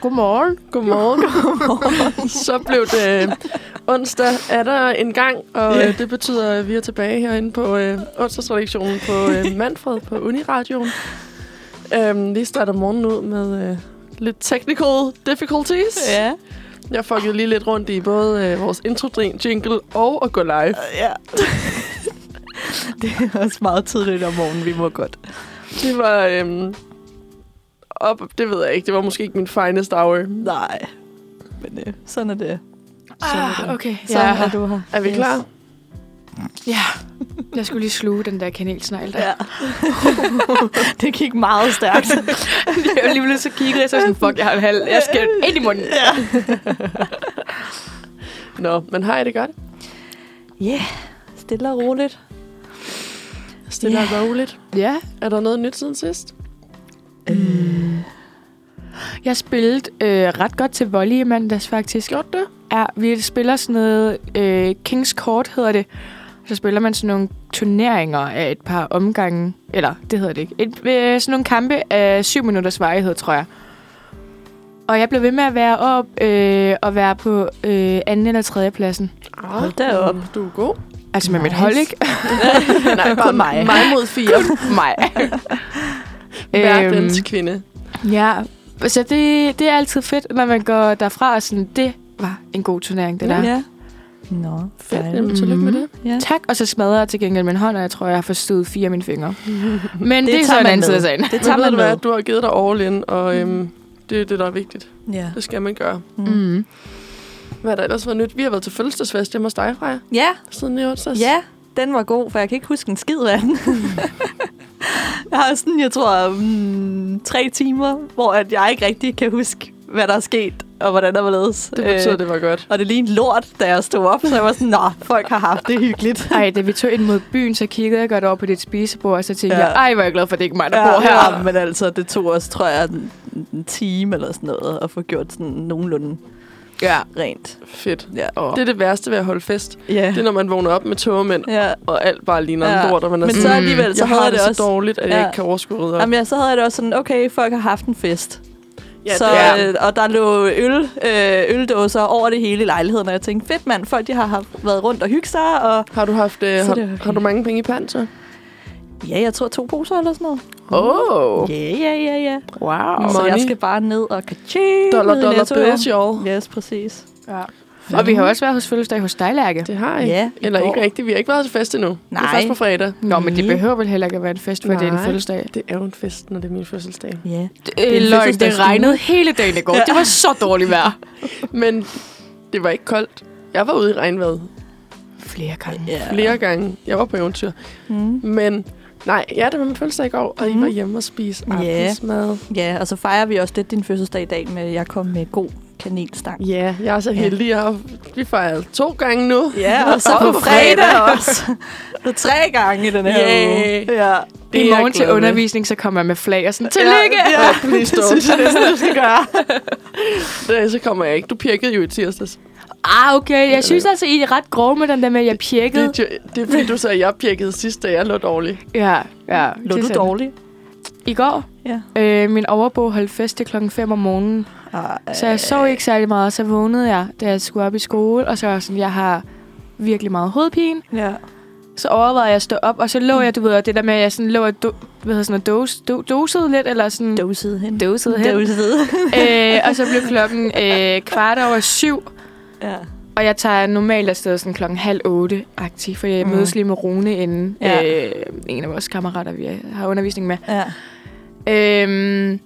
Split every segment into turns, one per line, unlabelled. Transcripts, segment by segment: Godmorgen.
Godmorgen, godmorgen. Så blev det øh, onsdag er der en gang, og yeah. øh, det betyder, at vi er tilbage herinde på øh, onsdagsredaktionen på øh, Manfred på Uniradioen. Øhm, vi starter morgenen ud med øh, lidt technical difficulties.
Ja.
Jeg fuckede lige lidt rundt i både øh, vores intro-jingle og at gå live.
ja. det er også meget tidligt om morgenen, vi må godt.
Det var... Øhm, op, det ved jeg ikke. Det var måske ikke min finest hour.
Nej. Men øh, sådan er det.
Ah, okay.
Så
Jeg er
er
her.
du her.
Er vi
Yes.
klar?
Ja. Jeg skulle lige sluge den der kanelsnegl der.
Ja. det gik meget stærkt.
Jeg var lige blevet så kigget, og så var jeg sådan, fuck, jeg har en halv. Jeg skal ind i munden.
Nå, men har I det godt?
Ja, yeah. stille og roligt.
Stille
Ja.
og roligt.
Ja.
Er der noget nyt siden sidst?
Jeg spillede øh, ret godt til volley i mandags, faktisk.
Gjort det?
Ja, vi spiller sådan noget... Øh, Kings Court hedder det. Så spiller man sådan nogle turneringer af et par omgange. Eller, det hedder det ikke. Et, øh, sådan nogle kampe af syv minutters varighed, tror jeg. Og jeg blev ved med at være op øh, og være på øh, anden eller tredje pladsen.
Hold da op.
Ah, Du er god.
Altså med nice. mit
Nice.
hold, ikke?
Nej,
Kun mig.
mig mod fire.
mig.
Øhm,
Verdens
Øhm,
kvinde.
ja, så det, det er altid fedt, når man går derfra og sådan, det var en god turnering, det der.
Ja. Nå,
Fedt.
dejligt. Mm-hmm.
Jamen, tillykke med
Mhm.
det.
Ja.
Tak, og så smadrer jeg til gengæld min hånd, og jeg tror, jeg har forstået fire af mine fingre. Men det,
tager
det er så en
man
anden
med.
side af sagen.
Det tager
Men ved
man
du hvad?
med.
Du har givet dig all in, og øhm,
Mm-hmm.
det er det, der er vigtigt.
Ja.
Det skal man gøre.
Mm-hmm.
Mm.
Hvad har der ellers været nyt? Vi har været til fødselsdagsfest hjemme hos dig, Freja,
ja,
siden i onsdags.
ja, den var god, for jeg kan ikke huske en skid af den. jeg har sådan, jeg tror, mm, tre timer, hvor at jeg ikke rigtig kan huske, hvad der er sket, og hvordan der var ledes. Øh,
Det betyder, det var godt.
Og det lignede lort, da jeg stod op, så jeg var sådan, nå, folk har haft det hyggeligt.
Ej, da vi tog ind mod byen, så kiggede jeg godt over på dit spisebord, og så tænkte
Ja.
ja. jeg, ej, hvor er jeg glad for, at det ikke er mig, der bor her.
Ja, men altså, det tog os, tror jeg, en, en time eller sådan noget, at få gjort sådan nogenlunde
Ja.
rent.
Fedt.
Ja.
Det er det værste ved at holde fest.
Ja.
Det er, når man vågner op med tømmermænd,
ja.
og alt bare ligner ja. en
Ja.
lort, og man er
Men så
sådan,
alligevel, så
jeg har
havde
det,
det
så
også...
dårligt, at jeg
Ja.
ikke kan overskue rydde op.
Jamen, ja, så havde jeg det også sådan, okay, folk har haft en fest.
ja,
så,
det er,
øh, og der lå øl, øh, øldåser over det hele i lejligheden, og jeg tænkte, fedt mand, folk de har haft, været rundt og hygge sig, og
har du haft, øh,
Så
har,
det er okay.
har, du mange penge i pant, så?
ja, jeg tror to poser eller sådan noget.
Oh,
Ja, ja, ja, ja.
Wow.
Så
Money.
jeg skal bare ned og kaching.
dollar,
ned i
dollar
Netto, ja.
bills, y'all.
Yes, præcis.
Ja. Og vi har også været hos fødselsdag hos dig, Lærke.
Det har jeg.
Ja, i
Eller ikke
går.
rigtigt. Vi har ikke været til fest endnu. Det er
Nej.
først på fredag.
Nå, men det
Ja.
behøver vel heller ikke at være en fest, for det er en
Nej.
fødselsdag.
Det er jo en fest, når det er min fødselsdag.
Ja.
Øh,
en
løgn, det
fødselsdagsuge.
regnede hele dagen i går.
Ja.
Det var så dårligt vejr.
Men det var ikke koldt. Jeg var ude i regnvejr
Flere gange.
Ja.
flere gange. Jeg var på eventyr.
Mm.
Men nej, ja, det var min fødselsdag i går, og I
Mm.
var hjemme og spise
Ja.
aftensmad.
Ja, og så fejrer vi også lidt din fødselsdag i dag med, at jeg kom med god kanelstang.
Ja, yeah, jeg er så
Ja.
heldig. Jeg har, vi fejrede to gange nu.
Ja, og så på fredag også. Det er tre gange i den her
Yay.
uge. Ja.
Det er
I
jeg
morgen til
glad ved.
undervisning, så kommer jeg med flag og sådan, tillykke!
Ja,
Ja, oh, please
det synes
don't.
jeg næsten, du skal gøre.
Det, så kommer jeg ikke. Du pirkede jo i tirsdags.
Ah, okay. Jeg synes altså, I er ret grove med den der med, at jeg
Det,
pjekkede.
er jo- det er fordi, du sagde, at jeg pirkede sidst, da jeg lå dårlig.
Ja, ja.
Lå
det er
du
sandt.
dårlig?
I går,
Ja.
øh, min overbo holdt fest til klokken 5 om morgenen,
Ej.
så jeg sov ikke særlig meget, så vågnede jeg, da jeg skulle op i skole, og så var jeg sådan, jeg har virkelig meget hovedpine.
Ja.
Så overvejede jeg at stå op, og så lå jeg, du ved, og det der med, at jeg sådan lå og do, hvad hedder sådan, noget, dose, do, dosede lidt, eller sådan...
Dosede hen.
Dosede hen.
Dosede.
øh, og så blev klokken øh, kvart over syv,
ja.
og jeg tager normalt afsted sådan klokken halv otte aktiv, for jeg
Mm.
mm. mødes lige med Rune inden.
Ja.
Øh, en af vores kammerater, vi øh, har undervisning med.
ja.
Øhm,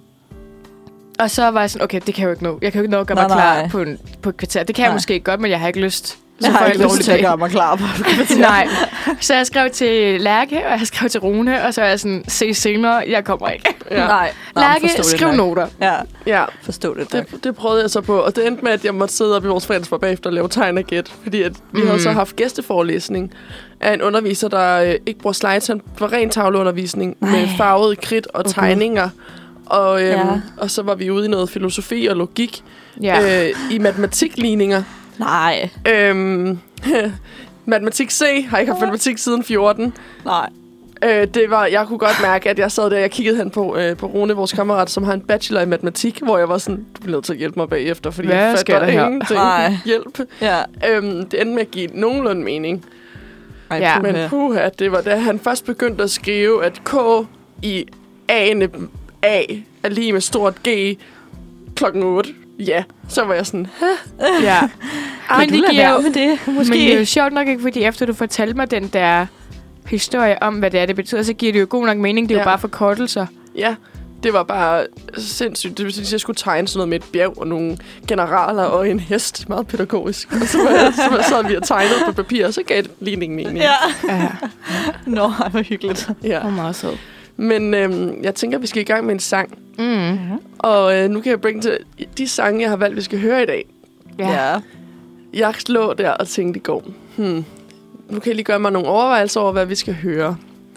og så var jeg sådan, okay, det kan jeg jo ikke nå. Jeg kan jo ikke nå at gøre
Nej,
mig klar
nej.
på, en, på et kvarter. Det kan jeg
Nej.
måske godt, men jeg har ikke lyst. Så
Jeg
får
har ikke
en
lyst
dårlig
til at
dag.
gøre mig klar på det.
Nej. Så jeg skrev til Lærke, og jeg skrev til Rune, og så er jeg sådan, se senere, jeg kommer ikke.
Ja.
Nej. Nå,
Lærke,
forstå det
skriv
nok.
noter.
Ja,
ja.
forstå det. nok.
Det, det prøvede jeg så på, og det endte med, at jeg måtte sidde op i vores fællesskab bagefter og lave tegn og gæt, fordi at vi mm. havde
Mm.
Mhm.
så haft gæsteforelæsning af en underviser, der øh, ikke bruger slides, han var ren tavleundervisning Ej. med
Nej.
farvet kridt og
Gud.
tegninger. Og, øhm, ja.
Mhm. Ja.
og så var vi ude i noget filosofi og logik
Ja.
ja. øh, i matematikligninger.
Nej.
Øhm, matematik C har ikke haft matematik siden 14.
Nej.
Øh, det var, jeg kunne godt mærke, at jeg sad der, jeg kiggede hen på, øh, på Rune, vores kammerat, som har en bachelor i matematik, hvor jeg var sådan, du bliver nødt til at hjælpe mig bagefter, fordi
Hvad
jeg
sker
fatter
der her?
ingenting.
Nej.
Hjælp.
Ja.
Øhm, det endte med at give nogenlunde mening.
Ej,
Ja.
puha.
Men puha, det var da han først begyndte at skrive, at K i A'ne A er lige med stort G klokken 8. Ja, så var jeg sådan, "Hæ?"
Øh, ja.
Ej,
Men
du
det
lader
giver
være
jo-
med det, måske.
Men det er jo sjovt nok ikke, fordi efter du fortalte mig den der historie om, hvad det er, det betyder, så giver det jo god nok mening. Det er ja.
Ja.
jo bare forkortelser.
ja, det var bare sindssygt. Det vil sige, at jeg skulle tegne sådan noget med et bjerg og nogle generaler og en hest. Meget pædagogisk. Og så, var jeg, så sad vi og tegnede på papir, og så gav det lige ingen mening.
Ja.
Ja,
Nå, ej, hvor hyggeligt.
ja.
det var meget sød.
Men øhm, jeg tænker, at vi skal i gang med en sang.
Mm.
Og øh, nu kan jeg bringe til de sange, jeg har valgt, vi skal høre i dag.
Ja. ja.
Jeg lå der og tænkte i går, hmm, nu kan jeg lige gøre mig nogle overvejelser over, hvad vi skal høre.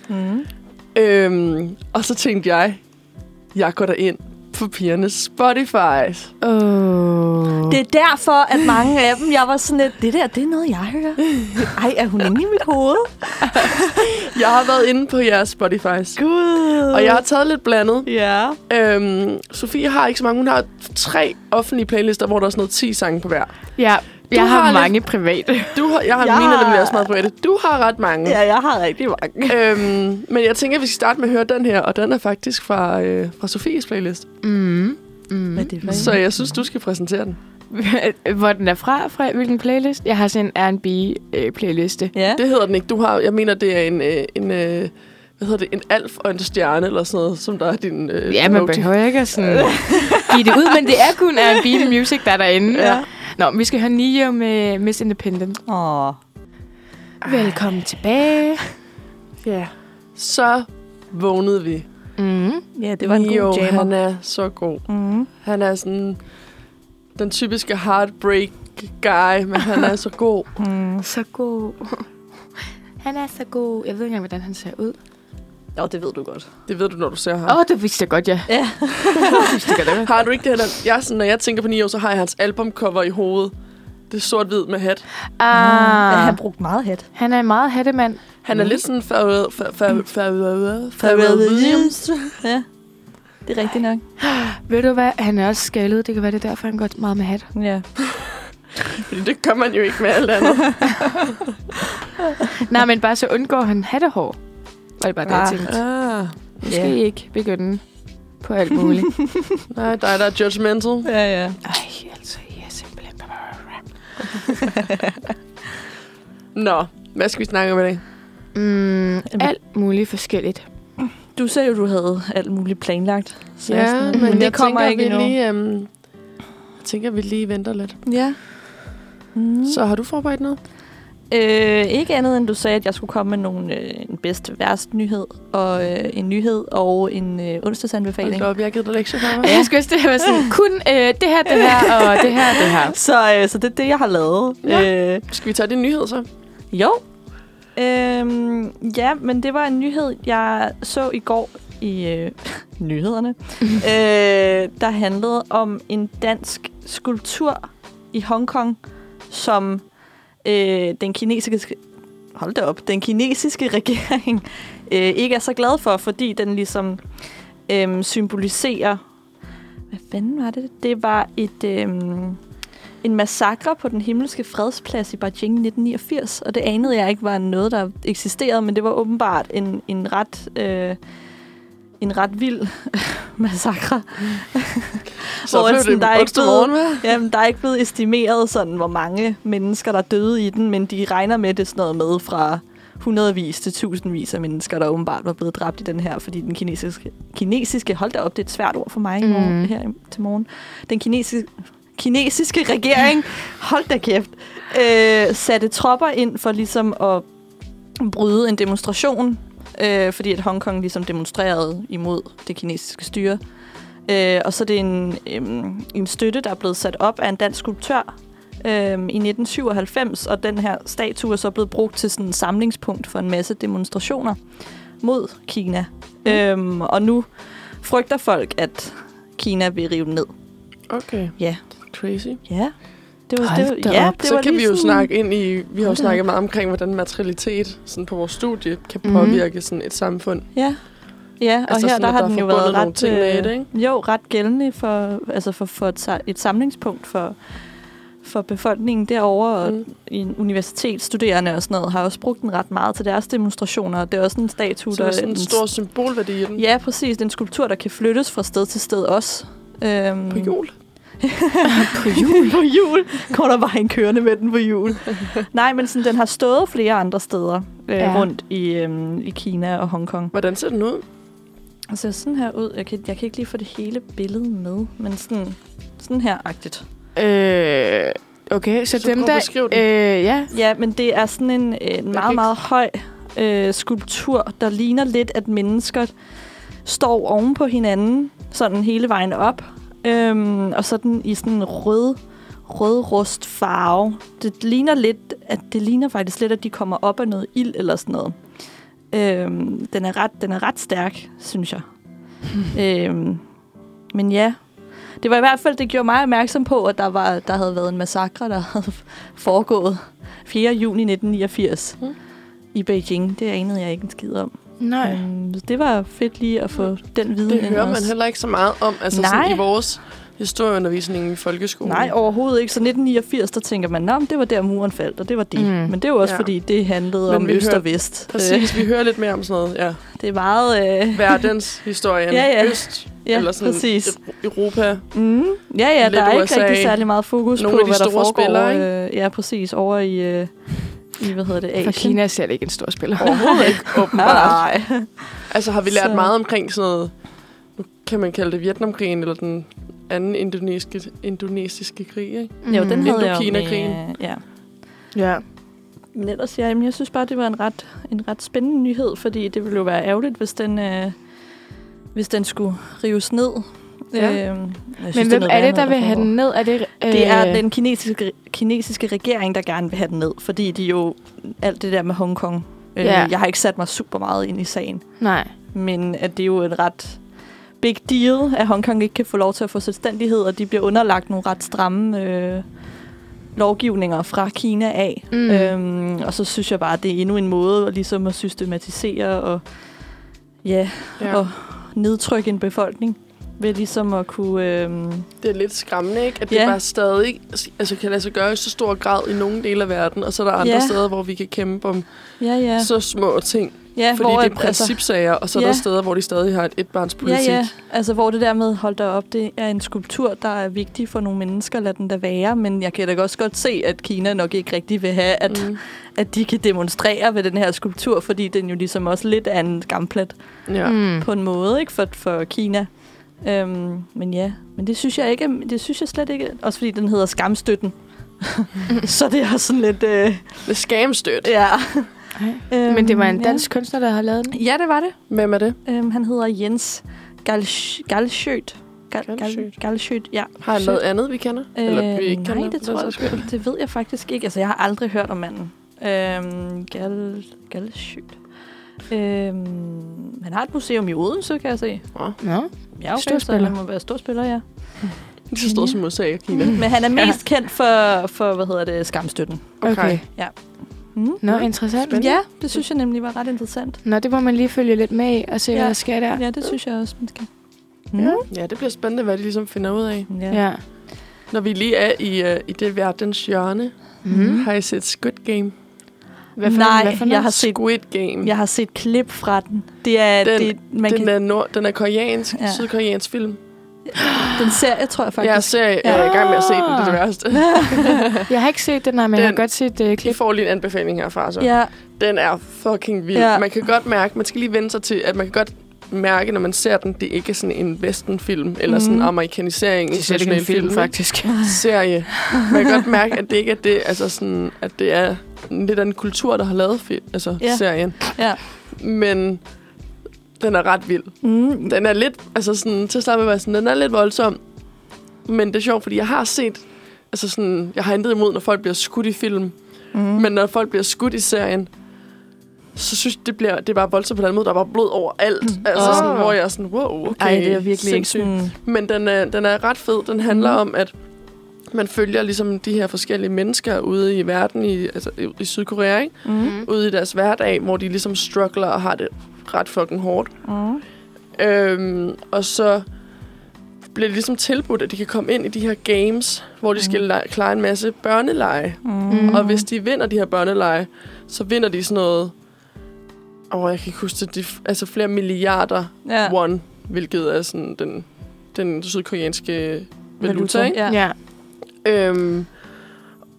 Mm.
Øhm, og så tænkte jeg, jeg går ind på pigernes Spotify.
Oh.
Det er derfor, at mange af dem, jeg var sådan lidt, det der, det er noget, jeg hører. Ej, er hun inde i mit hoved?
Jeg har været inde på jeres Spotify.
Gud.
Og jeg har taget lidt blandet.
Ja.
Øhm, Sofie har ikke så mange. Hun har tre offentlige playlister, hvor der er sådan noget 10 sange på hver.
ja. Jeg har,
har lidt-
mange private.
Du har, jeg har
Jeg-
ja. mine, nemlig også meget private. Du har ret mange.
Ja, jeg har rigtig mange.
Øhm, men jeg tænker, at vi skal starte med at høre den her, og den er faktisk fra, øh, fra Sofies playlist.
Mm. Mm.
Hvad er det for en?
Så jeg synes, du skal præsentere den.
Hvor den er fra, fra hvilken playlist? Jeg har sådan en øh, R&B-playliste.
Ja.
Det hedder den ikke. Du har, jeg mener, det er en, øh, en øh, hvad hedder det, en alf og en stjerne eller sådan noget, som der er din... Øh,
Ja, man
emoji.
behøver ikke at sådan give det ud, men det er kun R&B music, der er derinde.
Ja.
Nå, men vi skal høre Nio med Miss Independent.
Åh.
Velkommen tilbage.
Ja. Så vågnede vi.
Mm.
Ja, det var en
Neo,
god jammer.
han er så god.
Mm.
Han er sådan den typiske heartbreak guy, men han er så god.
Mm.
Så god. Han er så god. Jeg ved ikke engang, hvordan han ser ud.
Jo, det ved du godt.
Det ved du, når du ser ham.
Åh, oh, det vidste jeg godt, ja.
Ja.
Det kan det
Har du ikke det her? Jeg er sådan, når jeg tænker på Nio, så har jeg hans albumcover i hovedet. Det er sort-hvid med hat.
Men han
ah,
brugte meget hat.
Han er en meget hattemand.
Han
Mm.
er lidt sådan Pharrell- Pha- Pha- Pharrell
Pharrell
Pharrell Williams.
Ja, det er rigtigt nok.
Ved du hvad? Han er også skaldet. Det kan være, det er derfor, han går meget med hat.
Ja.
Fordi det gør man jo ikke med alt andet.
Nej, men bare så undgår han hattehår. Var det bare det, jeg
Ah.
tænkte.
ah,
Nu skal I ikke begynde på alt muligt.
nej, dig der er judgmental.
Ja, ja.
Ej, altså, I er simpelthen...
Nå, hvad skal vi snakke om i dag?
Mm, alt muligt forskelligt.
Du sagde jo, du havde alt muligt planlagt. Så jeg er sådan,
men
jeg kommer ikke
vi
endnu.
lige, øhm, jeg tænker, vi lige venter lidt.
Ja. Mm.
Så har du forberedt noget?
Øh, ikke andet end du sagde, at jeg skulle komme med nogle, øh, en bedst værst nyhed, og øh, en nyhed og en øh, onsdagsanbefaling.
Hold da op, jeg har givet dig lektier for mig.
Jeg skulle også det her var sådan, kun øh, det her, det her og det her, det her.
Så, øh, så det er det, jeg har lavet.
Ja.
Øh,
Skal vi tage din nyhed så?
jo. Øhm, ja, men det var en nyhed, jeg så i går i øh, nyhederne, øh, der handlede om en dansk skulptur i Hongkong, som øh, den kinesiske hold da op, den kinesiske regering øh, ikke er så glad for, fordi den ligesom øh, symboliserer, hvad fanden var det? Det var et øh, en massakre på den himmelske fredsplads i Beijing i 1989, og det anede jeg ikke var noget, der eksisterede, men det var åbenbart en, en ret... Øh, en ret vild massakre.
Så
Hvor
blev
sådan,
det
der er ikke
onsdag
blevet-
morgen, hva'?
Jamen, der er ikke blevet estimeret, sådan, hvor mange mennesker, der døde i den, men de regner med, at det er sådan noget med fra hundredvis til tusindvis af mennesker, der åbenbart var blevet dræbt i den her, fordi den kinesiske, kinesiske hold da op, det er et svært ord for mig i morgen,
Mhm.
her i- til morgen, den kinesiske, kinesiske regering, hold da kæft, øh, satte tropper ind for ligesom at bryde en demonstration, øh, fordi at Hongkong ligesom demonstrerede imod det kinesiske styre. Øh, og så er det en, øhm, en støtte, der er blevet sat op af en dansk skulptør øhm, i 1997, og den her statue er så blevet brugt til sådan en samlingspunkt for en masse demonstrationer mod Kina. Mm. Øhm, og nu frygter folk, at Kina vil rive den ned.
Okay,
Ja.
crazy.
Ja. Det var,
Hold
det,
da
var, ja,
op.
det
så
var
kan
lige
vi jo
sådan,
snakke ind i, vi har jo
Hold da
snakket meget omkring, hvordan materialitet sådan på vores studie kan
Mhm.
påvirke sådan et samfund.
Ja, ja og
Altså
altså, her
sådan,
der
at
har
der er
den jo
forbundet
været
nogle
ret,
ting med
øh,
det, ikke?
jo, ret gældende for, altså for, for et, sa- et samlingspunkt for, for befolkningen derovre, og
Mm.
i universitetsstuderende og sådan noget, har også brugt den ret meget til deres demonstrationer, og det er også en statue,
Så der er sådan
en
en stor symbolværdi i den.
Ja, præcis. Det er en skulptur, der kan flyttes fra sted til sted også. Øhm,
På jul.
på jul. på jul. Kommer der bare en kørende med den på jul. Nej, men sådan, den har stået flere andre steder øh,
Ja.
ja. rundt i, øhm, i Kina og Hongkong.
Hvordan ser den ud?
Og ser sådan her ud. Jeg kan, jeg kan ikke lige få det hele billede med, men sådan, sådan her-agtigt.
Øh, okay, så,
Så
så
prøv
dem
at
der...
beskrive den.
Øh, ja,
Ja, men det er sådan en, øh, en
kan ikke-
meget, meget høj øh, skulptur, der ligner lidt, at mennesker står oven på hinanden, sådan hele vejen op, øhm, og sådan i sådan en rød, rød rust farve. Det ligner lidt, at det ligner faktisk lidt, at de kommer op af noget ild eller sådan noget. Øhm, den, er ret, den er ret stærk, synes jeg. øhm, men ja, det var i hvert fald, det gjorde mig opmærksom på, at der, var, der havde været en massakre, der havde foregået 4. juni 1989
Mm.
mm. i Beijing. Det anede jeg ikke en skid om.
nej.
Øhm, så det var fedt lige at få den viden
Mm. Det
ind
hører man
også.
heller ikke så meget om, altså sådan
Nej.
i vores historieundervisning i folkeskolen.
Nej, overhovedet ikke. Så 1989, der tænker man, at det var der muren faldt, og det var det.
Mm.
Mm. Men det er jo også,
Ja.
ja. fordi det handlede
Men
Men om
vi
øst
hører-
og vest. Øh,
Præcis, vi hører lidt mere om sådan noget. Ja.
det er meget... Øh,
Verdenshistorien.
Ja, ja.
Øst.
ja,
eller sådan
præcis.
E- Europa.
Mm. Ja, ja,
lidt
der er ikke
USA.
rigtig særlig meget fokus
Nogle
på,
af de
hvad der
store
foregår.
spillere,
øh, ja, præcis. Over i, øh, i hvad hedder det, Asien.
For Øh, Kina ser det ikke en stor spiller.
Overhovedet ikke, åbenbart.
Nej, nej.
Altså har vi lært så.
Så-
meget omkring sådan noget, nu kan man kalde det Vietnamkrigen, eller den anden indonesiske, indonesiske krig, ikke?
Jo, den havde jeg jo
Indokina-krigen.
med, øh, ja.
Mm. Ja.
Men ellers, ja, jamen, jeg synes bare, det var en ret, en ret spændende nyhed, fordi det ville jo være ærgerligt, hvis den, øh, hvis den skulle rives ned.
Ja.
Øhm, jeg synes,
Men hvem
noget
er
værre
det,
noget,
der vil have
foregår.
den ned? Er det, øh,
Det er den kinesiske, kinesiske regering, der gerne vil have den ned, fordi de jo alt det der med Hongkong. Øh,
Ja.
Jeg har ikke sat mig super meget ind i sagen,
Nej.
men at det er jo en ret big deal, at Hongkong ikke kan få lov til at få selvstændighed, og de bliver underlagt nogle ret stramme øh, lovgivninger fra Kina af.
Mm.
Mm. Øhm, og så synes jeg bare, at det er endnu en måde at ligesom at systematisere og, ja, ja. og nedtrykke en befolkning ved ligesom at kunne... Øh,
Det er lidt skræmmende, ikke? At det
Ja.
bare stadig altså, kan lade sig gøre i så stor grad i nogle dele af verden, og så er der andre
Ja.
steder, hvor vi kan kæmpe om
ja,
ja.
ja.
så små ting.
ja,
Fordi det er
at- altså-
principsager, og så er der
Ja.
steder, hvor de stadig har et etbarnspolitik.
Ja, ja. Altså, hvor det der med, hold da op, det er en skulptur, der er vigtig for nogle mennesker, lad den da være. Men jeg kan da også godt se, at Kina nok ikke rigtig vil have, at,
Mm.
mm. at de kan demonstrere ved den her skulptur, fordi den jo ligesom også lidt er en skamplet
ja.
Mm.
på en måde, ikke? For, for Kina. Øhm, men ja, men det synes jeg ikke, er- det synes jeg slet ikke, også fordi den hedder skamstøtten. så det er sådan lidt, øh,
Med skamstøt.
ja.
Ej.
Øhm,
Men det var en dansk kunstner, der har lavet den.
Ja, ja det var det.
Hvem er det?
Øhm, han hedder Jens Galsch- Galschødt. Gal- Gal-
Galschødt.
Galschødt, ja.
Har han
Sødt.
noget andet, vi kender? Eller vi ikke
Øh,
kender?
nej, det
for den
tror jeg,
sags skyld?
sgu- det ved jeg faktisk ikke. Altså, jeg har aldrig hørt om manden. Øhm, gal, galskyt. Øhm, han har et museum i Odense, kan jeg se.
Nå.
Ja, okay,
Storspiller.
Så han må være storspiller, ja.
Det er så stort som USA og Kina.
Men han er mest kendt for, for hvad hedder det, skamstøtten.
Okay.
Okay.
Mm.
Nå, interessant.
Ja, det synes jeg nemlig var ret interessant.
Nå, det må man lige følge lidt med i og se,
Ja.
hvad der sker der.
Ja, det synes jeg også, man skal. Mm.
Ja. ja, det bliver spændende, hvad de ligesom finder ud af.
Ja.
Ja.
Når vi lige er i, uh, i det verdens hjørne, mm.
Mm.
har I set Squid Game?
Hvad for
Nej,
hvad for
jeg har set,
Squid Game.
jeg har set klip fra den. Det er,
Den-
det, man
den,
kan,
er nord, den er koreansk, ja.
Ja.
sydkoreansk film.
den serie, tror jeg
Faktisk. Jeg,
faktisk.
ser, ja. jeg er i gang med at se den, det er
Ah.
det værste.
Jeg har ikke set den, nej, men jeg har
Den-
godt set uh,
De
klip.
får lige en anbefaling herfra, så. Ja.
Ja,
Den er fucking vild. Ja.
Ja.
Man kan godt mærke, man skal lige vende sig til, at man kan godt mærke, når man ser den, det ikke er sådan en westernfilm, eller sådan en
Mhm.
amerikanisering, international film, film
faktisk.
serie. Man kan godt mærke, at det ikke er det, altså sådan, at det er en lidt af en kultur, der har lavet fi- altså ja.
Ja.
serien.
ja.
Men den er ret vild.
Mm,
Den er lidt, altså sådan, til at starte med, var jeg sådan, den er lidt voldsom. Men det er sjovt, fordi jeg har set, altså sådan, jeg har intet imod, når folk bliver skudt i film. Mm. Men når folk bliver skudt i serien, så synes jeg, det, bliver, det er bare voldsomt på den måde. Der er bare blod over alt. Mm. Altså, oh.
Åh.
sådan, hvor jeg er sådan, wow, okay.
Ej, det er virkelig ikke
sindssygt. Men den er, den er ret fed. Den handler mm. om, at man følger ligesom de her forskellige mennesker ude i verden, i, altså, i- i Sydkorea, ikke?
Mm.
ude i deres hverdag, hvor de ligesom struggler og har det ret fucking hårdt.
Mm.
Øhm, og så bliver det ligesom tilbudt, at de kan komme ind i de her games, hvor de skal le- klare en masse børneleje.
Mm.
Mm. Og hvis de vinder de her børneleje, så vinder de sådan noget... Åh, oh, jeg kan ikke huske det. De, f- altså flere milliarder
Ja.
ja. won, hvilket er sådan den, den sydkoreanske valuta, ikke?
Ja.
Ja.
Øhm,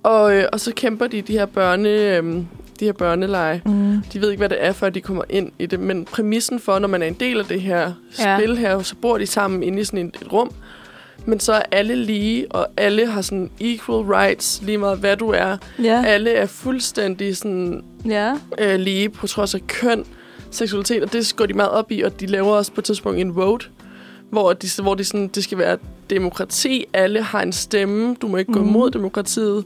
og, øh, og så kæmper de i de her børne... Øhm, de her børneleje.
Mm.
De ved ikke, hvad det er, før de kommer ind i det. Men præmissen for, når man er en del af det her
Ja.
ja. spil her, så bor de sammen inde i sådan et, et rum. Men så er alle lige, og alle har sådan equal rights, lige meget hvad du er.
Ja.
Alle er fuldstændig sådan
Øh, ja.
øh, lige på trods af køn, seksualitet, og det går de meget op i, og de laver også på et tidspunkt en vote, hvor, de, hvor de sådan, det skal være demokrati, alle har en stemme, du må ikke gå
Mhm.
mod demokratiet.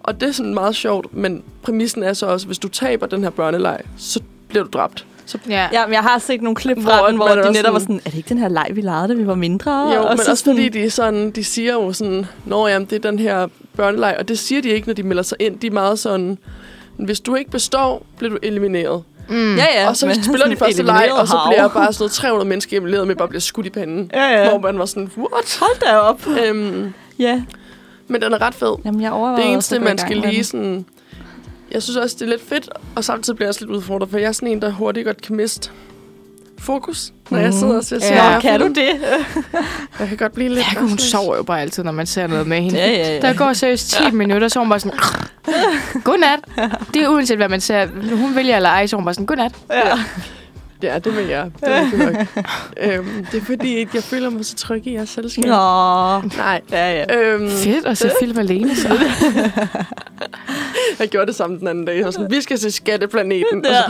Og det er sådan meget sjovt, men præmissen er så også, hvis du taber den her børneleg, så bliver du dræbt. Så
Ja.
Ja, men jeg har set nogle klip
Hvor
fra den, hvor
man er
de
også
netop var
sådan-
sådan, er det ikke den her leg, vi legede, da vi var mindre?
Jo,
Ah, og
og men
så
også fordi de, er sådan, de siger jo sådan, Nå jamen, det er den her børneleg, og det siger de ikke, når de melder sig ind. De er meget sådan, hvis du ikke består, bliver du elimineret.
Mm.
Ja, ja.
Ja, og så
men
spiller
sådan
de første
elimineret
leg, og så
hav.
bliver bare sådan noget 300 mennesker elimineret med bare bliver skudt i panden.
Ja, ja.
Hvor man var sådan, what?
Hold da op.
øhm,
Ja.
men den er ret fed.
Jamen, jeg overvejede
Det eneste,
også at gå i
man
gang
skal
med
lige
den.
sådan... Jeg synes også, det er lidt fedt, og samtidig bliver jeg også lidt udfordret, for jeg er sådan en, der hurtigt godt kan miste fokus, når jeg
Mhm.
sidder og ser
Ja.
serier.
Nå, kan du det?
Jeg kan godt blive lidt...
Lærke, hun
rastløs.
sover jo bare altid, når man ser noget med hende.
Ja, ja, ja.
Der går seriøst 10 ja. minutter, så er hun bare sådan... Godnat. Det er uanset, hvad man ser. Hun vælger eller ej, så er hun bare sådan... Godnat.
Ja.
Ja, det vil jeg. Det er, rigtigt nok. øhm, det er fordi, at jeg føler mig så tryg i jeres selskab.
Nå.
Nej.
Ja, ja.
Øhm,
Fedt at se film alene, så.
jeg gjorde det samme den anden dag. Jeg var sådan, vi skal se Skatteplaneten.
Ja.
Ja.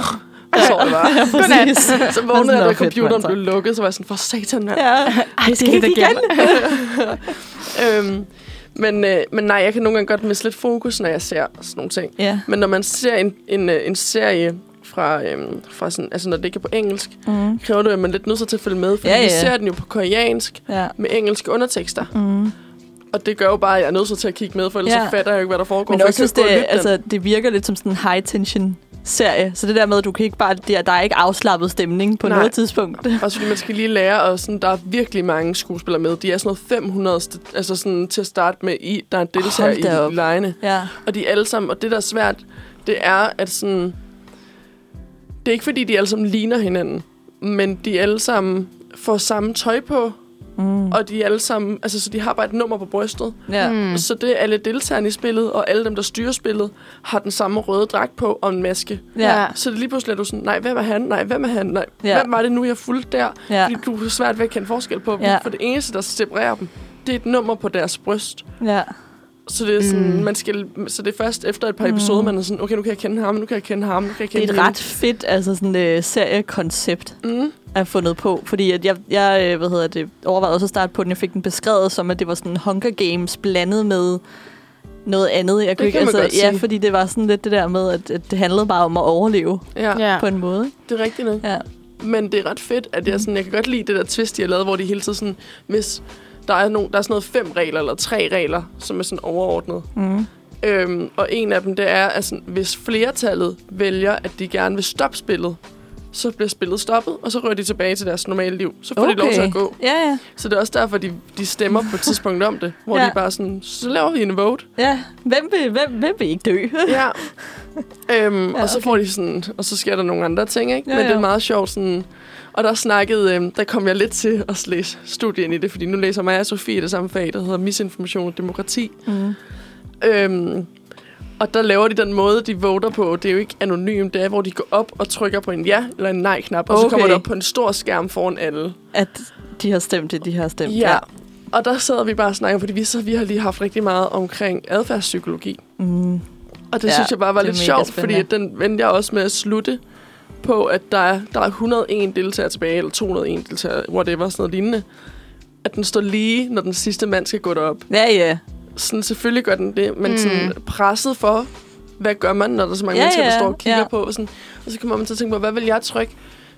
Og så sov jeg bare.
Præcis.
Så vågnede jeg,
Nå,
da
fedt,
computeren
mand, så.
blev lukket, så var jeg sådan, for satan, mand.
Ja.
Ej, det
Skete igen.
Øhm, men, øh, men nej, jeg kan nogle gange godt miste lidt fokus, når jeg ser sådan nogle ting.
Ja.
Men når man ser en, en, øh, en serie fra, øhm, fra sådan, altså når det ikke er på engelsk,
Mm.
kræver det, at man er lidt nødt til at følge med, for
Ja,
ja, ja. vi
ja.
ser den jo på koreansk
Ja.
med engelske undertekster.
Mm.
Og det gør jo bare, at jeg er nødt til at kigge med, for ellers
Ja.
ja. så fatter jeg jo ikke, hvad der foregår.
Men
for
jeg synes,
kan
det,
jo gå og lytte
altså, det virker lidt som sådan en high-tension serie. Så det der med, at du kan ikke bare, der, der er ikke afslappet stemning på
Nej.
noget tidspunkt.
den. Også fordi man skal lige lære, og sådan, der er virkelig mange skuespillere med. De er sådan noget 500 st- altså sådan, til at starte med, i, der er en deltager
Hold da op.
i lejene.
Ja.
Og de er alle sammen, og det der er svært, det er, at sådan... Det er ikke fordi, de alle sammen ligner hinanden, men de alle sammen får samme tøj på,
Mm.
og de alle sammen, altså så de har bare et nummer på brystet.
Ja.
Mm.
Mm. Så det er alle deltagerne i spillet, og alle dem, der styrer spillet, har den samme røde dragt på og en maske.
Ja.
Så det lige pludselig er du sådan, nej, hvem er han? Nej, hvem er han? Nej,
Ja.
ja. hvem var det nu, jeg fulgte der?
Ja.
Ja. Fordi du har svært ved at kende forskel på dem,
Ja.
ja. for det eneste, der separerer dem, det er et nummer på deres bryst.
Ja.
Så det er sådan,
Mm.
mm. man skal, så det er først efter et par episoder, man er sådan, okay, nu kan jeg kende ham, nu kan jeg kende ham, nu kan jeg
Mm. Det
kende
er et
hende.
ret fedt altså sådan, øh, seriekoncept
Mm.
er fundet på, fordi at jeg, jeg øh, hvad hedder det, overvejede også at starte på den. Jeg fik den beskrevet som, at det var sådan Hunger Games blandet med noget andet. Jeg kunne
kan
ikke,
man
altså,
godt
ja,
sige.
fordi det var sådan lidt det der med, at, at det handlede bare om at overleve
Ja, ja,
Ja.
på en måde.
det er rigtigt nok.
Ja. Mm.
Men det er ret fedt, at jeg, sådan, jeg kan godt lide det der twist, de har lavet, hvor de hele tiden sådan, hvis der er, nogen, der er sådan noget fem regler eller tre regler, som er sådan overordnet.
Mm.
Øhm, og en af dem, det er, at sådan, hvis flertallet vælger, at de gerne vil stoppe spillet, så bliver spillet stoppet, og så rører de tilbage til deres normale liv. Så får okay. de lov til at gå.
Ja, ja.
Så det er også derfor, de, de stemmer på et tidspunkt om det, hvor
Ja.
ja. de bare sådan, så laver vi en vote.
ja. Hvem, vil, hvem, hvem vil ikke dø?
Ja. øhm, ja, og så
okay.
får de sådan, og så sker der nogle andre ting, ikke?
Ja,
Ja, Men det
ja.
er meget sjovt sådan... Og der snakkede, øhm, der kom jeg lidt til at læse studien i det, fordi nu læser mig og Sofie det samme fag, der hedder misinformation og demokrati.
Mm.
Øhm, og der laver de den måde, de voter på. Det er jo ikke anonymt. Det er, hvor de går op og trykker på en ja- eller en nej-knap. Og okay. så kommer
Okay.
det op på en stor skærm foran alle.
At de har stemt det, de har stemt.
Og der sad vi bare og snakkede, fordi vi, så, vi har lige haft rigtig meget omkring adfærdspsykologi.
Mm.
Og det
Ja,
ja, synes jeg bare var
det er
lidt
mega
sjovt, fordi at
spændende.
den vendte jeg også med at slutte på, at der er, der er 101 deltagere tilbage, eller 201 deltagere, whatever, sådan noget lignende. At den står lige, når den sidste mand skal gå derop.
Ja, ja.
sådan, selvfølgelig gør den det, men
Mm.
mm. sådan, presset for, hvad gør man, når der er så mange
Ja,
ja, mennesker, der
ja,
står og kigger
ja.
ja. på. Og, sådan, og så kommer man til at tænke på, hvad vil jeg trykke?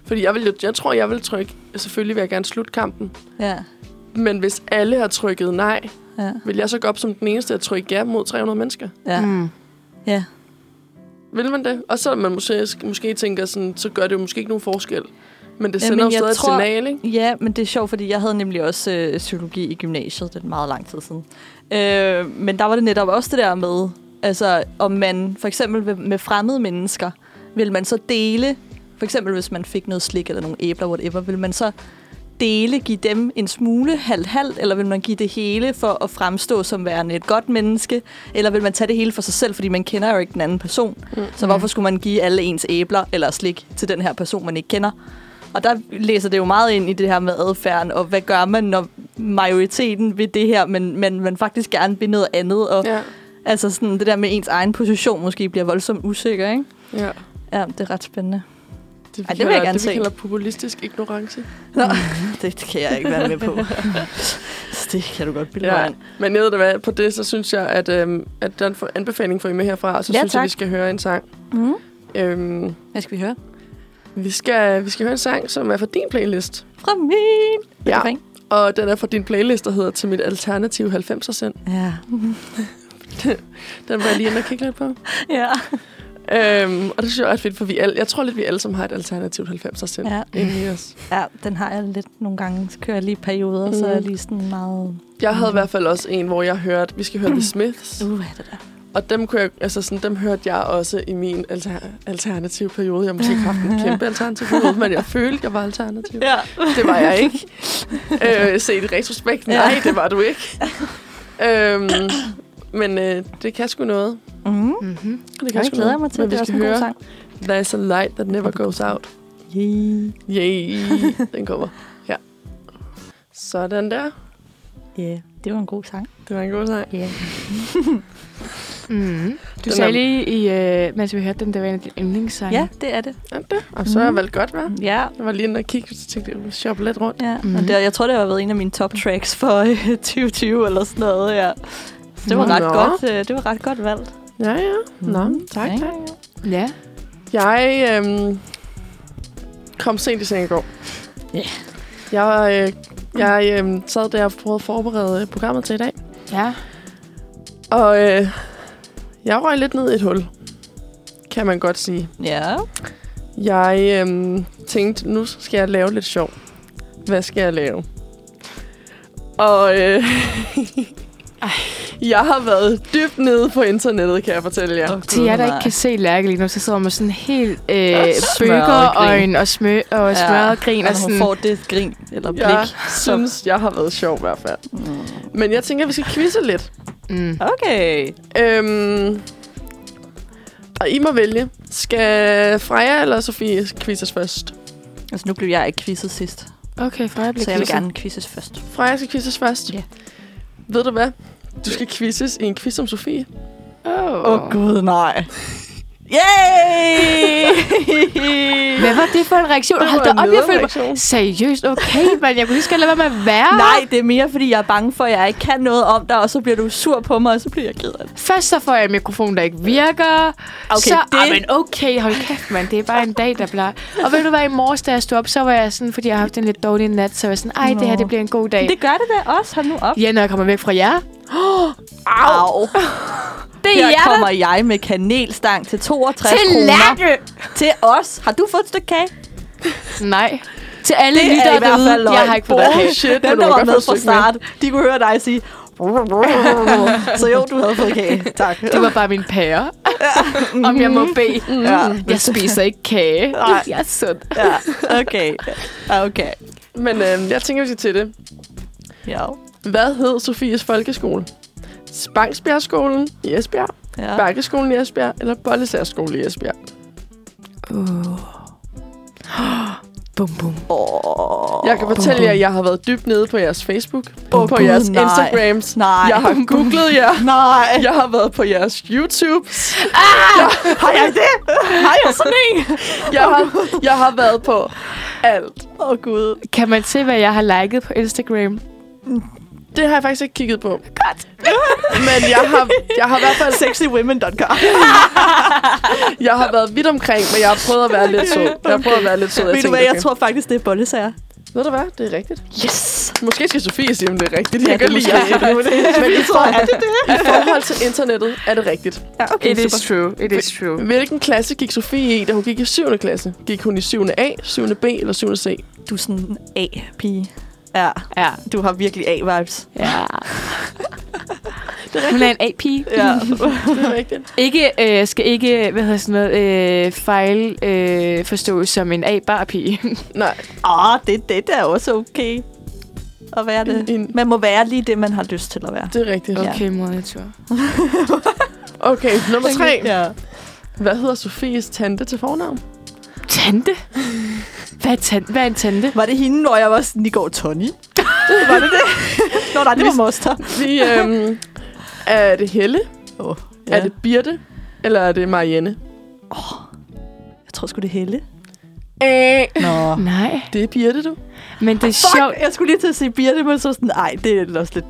Fordi jeg, vil, jo- jeg tror, jeg vil trykke, selvfølgelig vil jeg gerne slutte kampen.
ja.
Men hvis alle har trykket nej,
Ja.
Vil jeg så gå op som den eneste at trykke ja mod 300 mennesker?
Ja.
Mm.
ja.
Vil man det? Og selvom man måske, måske tænker sådan, så gør det jo måske ikke nogen forskel. Men det
Ja,
sender
men
jo
jeg
stadig et
tror-
signal, ikke?
Ja, men det er sjovt, fordi jeg havde nemlig også øh, psykologi i gymnasiet. Det er meget lang tid siden. Øh, men der var det netop også det der med, altså om man for eksempel ved- med fremmede mennesker, vil man så dele, for eksempel hvis man fik noget slik eller nogle æbler, whatever, vil man så dele, give dem en smule halvt-halvt, eller vil man give det hele for at fremstå som værende et godt menneske, eller vil man tage det hele for sig selv, fordi man kender jo ikke den anden person. Mm. Så hvorfor skulle man give alle ens æbler eller slik til den her person, man ikke kender? Og der læser det jo meget ind i det her med adfærden, og hvad gør man, når majoriteten vil det her, men, men man faktisk gerne vil noget andet, og ja.
Ja.
altså sådan det der med ens egen position måske bliver voldsomt usikker, ikke?
ja.
Ja, det er ret spændende.
Det, vi
Ej, det vil jeg
kalder-
gerne
det, vi
se.
kalder populistisk ignorance.
Nå, det kan jeg ikke være med på. Så det kan du godt bilde mig
Ja.
ind.
Men nede der var på det, så synes jeg, at, øhm, at den for- anbefaling får I med herfra, og så
Ja,
synes jeg,
tak.
vi skal høre en sang.
Mm.
Øhm,
Hvad skal vi høre?
vi, skal, vi skal høre en sang, som er fra din playlist.
Fra min!
Ja.
Ring.
Og den er fra din playlist, der hedder Til mit alternative 90'er send.
Ja.
Den var jeg lige inde og kigge lidt på.
Ja.
Øhm, og det synes jeg er ret fedt, for vi alle, jeg tror lidt, vi alle sammen har et alternativt 90'er send
Ja.
ja. inde i os.
ja, den har jeg lidt nogle gange. Så kører jeg lige perioder, mm. så er jeg lige sådan meget...
Jeg havde i hvert fald også en, hvor jeg hørte, vi skal høre The Smiths.
Mhm. Uh, hvad er det der?
Og dem, kunne jeg, altså sådan, dem hørte jeg også i min alter, alternative periode. Jeg har måske ikke haft en kæmpe alternativ periode, men jeg følte, jeg var alternativ.
Ja.
Det var jeg ikke. øh, set i retrospekt, nej,
Ja.
det var du ikke. øhm, men øh, det kan sgu noget.
Mm.
Mm-hmm.
Det kan
Jeg
sgu
glæder
noget.
mig til,
Men
det
vi
er
skal
også en god
høre
sang.
There's a light that never goes out.
Yeah.
Yay, den kommer. Ja. Sådan der.
Yeah. Det var en god sang.
Det var en god sang.
Yeah.
Mm. Du
Den
sagde
er-
lige, i, øh, mens vi hørte den, der var en af dine yndlingssange.
Ja, det er det.
Ja, det. Og så har
Mhm.
jeg valgt godt, hva'?
Ja.
Jeg var lige inde og kigge, så tænkte jeg, jeg shoppe lidt rundt.
Ja, mm.
Mhm.
og det, jeg tror, det har været en af mine top tracks for øh, 2020 eller sådan noget, ja. Så det var,
Nå.
ret godt, øh, det var ret godt valgt.
Ja, ja. Nå,
Mhm.
tak,
Ja,
tak.
ja.
Jeg øhm, kom sent i seng i går.
Ja.
Jeg, øh, jeg øh, sad der og prøvede at forberede øh, programmet til i dag.
Ja.
Og øh, jeg røg lidt ned i et hul, kan man godt sige.
Ja.
Jeg øh, tænkte, nu skal jeg lave lidt sjov. Hvad skal jeg lave? Og øh, jeg har været dybt nede på internettet, kan jeg fortælle jer.
Åh,
Til jer, der ikke
nej.
kan se Lærke lige nu, så sidder hun med sådan helt øh,
Smørret
bøgerøjen og, smø og smørret grin.
og
Og
når Altså,
sådan,
hun får det grin eller blik.
Jeg
så-
synes, jeg har været sjov i hvert fald.
Mm.
Men jeg tænker, at vi skal quizze lidt.
mm.
Okay.
Øhm, og I må vælge. Skal Freja eller Sofie quizzes først?
Altså, nu blev jeg ikke quizzet sidst,
Okay, for jeg
så jeg vil gerne quizzes først.
Freja skal quizzes først.
Ja.
Ved du hvad? Du skal quizzes i en quiz om Sofie.
Åh, oh. okay.
gud, nej. Yay!
Hvad var det for en reaktion?
Det
Hold
var
da
en
op, jeg følte mig...
nederreaktion.
Seriøst, okay, men jeg kunne lige skal lade være med at være.
Nej, det er mere, fordi jeg er bange for, at jeg ikke kan noget om dig, og så bliver du sur på mig, og så bliver jeg ked af det.
Først så får jeg en mikrofon, der ikke virker.
Okay,
så,
det-
Ah, men okay, hold kæft, mand. Det er bare en dag, der bliver... Og ved du hvad, i morges, da jeg stod op, så var jeg sådan, fordi jeg har haft en lidt dårlig nat, så var jeg sådan, ej, det her,
Nå.
det bliver en god dag. Det...
Det gør det da også, hold nu op.
Ja, når jeg kommer væk fra jer.
Au.
Det er
Her
jer,
kommer jeg med kanelstang til 62
Til
kroner.
Lærke!
Til os. Har du fået et stykke kage?
der... Nej. Til alle
Det er i
lyttere
hvert fald
derude,
løgn.
jeg har ikke fået
Bullshit,
Dem,
men du må
der var
godt
med
få
fra
et stykke med.
start, de kunne høre dig sige... Så jo, du havde fået kage. Tak.
Det var bare min pære. Om jeg må bede.
Ja.
Jeg spiser ikke kage.
Nej.
Jeg er sund.
Ja, okay. Okay.
Men øhm, jeg tænker, vi skal til det.
Ja.
Hvad hed Sofies folkeskole? Spangsbjergskolen i Esbjerg,
ja.
Bakkeskolen i Esbjerg eller Bollesærskole i Esbjerg?
Bum, bum.
Oh.
Jeg kan fortælle jer, at jeg har været dybt nede på jeres Facebook,
Åh,
på
Gud,
jeres
nej.
Instagrams.
Nej.
Jeg har googlet jer.
Nej.
Jeg har været på jeres YouTube.
Har jeg det? Har jeg sådan en?
Jeg har, jeg har været på alt.
Åh, oh, Gud.
Kan man se, hvad jeg har liket på Instagram?
Det har jeg faktisk ikke kigget på.
Godt.
Men jeg har, jeg har i hvert fald
Sexywomen.com.
jeg har været vidt omkring, men jeg har prøvet at være lidt sød. Jeg har prøvet at være lidt sød.
Ved du
tænkte,
hvad, jeg
okay.
tror faktisk, det er bollesager.
Ved du hvad? Det er rigtigt.
Yes!
Måske skal Sofie sige, om det er rigtigt. Jeg
Ja,
kan
det er
godt lide,
måske-
at jeg det. Men i, for,
Er det det?
i forhold til internettet er det rigtigt.
Ja, okay,
It is
super.
true. It is true.
Hvilken klasse gik Sofie i, da hun gik i 7. klasse? Gik hun i 7. A, 7. B eller 7. C?
Du er sådan en A-pige. Ja,
Ja.
du har virkelig A-vibes.
ja. Hun er en AP.
Ja.
Det er rigtigt.
Ikke, øh, skal ikke, hvad hedder sådan noget, øh, fejl øh, forstås som en A-bar-pige.
Nej,
Åh, oh, det, det er også okay at være det.
En- en-
Man må være lige det, man har lyst til at være.
det er rigtigt.
Ja.
Okay, mor natur.
Okay, nummer tre.
Ja.
Hvad hedder Sofies tante til fornavn?
Tante? Hvad er, tan- hvad er en tante?
Var det hende, når jeg var sådan, i går Tony? var det det? Nå, nej, det var Moster.
Vi, øhm, er det Helle?
Oh,
Ja. Er det Birte? Eller er det Marianne?
Jeg tror sgu, det er Helle.
Æh.
Nå.
Nej.
Det er Birte, du.
Men det er
Fuck,
sjovt.
jeg skulle lige til at sige Birte, men så sådan, nej, det er også lidt...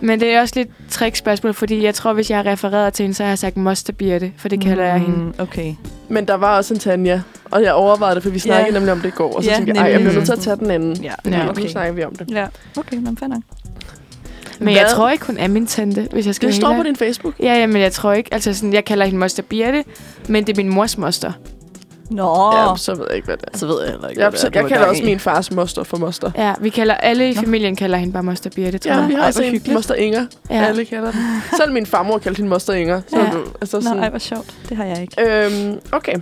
Men det er også lidt trickspørgsmål, fordi jeg tror, hvis jeg har refereret til hende, så har jeg sagt Moster Birte, for det kalder jeg hende.
Mm, Okay.
Men der var også en Tanja, og jeg overvejede det, for vi snakkede nemlig om det i går. Og så
Ja,
tænkte jeg, "Ej, jeg
nemlig.
bliver nødt til at tage den anden.
Ja,
Ja,
Ja,
okay.
okay. Nu snakker vi om det.
Ja, okay, men fair nok.
Men jeg
Hvad?
tror ikke, hun er min tante, hvis jeg skal
Det
være
står
helt
på
ærlig.
din Facebook.
Ja, ja, men jeg tror ikke. Altså, sådan, jeg kalder hende Moster Birte, men det er min mors moster.
Nå.
Ja, så ved jeg ikke, hvad det er.
så ved jeg heller ikke,
Jeg, så, jeg kalder også min fars moster for moster.
Ja, vi kalder, alle i
Nå.
familien kalder hende bare Moster Birte, tror
Ja,
jeg.
vi
Ej,
har også
hvor
en
hyggeligt.
moster Inger. Ja. Alle kalder den. Selv min farmor kaldte hende moster Inger. Så
Ja.
ja. du, altså
Nå,
sådan,
ej, hvor sjovt. Det har jeg ikke.
øhm, okay.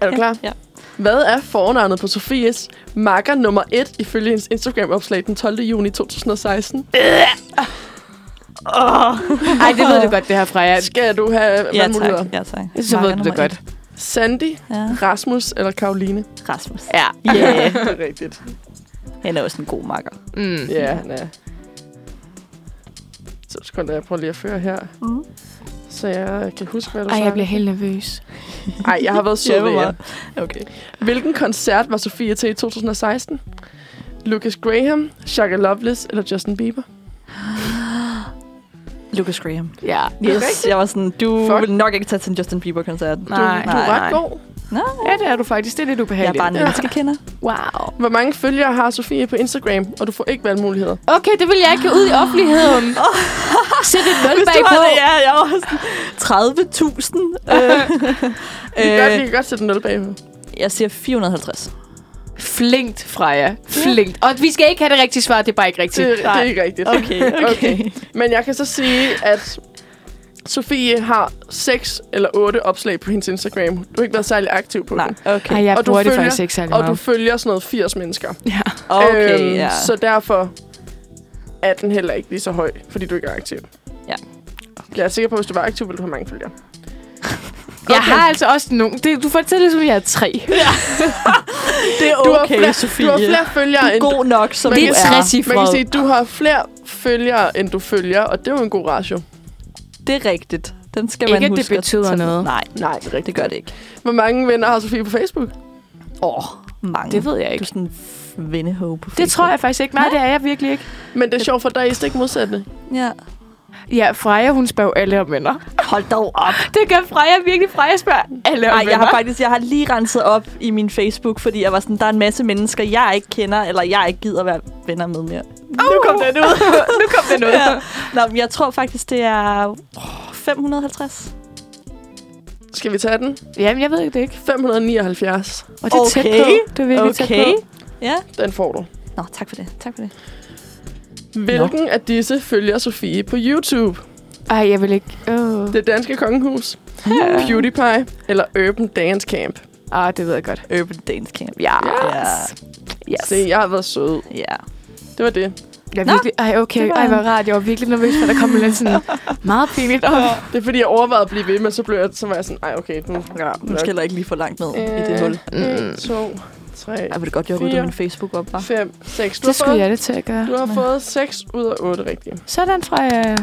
er du klar?
Ja.
Hvad er fornavnet på Sofies makker nummer 1 ifølge hendes Instagram-opslag den 12. juni 2016?
Oh.
Ej, det ved du godt, det her fra jer.
Skal du have
Ja,
valgmuligheder?
tak. Ja, tak.
Så
Marker
ved du det
nummer
godt.
et.
Sandy,
Ja.
Rasmus eller Karoline?
Rasmus.
Ja.
Yeah.
det er rigtigt.
Han er også en god makker.
Mm.
Ja, nej. Så sekunder, jeg prøver lige at føre her,
Mm.
så jeg kan huske, hvad du
Ej,
sagde.
jeg bliver helt nervøs.
Ej, jeg har været sød ved jer.
Okay.
Hvilken koncert var Sofie til i 2016? Lucas Graham, Shaka Loveless eller Justin Bieber?
Lucas Graham.
Ja.
Det er
Yes,
rigtigt.
jeg var sådan, du
Fuck.
Fuck. vil nok ikke tage til en Justin Bieber-koncert.
Du,
Nej.
du er ret
nej.
god.
Ja, det er du faktisk. Det er lidt
Jeg er
ubehageligt.
bare en menneskekender.
Wow.
Hvor mange følgere har Sofie på Instagram, og du får ikke valgmuligheder?
Okay, det vil jeg ikke give ud i offentligheden. Sæt et nul
Hvis du
bagpå.
har det, ja, jeg var sådan 30.000.
Vi kan, godt, vi
øh,
kan godt sætte en 0 bagud.
jeg siger 450.
Flinkt, Freja. Flinkt. Og vi skal ikke have det rigtige svar, det er bare ikke
Det,
rigtigt.
det er ikke rigtigt.
Okay, okay.
Men jeg kan så sige, at Sofie har 6 eller 8 opslag på hendes Instagram. Du har ikke været særlig aktiv på
Nej,
den.
okay.
Ej, jeg
Og du
bruger det
følger-
faktisk ikke særlig
Og du
meget.
følger sådan noget 80 mennesker.
Ja.
Okay, ja.
Øhm, Så derfor er den heller ikke lige så høj, fordi du ikke er aktiv.
Ja.
Okay. Jeg er sikker på, at hvis du var aktiv, ville du have mange følgere.
Jeg har altså også nogle... Det, du fortæller, det, som jeg er tre.
Det er
Du har
okay,
flere-
Sofie.
Du har flere følgere,
Du
end
er god nok, som
Man
du
Det
kan
er
er.
Man kan sige,
træsiffret.
at du har flere følgere, end du følger, og det er jo en god ratio.
Det er rigtigt. Den skal
Ikke,
man
at det
huske at
betyder
tage med.
noget.
Nej,
Nej, det er
det gør det ikke.
Hvor mange venner har Sofie på Facebook?
Åh, mange.
Det ved jeg
Du
ikke.
er sådan en vennehove på Facebook.
Det tror jeg faktisk ikke. Nej, det er jeg virkelig ikke.
Men det er sjovt, for dig er I stik modsatte.
Ja.
Ja, Freja, hun spørger alle om venner.
Hold dog op.
Det gør Freja virkelig. Freja spørger alle om
Nej,
venner.
jeg har faktisk jeg har lige renset op i min Facebook, fordi jeg var sådan, der er en masse mennesker, jeg ikke kender, eller jeg ikke gider være venner med mere. Oh. Nu kom den ud.
nu kom det noget.
ja. Nå, men jeg tror faktisk, det er åh, 550.
Skal vi tage den?
Jamen, jeg ved ikke det ikke.
579.
Og det er tæt
Okay.
på. Det er virkelig tæt på.
Ja.
Den får du.
Nå, tak for det. Tak for det.
Hvilken af disse følger Sofie på YouTube?
Ej, jeg vil ikke. Oh.
Det danske kongehus, PewDiePie eller Urban Dance Camp?
Ah, det ved jeg godt.
Urban Dance Camp.
Ja.
Ah, Yes.
Yes.
Se, jeg har været sød.
Ja.
Det var det.
Jeg er
Nå,
virkelig, ej, okay.
det var-
Ej, hvor rart. Jeg var virkelig nervøs, for der kom lidt sådan meget pinligt op.
Det er fordi, jeg overvejede at blive ved, men så, blev jeg, så var jeg sådan, ej okay, nu...
ja. Nu skal jeg ikke lige for langt ned i det
Øh,
hul. Mm.
et, to, tre,
Jeg ville godt, jeg ryddede
Fire.
min Facebook op, var.
fem, seks. Du
Det
har
skulle
fået,
jeg det til at gøre.
du har
Men-
fået 6 ud af 8 rigtige.
Sådan, Freja.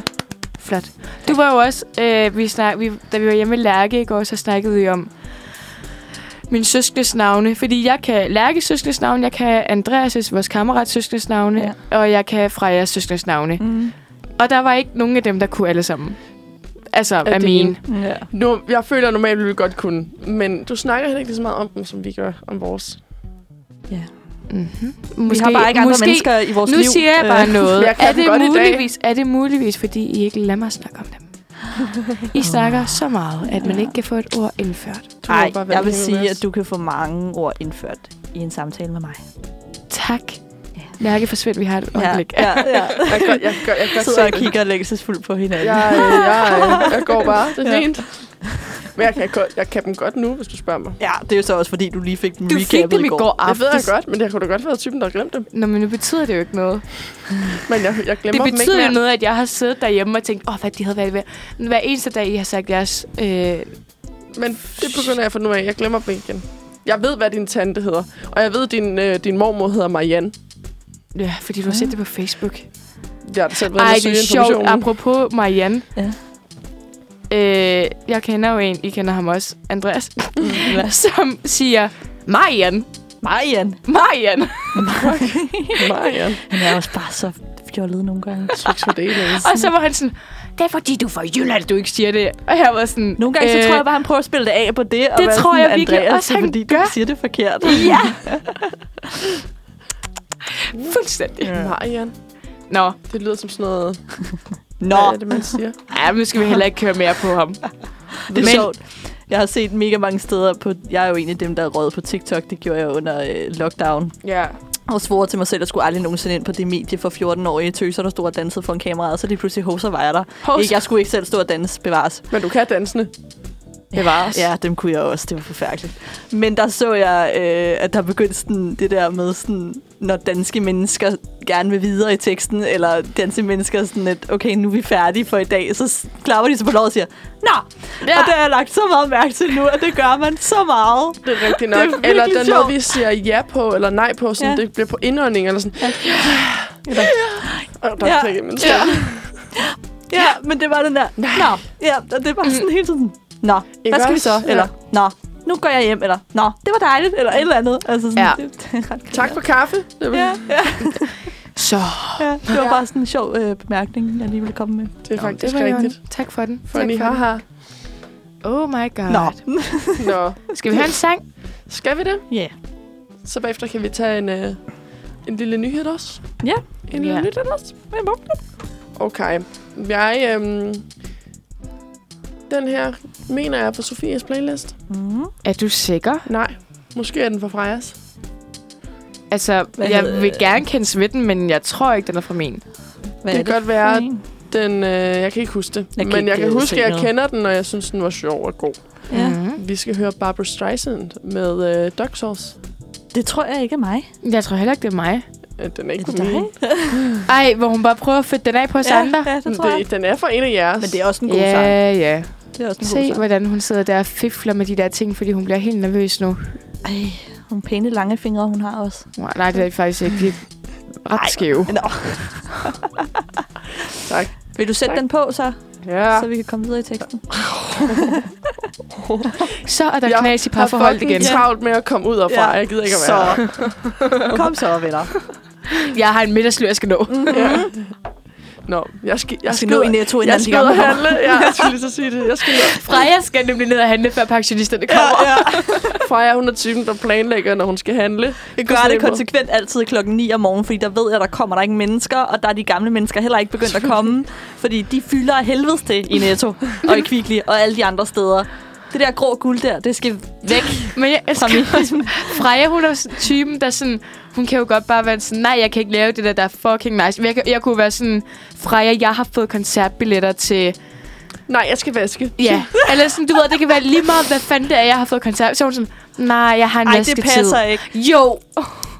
Flot. Du var jo også, øh, vi snak, vi, da vi var hjemme i Lærke i går, så snakkede vi om min søskendes navne. Fordi jeg kan Lærkes søskendes navne, jeg kan Andreas' vores kammerats søskendes navne, ja. og jeg kan Frejas søskendes navne.
Mm.
Og der var ikke nogen af dem, der kunne alle sammen. Altså, af, af
dine.
mine.
Ja.
Nu, jeg føler normalt, at vi godt kunne, men du snakker heller ikke lige så meget om dem, som vi gør om vores.
Ja.
Mm-hmm.
Måske, vi har bare ikke andre måske, mennesker i vores
nu
liv.
siger jeg bare
Øh,
noget.
jeg kan
er,
den godt i
det
dag.
muligvis, er det muligvis, fordi I ikke lader mig snakke om dem? I snakker så meget, at man ikke kan få et ord indført.
Du må
Nej,
bare være
jeg vil
helt
sige,
med os.
at du kan få mange ord indført i en samtale med mig.
Tak. Lærke, forsvind, vi har et øjeblik.
ja, ja.
Jeg kan, jeg kan, jeg kan
Sidder og
se det.
kigger længselsfuldt på hinanden.
Jeg, øh, jeg, øh, jeg går bare. Det er
Ja.
fint. Men jeg kan, godt- jeg kan dem godt nu, hvis du spørger mig.
ja, det er jo så også, fordi du lige fik dem
Du fik
recappet
dem i går
Det ved jeg
aftes.
godt, men jeg kunne da godt være typen, der har glemt dem.
Nå, men nu betyder det jo ikke noget.
Men jeg, jeg
Det
glemmer dem ikke
betyder jo
mere.
noget, at jeg har siddet derhjemme og tænkt, åh, oh, hvad de havde været ved. Hver eneste dag, I har sagt jeres... Øh,
Men det begynder jeg at finde ud af. Jeg glemmer dem igen. Jeg ved, hvad din tante hedder. Og jeg ved, din, øh, din mormor hedder Marianne.
ja, fordi du har set det på Facebook.
Jeg har selv været
Ej,
inde og
det
søge
er sjovt.
informationen.
Apropos Marianne.
Ja.
Øh, jeg kender jo en, I kender ham også, Andreas,
Ja.
som siger, Marian,
Marian.
Marian.
Marianne.
Han er også bare så fjollet nogle gange.
Tricks for det ikke?
Og så var han sådan, det er fordi, du er fra Jylland, du ikke siger det. Og jeg var sådan,
Nogle gange øh, så tror jeg bare, han prøver at spille det af på det. Og
det
være
tror
sådan,
jeg virkelig
Andreas,
også,
det er
han
fordi,
gør."
du siger det forkert.
Ja. Fuldstændig.
Ja.
Marianne.
Nå,
Det lyder som sådan noget...
Nå,
Øh,
Hvad er det, man siger?
ja, men nu skal vi heller ikke køre mere på ham.
det er
Men-
sjovt. Jeg har set mega mange steder på... Jeg er jo en af dem, der er røget på TikTok. Det gjorde jeg under øh, lockdown.
Ja.
Og svor til mig selv, at jeg skulle aldrig nogensinde ind på det medie for 14-årige tøser, der stod og dansede foran kameraet. Og så lige pludselig, hoser var jeg der.
Hovsa.
Ikke, jeg skulle ikke selv stå og danse, bevares.
Men du kan dansene.
Bevares. Ja, dem kunne jeg også. Det var forfærdeligt. Men der så jeg, øh, at der begyndte sådan det der med, sådan, når danske mennesker gerne vil videre i teksten, eller danske mennesker sådan lidt, okay, nu er vi færdige for i dag, så s- klapper de sig på lov og siger, Nå! Ja.
Ja.
Og det har jeg lagt så meget mærke til nu, at det gør man så meget.
Det er rigtigt
Det er
nok.
virkelig
eller den
sjovt.
måde, vi siger ja på, eller nej på, sådan,
Ja.
ja. det bliver på indånding, eller sådan. Ja. Og der
Ja.
er ja. min ja.
Ja, men det var den der, Nå! Ja, og det var sådan hele tiden, Nå,
Ikke
hvad skal vi
også?
så?
Ja.
Eller, Nå, nu går jeg hjem, eller Nå, det var dejligt, eller et eller andet. Altså sådan,
Ja.
det, det er ret
Tak for kaffe. Det var,
Ja,
ja.
ja,
Så.
ja, det var bare sådan en sjov øh, bemærkning, jeg lige ville komme med.
det er
Nå,
faktisk
var i orden.
rigtigt.
Tak for den.
Funny,
tak for
haha.
den. Oh my god.
Nå,
Nå.
Skal vi have en sang?
Skal vi det?
ja. Yeah.
Så bagefter kan vi tage en, øh, en lille nyhed også.
Ja.
En lille
Ja.
nyhed også. Okay. Jeg, øhm, den her mener jeg er på Sofias playlist.
Mm.
Er du sikker?
Nej, måske er den fra Frejas.
Altså,
Hvad
jeg
hedder-
vil gerne kende svitten, men jeg tror ikke, den er fra min.
Hvad
Det
er
kan godt
for
være,
en?
Den, øh, jeg kan ikke huske det, jeg
Jeg kan
men
ikke,
jeg kan
øh,
huske,
se
at jeg
noget.
kender den, og jeg synes, den var sjov og god.
Ja.
Mm-hmm.
Vi skal høre Barbara Streisand med øh, Dog Sauce.
Det tror jeg ikke er mig.
Jeg tror heller ikke, det er mig.
Øh, Den er
Er
ikke
det
fra
dig?
min.
Ej, hvor hun bare prøver at fedte den af på os ja, andre.
ja, det tror jeg.
Det, den er fra en af jeres.
Men det er også en god
Ja,
sang.
ja.
Det er også en god
Se,
sang.
hvordan hun sidder der og fifler med de der ting, fordi hun bliver helt nervøs nu.
Ej, nogle pæne lange fingre, hun har også.
Wow, Nej, det er faktisk ikke. De er
Ej.
ret skæve.
Nå.
Tak.
Vil du sætte
Tak.
den på, så,
Ja.
så vi kan komme videre i teksten?
Så er der
Jeg
knas i
har
parforholdet
fucking
igen.
travlt med at komme ud af fra.
Ja.
Jeg gider ikke at
Så.
være her.
Kom så, venner.
Jeg har en middagslur, jeg skal nå.
Ja.
Mhm.
Nå, jeg skal, jeg
Altså, Jeg
skal
skal nå
ud-
i netto, inden
Jeg
de
skal ud
gamle
og handle. Ja, jeg skulle lige så sige det. Jeg skal ud.
Freja skal nemlig ned og handle, før pensionisterne kommer. Ja, ja.
Freja, hun er typen, der planlægger, når hun skal handle.
Jeg gør det
Sådan en måde.
konsekvent altid klokken 9 om morgenen, fordi der ved jeg, der kommer der ikke mennesker, og der er de gamle mennesker heller ikke begyndt at komme, fordi de fylder af helvedes til i Netto og i Kvickly og alle de andre steder. Det der grå guld der, det skal væk.
Men jeg elsker også, Freja, hun er sådan typen, der sådan... Hun kan jo godt bare være sådan, nej, jeg kan ikke lave det der, der er fucking nice. Men jeg, kan- jeg kunne være sådan, Freja, jeg har fået koncertbilletter til...
Nej, jeg skal vaske.
Ja, eller sådan, du ved, det kan være lige meget, hvad fanden det er, jeg har fået koncert. Så er hun sådan, nej, jeg har en
Nej, det
vasketid."
passer ikke.
Jo,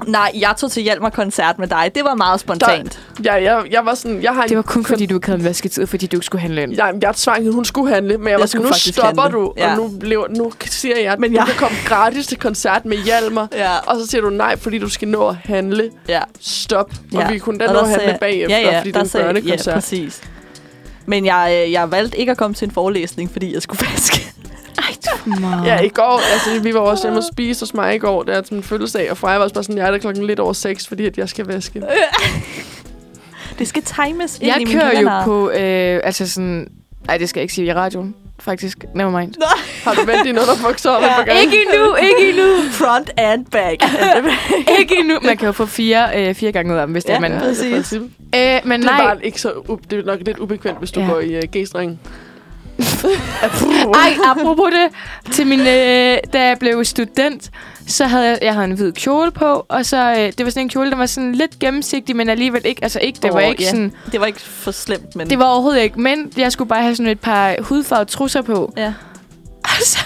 Nej, jeg tog til Hjalmar koncert med dig. Det var meget spontant.
Ja, jeg, jeg var sådan... Jeg har en
det var kun fordi, du ikke havde en vasketid, fordi du ikke skulle handle ind.
jeg, jeg tvang hende, hun skulle handle, men jeg, var sådan,
Jeg skulle
nu
faktisk
stopper
handle."
du,
Ja.
ja. og nu, lever, nu siger jeg, at
Men
men jeg...
jeg-
du kan komme gratis til koncert med Hjalmar,
Ja.
og så siger du nej, fordi du skal nå at handle.
Ja.
Stop.
Ja.
Og vi kunne da
Og
nå
der
at handle
sagde jeg-
jeg... bagefter,
ja, ja,
fordi det
der
er en
sagde- Ja,
børnekoncert.
præcis. Men jeg, øh, jeg valgte ikke at komme til en forelæsning, fordi jeg skulle vaske.
Ej, du må.
Ja, i går, altså vi var også hjemme og spise hos mig i går, der er til min fødselsdag, og Freja var også bare sådan, jeg er der klokken lidt over seks, fordi at jeg skal vaske.
Det skal times ind i
Jeg
min
kører jo
kalender.
på, øh, altså sådan, Nej, det skal jeg ikke sige i radioen. Faktisk, never mind.
Har du vendt dine underbukser op et par gange?
Ikke endnu, ikke endnu,
Front and back.
ikke endnu. Man kan jo få fire, øh, fire gange ud af dem, hvis det
Ja.
er man.
Ja, det er
Præcis.
faktisk-
Øh, men
Altså, Det er
nej.
bare ikke så u- det er nok lidt ubekvemt, hvis du
Ja.
går i uh, G-streng.
Ej, apropos det. Til min, øh, da jeg blev student, så havde jeg, jeg havde en hvid kjole på, og så, øh, det var sådan en kjole, der var sådan lidt gennemsigtig, men alligevel ikke, altså ikke, det var
Åh,
ikke
ja.
sådan,
Det var ikke for slemt, men...
det var overhovedet ikke, men jeg skulle bare have sådan et par hudfarvede trusser på.
Ja.
Og så,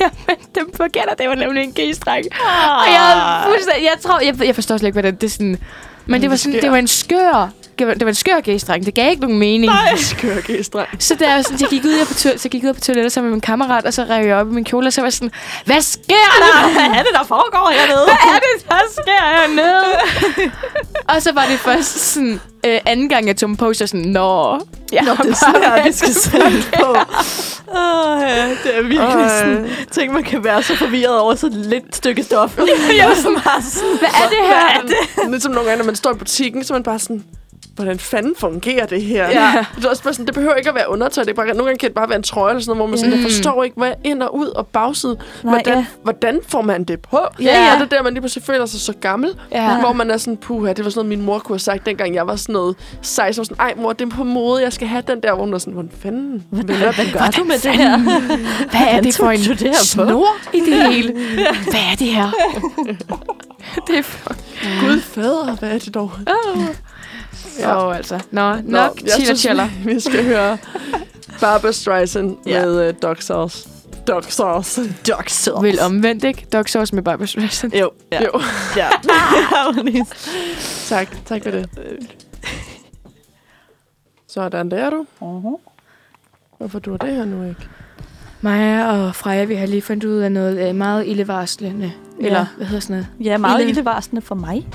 jeg vendte dem på gætter, det var nemlig en g-streng.
Ah.
Og jeg, havde fuldstændig, jeg tror, jeg, jeg forstår slet ikke, hvordan det er sådan... Men det var sådan, det var en skør, det var en skør g-streng. Det gav ikke nogen mening.
Nej. Skør G-streng.
Så da jeg, sådan, jeg gik ud, jeg på toilet, så gik jeg ud på toilettet sammen med min kammerat, og så rev jeg op i min kjole, og så var jeg sådan, hvad sker der?
Hvad er det, der foregår hernede?
Hvad er det, der sker hernede? og så var det først sådan, øh, anden gang, jeg tog dem på, så sådan, nå, jeg
Nå,
har
det er
bare
sådan her, vi
valgt
skal
at
sætte på. Åh, ja, det er virkelig
Ej.
sådan... Tænk, man kan være så forvirret over så lidt stykke stof. jeg var sådan bare sådan...
Hvad er det her?
Lidt som nogle gange, når man står i butikken, så er man bare sådan, hvordan fanden fungerer det her?
Ja.
Det, er også bare sådan, det behøver ikke at være undertøj. Det er bare, nogle gange kan det bare være en trøje eller sådan noget, hvor man sådan,
Mm.
jeg forstår ikke, hvad ind og ud og bagside.
Nej,
hvordan,
ja.
hvordan får man det på? Ja,
Ja.
ja. Det er der, man lige pludselig føler sig så gammel.
Ja.
Hvor man er sådan, puha, det var sådan noget, min mor kunne have sagt, dengang jeg var sådan noget 16. Og sådan, ej mor, det er på mode, jeg skal have den der. Hvor hun er sådan, hvordan fanden? vender
Hvad gør du med det her?
Hvad er
Hvordan
det for
tog
en
du det her på?
snor i det hele? Hvad er det her? det er for...
Gud fader, hvad er det dog?
Ja.
Ja.
Oh, altså. Nå, nok
jeg
chiller
synes,
chiller.
Vi, vi skal høre Barbra Streisand
Ja.
ja. med uh, Dog Sauce. Dog Sauce.
Dog sauce.
Vel omvendt, ikke? Dog sauce med Barbra Streisand.
Jo, ja.
Jo,
ja.
tak. Tak for det. Sådan, der er du.
Mhm.
Hvorfor du det her nu ikke?
Maja og Freja, vi har lige fundet ud af noget øh, meget ildevarslende.
Ja.
Ja. Eller, hvad hedder sådan noget?
ja, meget
Ille.
ildevarsende for mig,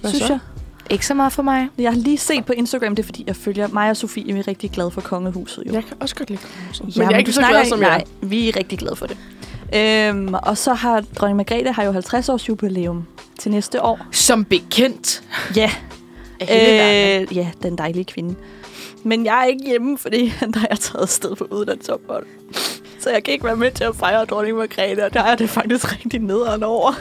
Hvad
synes
så?
jeg.
Ikke så meget for mig.
Jeg har lige set på Instagram, det er fordi, jeg følger mig og Sofie, vi er rigtig glade for kongehuset. Jo.
Jeg kan også godt lide kongehuset. Men
Ja,
jeg er ikke
du
så
snakker
glad som jeg.
Nej, vi er rigtig glade for det. Øhm, og så har dronning Margrethe har jo 50 års jubilæum til næste år.
Som bekendt.
Ja,
Af hele verden.
øh, ja, den dejlige kvinde. Men jeg er ikke hjemme, fordi der er jeg taget afsted på udlandsophold. Så jeg kan ikke være med til at fejre dronning Margrethe, og der er det faktisk rigtig nederen over.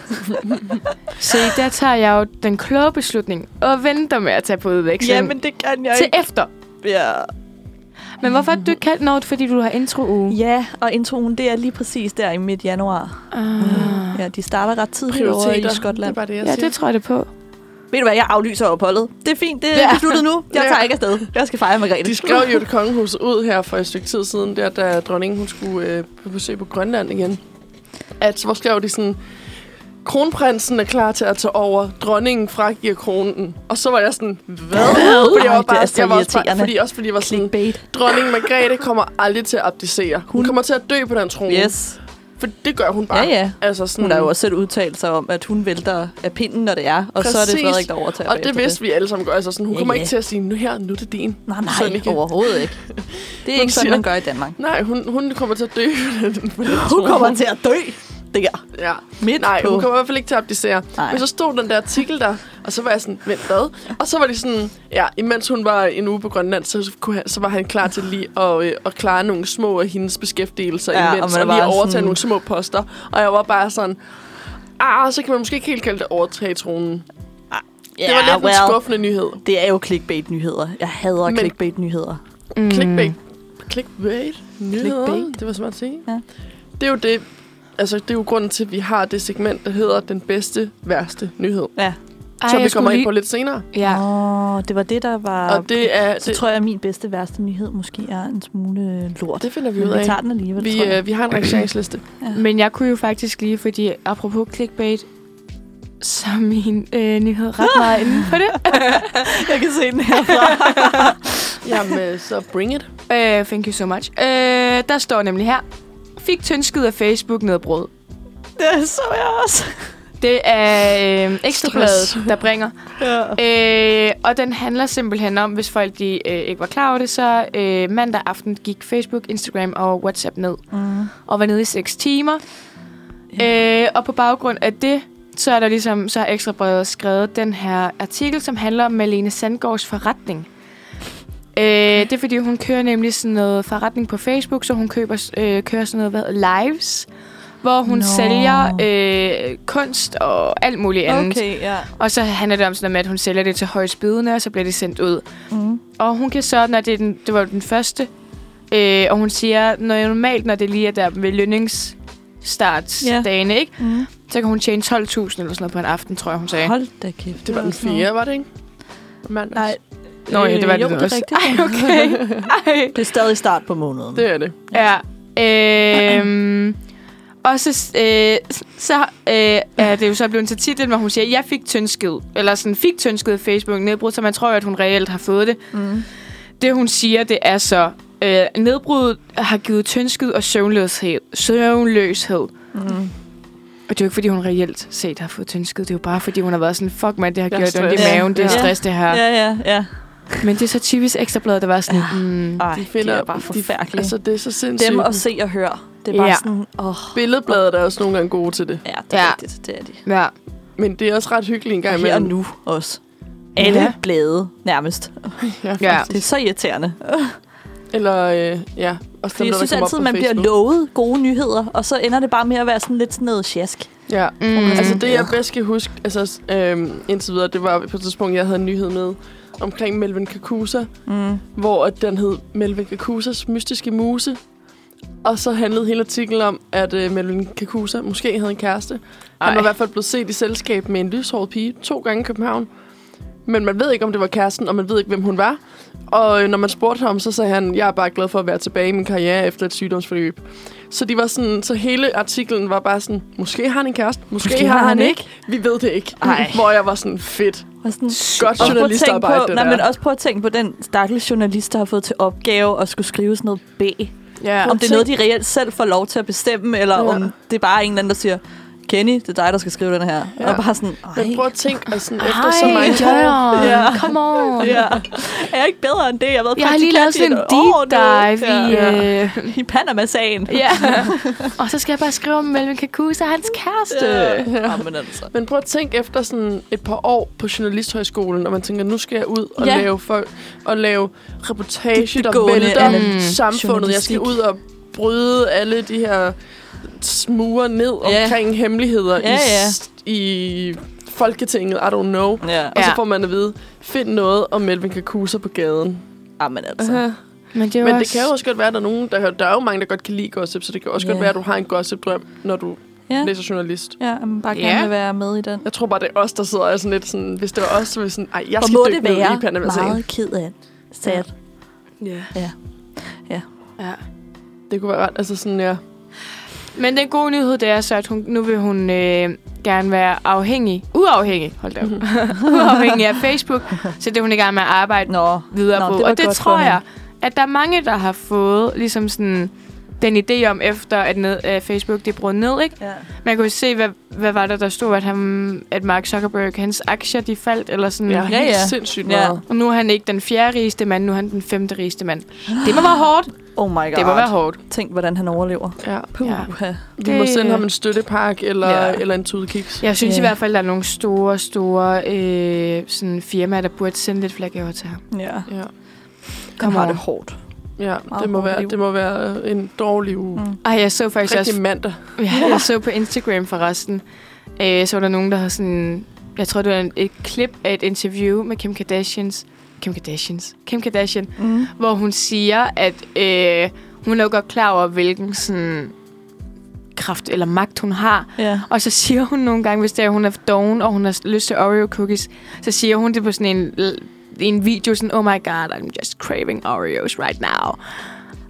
Se, der tager jeg jo den kloge beslutning og venter med at tage på udveksling.
Ja, men det kan jeg
til
ikke.
efter.
Ja.
Men hvorfor har du ikke kaldt noget, fordi du har intro
Mm.
uge?
ja, og introen, det er lige præcis der i midt januar.
Ah.
Ja, de starter ret tidligt over i
Prioriteter. Det
Skotland.
er bare det, jeg
Ja,
siger.
det tror jeg det på.
Ved du hvad, jeg aflyser opholdet. Det er fint, det er
Ja.
besluttet nu. Jeg
Ja.
tager ikke afsted. Jeg skal fejre Margrethe.
De skrev jo det kongehuset ud her for et stykke tid siden, der da dronningen hun skulle øh, på besøg på Grønland igen. At så skrev de sådan, kronprinsen er klar til at tage over, dronningen fragiver kronen. Og så var jeg sådan, hvad? Fordi jeg
Ej,
var
det er
bare,
så
jeg var også bare,
Altså, irriterende.
fordi, også fordi jeg var sådan,
Clickbait.
dronning Margrethe kommer aldrig til at abdicere. Hun,
Hun-
kommer til at dø på den trone.
Yes.
For det gør hun
Ja,
bare.
ja.
Altså sådan,
Hun har jo også selv udtalt sig om, at hun vælter af pinden, når det er. Og så er det
Præcis.
Frederik, der overtager
og det
bagefter
vidste vi alle sammen gør. Altså sådan, hun
Ja,
kommer
ja.
ikke til at sige, nu her, nu er det din.
Nej,
Sådan
nej,
ikke.
overhovedet ikke. Det er
Hun
ikke sådan,
siger-
man gør i Danmark.
Nej, hun, hun kommer til at dø på den, på den
Hun
trone.
kommer til at dø der.
Ja.
Midt
Nej,
på.
hun kommer i hvert fald ikke til at abdicere.
Nej.
Nej. Men så stod den der artikel der, og så var jeg sådan, vent hvad? Og så var det sådan, ja, imens hun var en uge på Grønland, så, kunne han, så var han klar til lige at, øh, at klare nogle små af hendes beskæftigelser
Ja, og
ja, imens,
man
og,
er
og lige
bare
overtage
sådan-
sådan... nogle små poster. Og jeg var bare sådan, ah, så kan man måske ikke helt kalde det overtage tronen.
Ja,
det var lidt en skuffende nyhed.
Det er jo clickbait-nyheder. Jeg hader
Men-
clickbait-nyheder.
Mm.
Clickbait. Clickbait. Nyheder.
Clickbait.
Clickbait. Det var svært at sige.
Ja.
Det er jo det, altså det er jo grunden til, at vi har det segment, der hedder den bedste, værste nyhed.
Ja.
Ej,
som vi
jeg
kommer
skulle
ind på
lige-
lidt senere.
Ja.
Åh, det var det, der var...
Og det er...
Så
Det,
tror jeg, at min bedste værste nyhed måske er en smule lort.
det finder vi
Men
ud
vi
af.
tager den alligevel, tror
Vi,
jeg.
øh, vi har en rangeringsliste.
Men jeg kunne jo faktisk lige, fordi apropos clickbait, så er min øh, nyhed ret meget inde på det.
øh,
Jeg kan se den herfra. øh,
Jamen, så bring it.
Uh, thank you so much. Uh, der står nemlig her, fik tyndskid af Facebook nedbrud.
det så jeg også.
Det er øh, ekstrabladet,
Stress.
der bringer.
Ja.
Øh, og den handler simpelthen om, hvis folk de, øh, ikke var klar over det, så øh, mandag aften gik Facebook, Instagram og WhatsApp ned.
Mm.
og var nede i 6 timer. Øh, og på baggrund af det, så er der ligesom, så har Ekstra Bladet skrevet den her artikel, som handler om Malene Sandgaards forretning. Øh, det er fordi, hun kører nemlig sådan noget forretning på Facebook, så hun køber, øh, kører sådan noget, hvad hedder, lives, hvor hun
Nå.
no. sælger øh, kunst og alt muligt andet. Okay.
Okay, ja.
Og så handler det om sådan noget med, at hun sælger det til højst bydende, og så bliver det sendt ud.
Mm.
Og hun kan så, når det, er den, det var den første, øh, og hun siger, når jeg normalt, når det lige er der ved lønningsstartsdagene, yeah. ikke?
Mm.
Så kan hun tjene 12.000 eller sådan noget på en aften, tror jeg, hun sagde.
Hold da kæft.
Det var den
sådan noget.
fjerde, var det ikke? Mandags.
Nej.
Nå, ja, det var
Øh,
det
jo,
da
det er
også.
rigtigt.
Ej, okay. Ej.
Det er stadig start på måneden.
Det er det.
Ja. Øhm, og så, øh, så øh, er det jo så blevet til titlen, hvor hun siger, jeg fik tyndskid. Eller sådan, fik tyndskid Facebook nedbrud, så man tror jo, at hun reelt har fået det.
Mm.
Det, hun siger, det er så, øh, nedbruddet har givet tyndskid og søvnløshed. søvnløshed.
Mm.
Og det er jo ikke, fordi hun reelt set har fået tyndskid. Det er jo bare, fordi hun har været sådan, fuck mand, det har
Jeg er
gjort ondt i
stresset.
maven. Det er
Ja.
stress, det her.
Ja, ja, ja.
Men det er så typisk ekstrabladet, der var sådan, mm,
Ej,
De finder,
det er bare
De,
forfærdeligt.
altså, det er så sindssygt.
Dem at se og høre. Det er bare
Ja.
sådan, åh, oh,
Billedbladet er også nogle gange gode til det.
ja, det er
Ja.
ja. rigtigt. Det er de.
ja. mm,
Men det er også ret hyggeligt en gang
Og her og
imellem.
nu også. Alle
Ja.
ja. blade, nærmest.
Ja,
Ja.
Det er så irriterende.
Eller, øh, ja. Også
For jeg
der
synes
kommer op
altid,
på
man bliver
Facebook.
lovet gode nyheder, og så ender det bare med at være sådan lidt sådan noget sjask.
Ja.
Mm.
Altså det, jeg
Ja.
bedst kan huske, altså, øhm, indtil videre, det var på et tidspunkt, jeg havde en nyhed med omkring Melvin Kakusa,
Mm.
hvor at den hed Melvin Kakusas mystiske muse. Og så handlede hele artiklen om, at øh, Melvin Kakusa måske havde en kæreste. Ej. Han var i hvert fald blevet set i selskab med en lyshåret pige to gange i København. Men man ved ikke, om det var kæresten, og man ved ikke, hvem hun var. Og øh, når man spurgte ham, så sagde han, jeg er bare glad for at være tilbage i min karriere efter et sygdomsforløb. Så, de var sådan, så hele artiklen var bare sådan, måske har han en kæreste, måske, måske har han ikke. Vi ved det ikke.
Ej.
Hvor jeg var sådan, fedt.
Og sådan,
Godt
også prøv at tænke
journalistarbejde,
på,
det
nej,
der.
men også prøv at tænke på den stakkels journalist, der har fået til opgave at skulle skrive sådan noget B.
Ja.
Om det er noget, de reelt selv får lov til at bestemme, eller
Ja.
ja. om det er bare en eller anden, der siger, Kenny, det er dig, der skal skrive den her.
Ja.
Ja. Og bare sådan,
Men prøv
ej.
at tænke, og sådan, efter så
Ej,
mange år,
Jørgen,
Ja.
come on.
Ja. Er jeg ikke bedre end det? Jeg har været
Jeg har lige lavet
praktikant
sådan en
i et år
deep
nu.
dive i... Øh,
ja. i Panama-sagen.
ja. Og så skal jeg bare skrive om Melvin Kakusa og hans kæreste.
Ja. men altså.
Men prøv at tænke efter sådan et par år på Journalisthøjskolen, og man tænker, nu skal jeg ud og ja.
Ja.
lave, folk, og lave reportage,
Det- det
der
gående
vælter
analy-
samfundet. Jeg skal
journalistik.
ud og bryde alle de her smuger ned
Ja.
omkring hemmeligheder
Ja, ja.
I, s- i Folketinget, I don't know.
Ja,
Og så
Ja.
får man at vide, find noget om Melvin Kakusa på gaden.
ja men altså.
Uh-huh.
Men det, er jo
Men det
også-
kan jo også godt være, at der er nogen, der, der er jo mange, der godt kan lide gossip, så det kan også godt
Ja.
være, at du har en gossip-drøm, når du
Ja.
læser journalist.
Ja, at man bare gerne
Ja.
yeah. vil være med i den.
Jeg tror bare, det er os, der sidder og er sådan lidt sådan... Hvis det var os, så ville vi sådan... Ej, jeg
Og
skal
må
dykke
det
ned i
være
Panama-sagen.
meget ked af. Sad.
Ja.
Ja.
Det kunne være ret... Altså sådan, ja.
Men den gode nyhed, det er så, at hun, nu vil hun øh, gerne være afhængig, uafhængig, hold da
Mhm.
op, uafhængig af Facebook, så det er hun i gang med at arbejde Nå.
Mhm. Nå,
videre
Nå,
på.
det var
og det
godt for
tror
hende.
jeg, at der er mange, der har fået ligesom sådan den idé om, efter at ned, øh, Facebook det brød ned, ikke?
ja.
Man kunne se, hvad, hvad var det, der stod, at, han, at Mark Zuckerberg, hans aktier, de faldt, eller sådan.
Ja, ja,
ja.
ja. sindssygt
Ja.
meget.
Og nu er han ikke den fjerde rigeste mand, nu er han den femte rigeste mand. Det må være hårdt.
Oh my god.
Det må være hårdt.
Tænk, hvordan han overlever.
Ja.
Puh.
Ja.
Ja.
Vi
Det-
må sende ham en støttepakke eller, ja.
Ja.
eller en tudekiks. Ja.
Jeg synes yeah. i
Ja.
hvert fald, der er nogle store, store øh, sådan firmaer, der burde sende lidt flere gaver til ham.
ja.
Ja,
Han
Come
har
on.
det hårdt.
ja det,
Meget
må
hårdt
være,
liv.
det må være øh, en dårlig uge. Mm.
Mm.
Ej, jeg så faktisk også
Rigtig mandag.
Ja, jeg så på Instagram forresten, øh, så var der nogen, der havde sådan... Jeg tror, det var en- et klip af et interview med Kim Kardashians. Kim Kardashians. Kim Kardashian.
Mm.
Hvor hun siger, at øh, hun er jo godt klar over, hvilken sådan, kraft eller magt hun har.
Ja.
Og så siger hun nogle gange, hvis det er, hun er doven, og hun har lyst til Oreo cookies, så siger hun det på sådan en, i en video, sådan, oh my god, I'm just craving Oreos right now.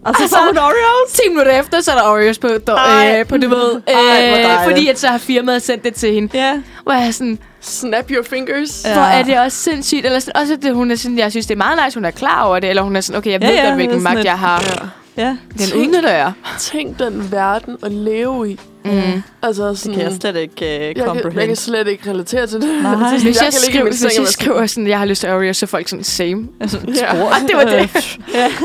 Og så
Altså,
altså, hun Oreos.
10 minutter efter, så er der Oreos på,
Ej.
der, øh, på det ved. øh,
Ej, hvor dejligt.
fordi at så har firmaet sendt det til hende.
Ja.
Hvor jeg er sådan,
Snap your fingers.
Ja.
hvor er det også sindssygt. Eller sådan, også det, hun er sådan, jeg synes, det er meget nice, hun er klar over det. Eller hun er sådan, okay, jeg
Ja,
ved ja,
ja,
godt,
det
hvilken
er
magt
sådan
jeg har.
Ja.
Ja.
Den udnytter jeg.
Tænk den verden at leve i.
Mm.
Altså
Det
sådan...
kan jeg slet ikke uh,
jeg, kan, jeg
comprehend.
kan slet ikke relatere til det.
Nej.
Altså, sådan,
Hvis
kan
jeg,
ligge i
skriver,
min seng
hvis
og
jeg
være sådan,
skriver sådan, jeg har lyst til Oreos, så er folk sådan, same.
Altså,
Ja.
spor.
Og det var det.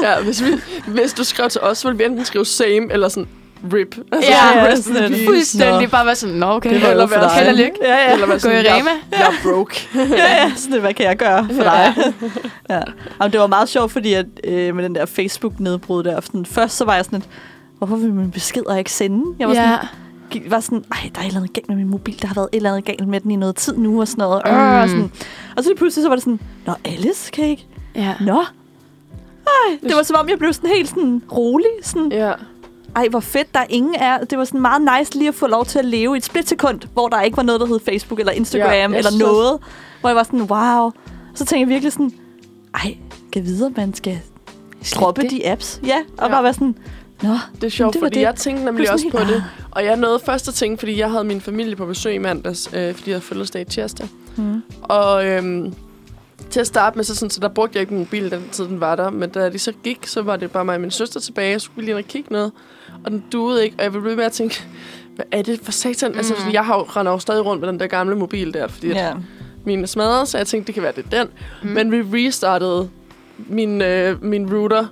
Ja, hvis, vi, hvis du skrev til os, ville vi enten skrive same eller sådan rip. Altså,
Ja,
ja,
rest in
sådan
peace.
Fuldstændig bare være sådan, nå okay,
Det var
held og
jo for dig.
held og lykke.
Ja, ja.
Eller hvad
Gå i
sådan, jeg-
Rema.
Jeg er broke.
ja, ja. Sådan, hvad kan jeg gøre for dig? ja. Jamen, det var meget sjovt, fordi at, øh, med den der Facebook-nedbrud der, sådan, først så var jeg sådan, lidt, hvorfor vil min beskeder ikke sende? Jeg var sådan, gik- var sådan, ej, der er et eller andet galt med min mobil, der har været et eller andet galt med den i noget tid nu, og sådan noget. Mm.
Mm.
Og, sådan. og så lige pludselig så var det sådan, nå, Alice kan ikke,
ja.
nå. Ej, det var som om, jeg blev sådan helt sådan rolig. Sådan,
Ja.
ej, hvor fedt, der ingen er. Det var sådan meget nice lige at få lov til at leve i et splitsekund, hvor der ikke var noget, der hed Facebook eller Instagram
Ja,
ja,
jeg
eller
synes også-
noget. Hvor jeg var sådan, wow. Så tænkte jeg virkelig sådan, ej, kan videre, man skal droppe
det.
de apps. Ja, og
Ja.
ja. bare være sådan, nå,
Det er sjovt,
Det
det fordi
var
det.
det.
jeg tænkte nemlig
Pludselig
også på
helt-
det. Og jeg nåede først at tænke, fordi jeg havde min familie på besøg i mandags, øh, fordi jeg havde fødselsdag i tirsdag.
Mm.
Og øhm, til at starte med, så, sådan, så der brugte jeg ikke min mobil, den tid den var der. Men da de så gik, så var det bare mig og min søster tilbage. Jeg skulle lige ind og kigge noget. Og den duede ikke, og jeg blev ved med at tænke, hvad er det for satan? Mm. Altså, sådan, jeg har jo, render jo stadig rundt med den der gamle mobil der, fordi yeah.
ja.
min er smadret, så jeg tænkte, det kan være, det er den.
Mm.
Mm. Men vi restartede min, øh, min router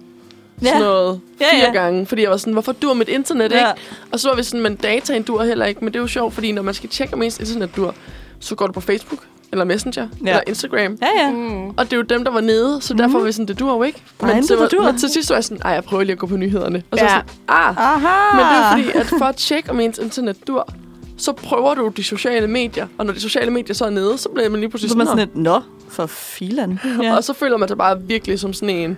Ja.
sådan noget
Ja,
ja, fire
ja.
ja. gange, fordi jeg var sådan, hvorfor dur mit internet ja.
Ja.
ikke? Og så var vi sådan, men dataen dur heller ikke, men det er jo sjovt, fordi når man skal tjekke, om ens internet dur, så går du på Facebook, eller Messenger,
Ja.
ja. eller Instagram.
Ja, Mhm. ja.
Mm.
Og det er jo dem, der var nede, så derfor var vi sådan, det dur jo ikke.
Nej, men
så
det dur.
var, men til sidst var jeg sådan, ej, jeg prøver lige at gå på nyhederne. Og så
Ja.
ja. sådan, ah,
Aha.
men det er fordi, at for at tjekke, om ens internet dur, så prøver du de sociale medier. Og når de sociale medier så er nede, så bliver man lige pludselig
Så er man
sådan,
sådan lidt, nå, for filan.
Ja. Og så føler man sig bare virkelig som sådan en.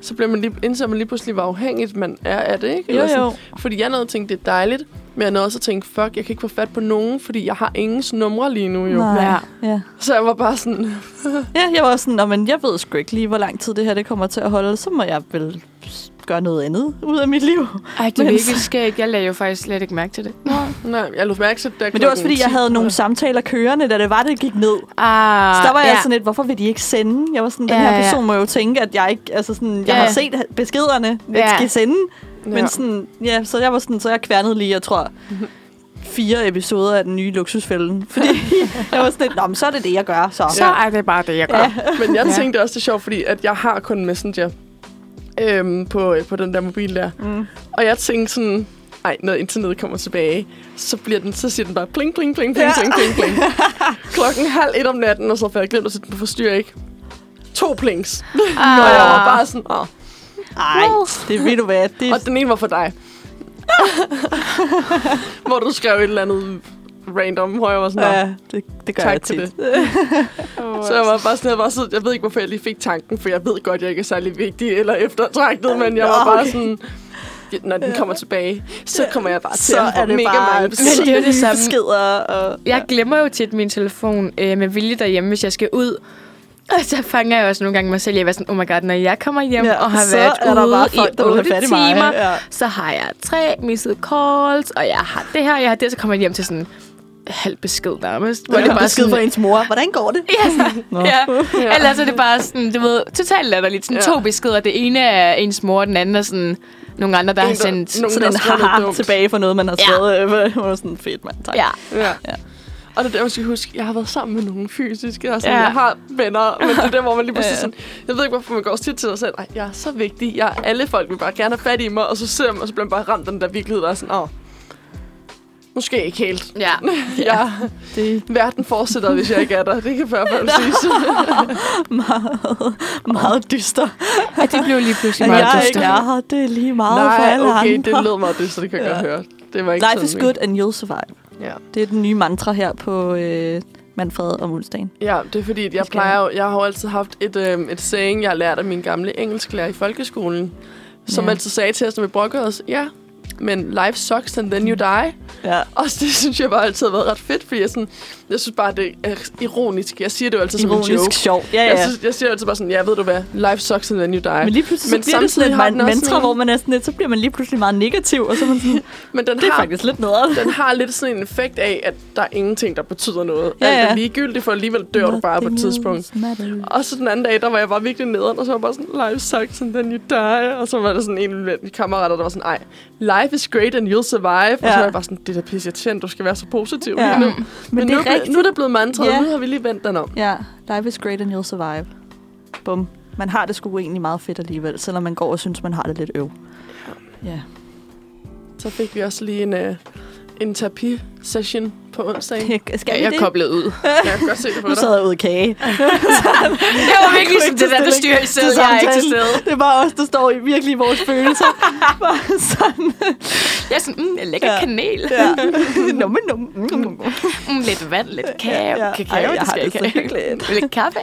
Så bliver man lige, indser man lige pludselig, hvor afhængigt man er af det, ikke? Eller
jo, jo.
Sådan, fordi jeg nåede at tænke, det er dejligt, men jeg nåede også at tænke, fuck, jeg kan ikke få fat på nogen, fordi jeg har ingens numre lige nu, jo. Nej.
Nej.
Ja.
Ja.
Så jeg var bare sådan,
ja, jeg var sådan, "Nå, men jeg ved sgu ikke lige, hvor lang tid det her det kommer til at holde. Så må jeg vel s- gøre noget andet ud af mit liv.
Ej, det er
Men-
virkelig skægt. Jeg lagde jo faktisk slet ikke mærke til det.
nej, jeg lå mærke til det.
Men det var også, fordi jeg havde nogle samtaler kørende, da det var, det gik ned.
Ah,
Så der var jeg sådan lidt, hvorfor vil de ikke sende? Jeg var sådan, den
Ja,
her
ja.
person må jo tænke, at jeg ikke, altså sådan, jeg
Ja.
har set beskederne, at
Ja.
ja. skal sende.
Ja.
Men sådan, ja, så jeg var sådan, så jeg kværnede lige, jeg tror, fire episoder af den nye luksusfælden. Fordi jeg var sådan lidt, nå, men så er det det, jeg gør, så.
Så er det bare det, jeg gør. Ja.
Men jeg
Ja.
tænkte også, det er sjovt, fordi at jeg har kun Messenger øhm, på, øh, på den der mobil der.
Mm.
Og jeg tænkte sådan, nej, når internettet kommer tilbage, så, bliver den, så siger den bare bling, bling, bling, bling,
Ja.
ja. bling, bling, bling. Klokken halv et om natten, og så havde jeg glemt at sætte den på forstyr, ikke? To plings. Ah. Og jeg var bare sådan, Åh.
Ej, det ved du hvad, det
og den ene var for dig. Hvor du skrev et eller andet random, hvor jeg var sådan, ja.
Ja, det, det gør
Tak
jeg
for
tit.
det. Så jeg var bare sådan, jeg, var sådan, jeg ved ikke, hvorfor jeg lige fik tanken, for jeg ved godt, jeg ikke er særlig vigtig eller eftertragtet, men jeg
Nå,
var bare
okay.
sådan, "Ja, når den kommer tilbage, så kommer jeg bare til
så
at få
er det
mega
bare
mange
Men det er jo det samme.
beskeder. Og,
Jeg glemmer jo tit min telefon øh, med vilje derhjemme, hvis jeg skal ud. Og så fanger jeg også nogle gange mig selv. Jeg er sådan, oh my god, når jeg kommer hjem ja, og har
så
været
er der
ude
bare folk,
i
der vil
8
have fat i mig.
timer,
Ja.
så har jeg tre missede calls, og jeg har det her, jeg har det, så kommer jeg hjem til sådan halv besked nærmest. Hvor
Hvor
det
det
bare
besked fra
sådan,
ens mor. Hvordan går det?
Ja,
Nå.
ja. Ellers er det bare sådan, du ved, totalt latterligt. Sådan
Ja.
to beskeder. Det ene er ens mor, og den anden er sådan nogle andre, der
En,
har
der-
sendt...
nogle-
Så
der
den
skrev noget
har
dumt.
tilbage for noget, man har
Ja.
skrevet. øh, Ja. Det var sådan fedt, mand. Tak.
Ja.
Ja.
Ja.
ja. Og det er der, man skal huske, jeg har været sammen med nogen fysisk. Jeg, er sådan,
Ja.
ja. jeg har venner, men det er der, hvor man lige pludselig
Ja.
ja. sådan... Jeg ved ikke, hvorfor man går også tit til sig selv. Ej, jeg er så vigtig. Jeg, alle folk vil bare gerne have fat i mig, og så ser man, og så bliver man bare ramt af den der virkelighed, der er sådan, åh, måske ikke helt.
Ja.
Ja. Jeg,
Det
verden fortsætter, hvis jeg ikke er der. Det kan i hvert fald siges.
er meget, meget dyster.
Og det blev lige pludselig
At
meget
jeg ikke
dyster.
er her, det er lige meget for
Nej,
alle
okay,
andre.
det lød meget det, så det kan jeg
Ja.
godt høre. Det var ikke
Life is
sådan, men-
good and you'll survive.
Ja.
Det er den nye mantra her på øh, Manfred og Mulstagen.
Ja, det er fordi, at jeg
skal
plejer jo, jeg har jo altid haft et, øh, et saying, jeg har lært af min gamle engelsklærer i folkeskolen, som
Ja.
ja. altid sagde til os, når vi brokkede os, ja, men life sucks and then you die.
Ja.
Og det synes jeg bare altid har været ret fedt, fordi jeg, sådan, jeg synes bare, det er ironisk. Jeg siger det jo altid
Ironisk
som en joke.
sjov. Ja,
Jeg,
ja.
synes, jeg siger jo altid bare sådan, ja, ved du hvad, life sucks and then you die.
Men
Men,
lige pludselig så
Men
bliver det sådan
samtidig
et
har
man-
den også
mantra,
sådan-
hvor man er sådan lidt, så bliver man lige pludselig meget negativ, og så er man sådan,
men den,
det er
har,
faktisk lidt noget.
den har lidt sådan en effekt af, at der er ingenting, der betyder noget.
Ja,
Ja, Alt
ja.
er ligegyldigt, for alligevel dør du bare på et
Nothing
tidspunkt.
else matters.
Og så den anden dag, der var jeg bare virkelig nederen, og så var jeg bare sådan, life sucks and then you die. Og så var der sådan en af mine kammerater, der var sådan, ej, life is great and you'll survive. Ja. Og
Ja.
så var jeg bare sådan, det der pisse irriterende, du skal være så positiv.
Ja.
Ja. Men,
Men,
Men
det
nu,
er
er
rigtigt.
nu er det blevet mantra,
Ja.
ja. nu har vi lige vendt den om.
Ja, life is great and you'll survive. Bum. Man har det sgu egentlig meget fedt alligevel, selvom man går og synes, man har det lidt øv. Ja.
Så Så fik vi også lige en, øh, en terapi-session på onsdag. Jeg
Skal vi
jeg
det?
koblede ud.
kan godt se det på
Nu
dig.
sad jeg ude i kage.
Det var virkelig
kunne
sådan,
ikke
det der,
tage
du
stilling
styrer i stedet.
til
Jeg er ikke til
samtalen.
stede.
Det er bare os, der står i virkelig vores følelser. Bare sådan.
Jeg er sådan, mm, jeg lægger
Ja.
kanel.
Ja. Numme, numme. Mm.
Mm, lidt vand, lidt kage.
Ja, ja.
Kakao,
Ej, jeg
det
har
skal jeg
det så
ikke
hyggeligt.
have. Lidt kaffe.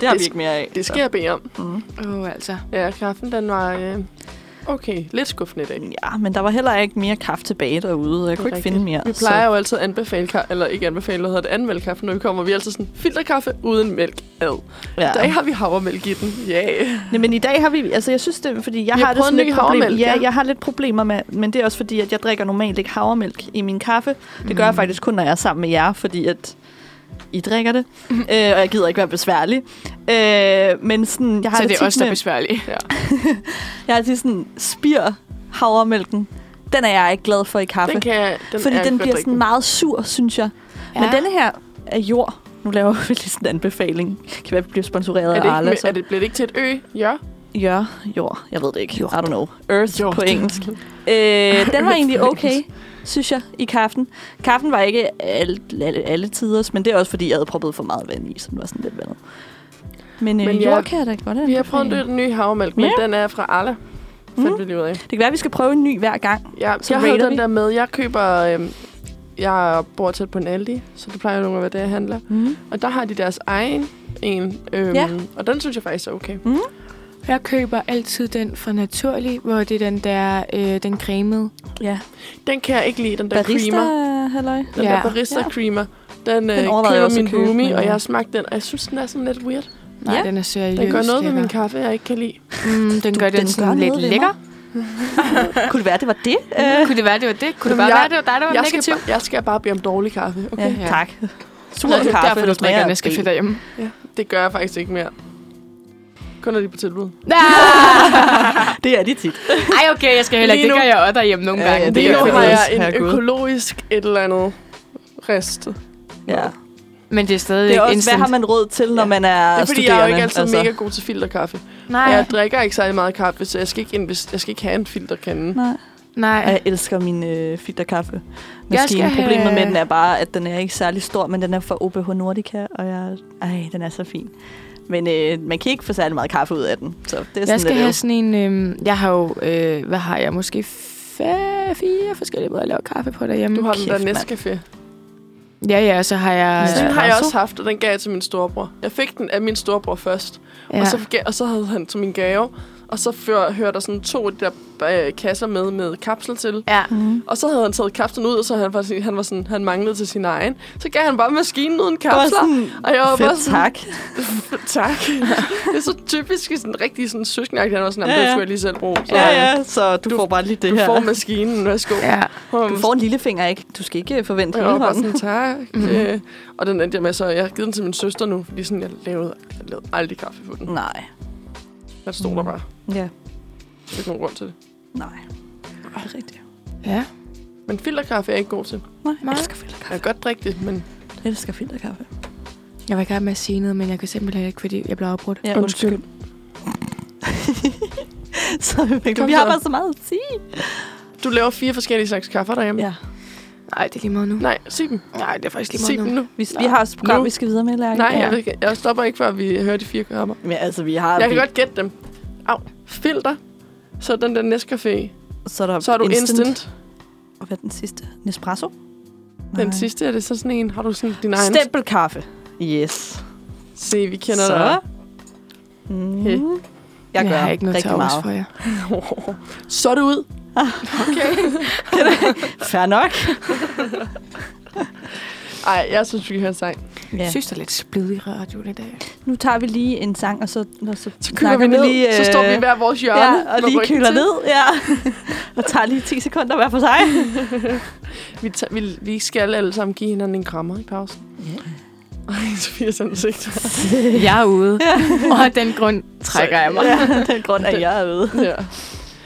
Det
Det
har vi
sk-
ikke mere af. Mm.
Det skal jeg bede om.
Åh, oh, altså.
Ja, kaffen den var... Øh, okay, lidt skuffende i dag.
Ja, men der var heller ikke mere kaffe tilbage derude. og Jeg kunne ikke
rigtigt.
finde mere.
Vi plejer jo altid at anbefale, ka- eller ikke anbefale, hvad hedder det, anmelde kaffe, når vi kommer. Vi er altid sådan, filterkaffe uden mælk. Ad.
Så, ja.
I dag har vi havremælk i den. Ja. Yeah.
Nej, men i dag har vi... Altså, jeg synes det, er, fordi jeg
Vi har
har det
prøvet
sådan
en
lidt
ny
problem.
havremælk,
ja,
ja.
jeg har lidt problemer med... Men det er også fordi, at jeg drikker normalt ikke havremælk i min kaffe. Det
Mm.
gør jeg faktisk kun, når jeg er sammen med jer, fordi at... I drikker det, øh, og jeg gider ikke være besværlig. Øh, men sådan, jeg har
Så
det,
det
tit
er os, der er
med-
besværlige.
Ja.
Jeg har tit sådan, spir havremælken. Den er jeg ikke glad for i kaffe.
Den kan jeg, den
fordi
er jeg
den
godt
bliver
drikke.
sådan meget sur, synes jeg. Ja. Men denne her er jord. Nu laver vi lige sådan en anbefaling. Kan være, vi bliver sponsoreret
er
af
det, ikke,
Arla.
med-
så-
er det, bliver det ikke til et ø? Ja.
Jør, jord, jeg ved det ikke. Jord. I don't know. Earth
Jord.
jord. på engelsk. Øh, den var egentlig okay, synes jeg, i kaffen. Kaffen var ikke alle, alle, alle tiders, men det er også fordi, jeg havde proppet for meget vand i, så den var sådan lidt vandet. Men, øh,
Men
men
ja,
jord kan jeg da godt
Vi har
anbefale.
prøvet den nye havremælk, men
Ja.
den er fra Arla. Fandt vi lige ud af.
Det kan være, at vi skal prøve en ny hver gang.
Ja,
Så
så jeg havde
rater
den
vi.
der med. Jeg køber... Øhm, jeg bor tæt på en Aldi, så det plejer jo nogle gange at være det, jeg handler.
Mm.
Og der har de deres egen en. Øhm,
Ja.
Og den synes jeg faktisk er okay.
Mm.
Jeg køber altid den fra Naturlig, hvor det er den der, øh, den cremede.
Ja.
Den kan jeg ikke lide, den der
Barista,
creamer.
halløj.
Den
Ja.
der barista
Ja.
creamer. Den, øh,
overvejede jeg
køber
også at
min
købe,
roomie,
men-
og jeg har smagt den. Og jeg synes, den er sådan lidt weird.
Nej,
Ja.
den er seriøs.
Den gør noget ved min
lækker.
kaffe, jeg ikke kan lide.
Mm, den gør den,
den gør
sådan
noget
lidt
ved mig.
lækker.
Kunne det være, det var det?
Øh. Kunne det være, det var det? Kunne det
Jamen,
bare
jeg-
være, det var dig, der var
Jeg
negativ?
skal, bare, jeg skal bare bede om dårlig kaffe, okay?
Ja,
Ja.
tak. Sur
Nå, det er
kaffe.
derfor, du drikker
smager
næste
af
fedt derhjemme.
Det gør jeg faktisk ikke mere. Kun når de er på tilbud.
Ah!
ben. Det er de tit.
Ej, okay, jeg skal heller ikke.
Lige
Det
nu-
gør jeg også derhjemme nogle
Ja,
gange.
ja, det
Det
Lige
gør
nu
jeg
er
har
faktisk.
jeg en
Herregud.
økologisk et eller andet rest.
Ja.
Men det er stadig
Det er
ikke
også, hvad
instant.
har man råd til, når
Ja.
man er
Det er fordi, jeg er jo ikke altid
studerende,
altså. mega god til filterkaffe.
Nej,
Og jeg drikker ikke særlig meget kaffe, så jeg skal ikke, invest- jeg skal ikke have en
Mm.
filterkande.
Nej.
nej.
Og jeg elsker min øh, filterkaffe.
Jeg skal
Maskinen. Problemet
have-
med den er bare, at den er ikke særlig stor, men den er fra OBH Nordica, og jeg... Ej, den er så fin. Men øh, man kan ikke få særlig meget kaffe ud af den, så det er sådan
Jeg skal
lidt
have
øv.
sådan en... Øh, jeg har jo... Øh, hvad har jeg? Måske fem, fire forskellige måder at lave kaffe på derhjemme.
Du har den der
Kæft, mand.
Nescafé.
Ja, ja, og så har jeg...
Den har jeg
Espresso?
også haft, og den gav jeg til min storebror. Jeg fik den af min storebror først,
Ja.
ja. og, så, gav- og så havde han til min gave. Og så før, hørte der sådan to af de der øh, kasser med, med kapsel til.
ja.
Mm.
Og så havde han taget kapslen ud, og så han, faktisk, han var sådan, han manglede til sin egen. Så gav han bare maskinen uden
Det var
kapsler.
sådan,
og jeg var bare
fedt,
sådan,
tak.
tak. det er så typisk i sådan rigtig sådan søskendagtig, han var sådan,
Ja,
ja, det
ja.
skulle jeg lige selv bruge. Så,
Ja, ja, så du,
Du-
får bare lige det
Du
her.
får maskinen, værsgo. Ja.
ja.
Du får en lille finger, ikke? Du skal ikke øh, forvente
Jeg
hele
var bare
hånden.
sådan, tak.
Mhm.
Øh, og den endte jeg med, så jeg har givet den til min søster nu, fordi sådan, jeg lavede, jeg lavede aldrig kaffe på den.
Nej.
Jeg stod der bare.
Ja,
Der er ikke nogen grund til det.
nej. Det er rigtigt.
Ja.
Men filterkaffe er jeg ikke god til.
Nej, jeg
Nej.
elsker
Jeg
filterkaffe.
kan godt drikke det, men
Jeg elsker filterkaffe.
Jeg var i gang med at sige noget, men jeg kan simpelthen ikke, fordi jeg blev afbrudt.
Ja, undskyld. så vi,
Kom
vi har
så.
bare så meget at sige.
du laver fire forskellige slags kaffe derhjemme. Ja.
Ja.
Nej, det er lige meget nu.
Nej, sig dem.
Nej, det er faktisk
Sig dem nu.
Vi, vi har også et program, vi skal videre med, Lærke.
Nej,
ja.
jeg, vil ikke- jeg stopper ikke, før vi hører de fire kopper.
Men altså, vi har...
Jeg kan
vi,
godt gætte dem. Au, filter. Så den der Nescafé.
Så er, der
Så har du instant. instant.
Og hvad er den sidste? Nespresso?
Den sidste, er det så sådan en? Har du sådan din egen?
Stempelkaffe. Yes.
Se, vi kender
så.
dig.
Mm.
Hey.
Jeg gør
jeg har ikke noget til
rigtig
overs
meget.
for jer.
Så er det ud. Okay.
Fair nok.
Ej, jeg synes, vi kan høre en sang.
Jeg
Ja.
synes, der er lidt splid i radioen i dag.
Nu tager vi lige en sang, og så, og så,
Så køler vi ned, lige, så står vi i hver vores hjørne.
øh, Ja, og
med
lige
ryggen
køler
til.
ned. Ja. og tager lige 10 sekunder hver for sig.
Vi, tager, vi, vi skal alle sammen give hinanden en krammer i pausen. Yeah. Ej, Sofias ansigt.
Jeg er ude, og af den grund trækker jeg mig.
ja, den grund, at jeg er ude.
ja.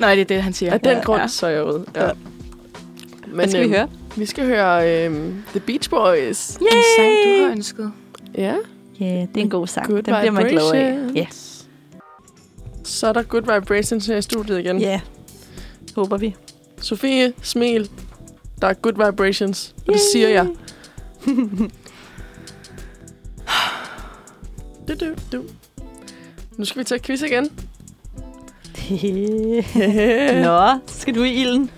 Nej, det er det, han siger.
Af den
Ja,
grund,
ja.
så er jeg ude. Ja.
Ja.
Men,
Hvad skal vi
øhm,
høre?
Vi skal høre øhm, The Beach Boys.
En sang, du har ønsket.
Ja.
Ja, det er en god sang.
Good
den bliver man glad af. Ja.
vibrations. Så er der Good Vibrations her i studiet igen.
Ja. Håber vi.
Sofie, smil. Der er good vibrations. Og det siger jeg. Du, du, du. Nu skal vi tage quiz igen.
Nå, skal du i ilden?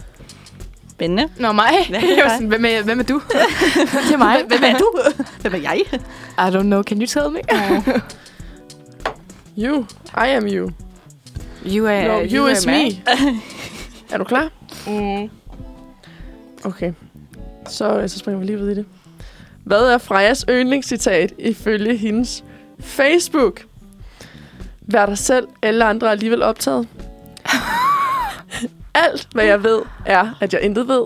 Spændende.
Nå, mig?
Hvad?
Jeg var sådan, hvem, er, hvem er du? det er mig.
Hvem er du? Hvem er jeg?
I don't know. Can you tell me?
You. I am you.
You are,
no, you,
are
is me. er du klar?
Mm.
Okay. Så, øh, så springer vi lige ud i det. Hvad er Frejas yndlingscitat ifølge hendes Facebook? Vær dig selv, alle andre er alligevel optaget. Alt, hvad jeg ved, er, at jeg intet ved.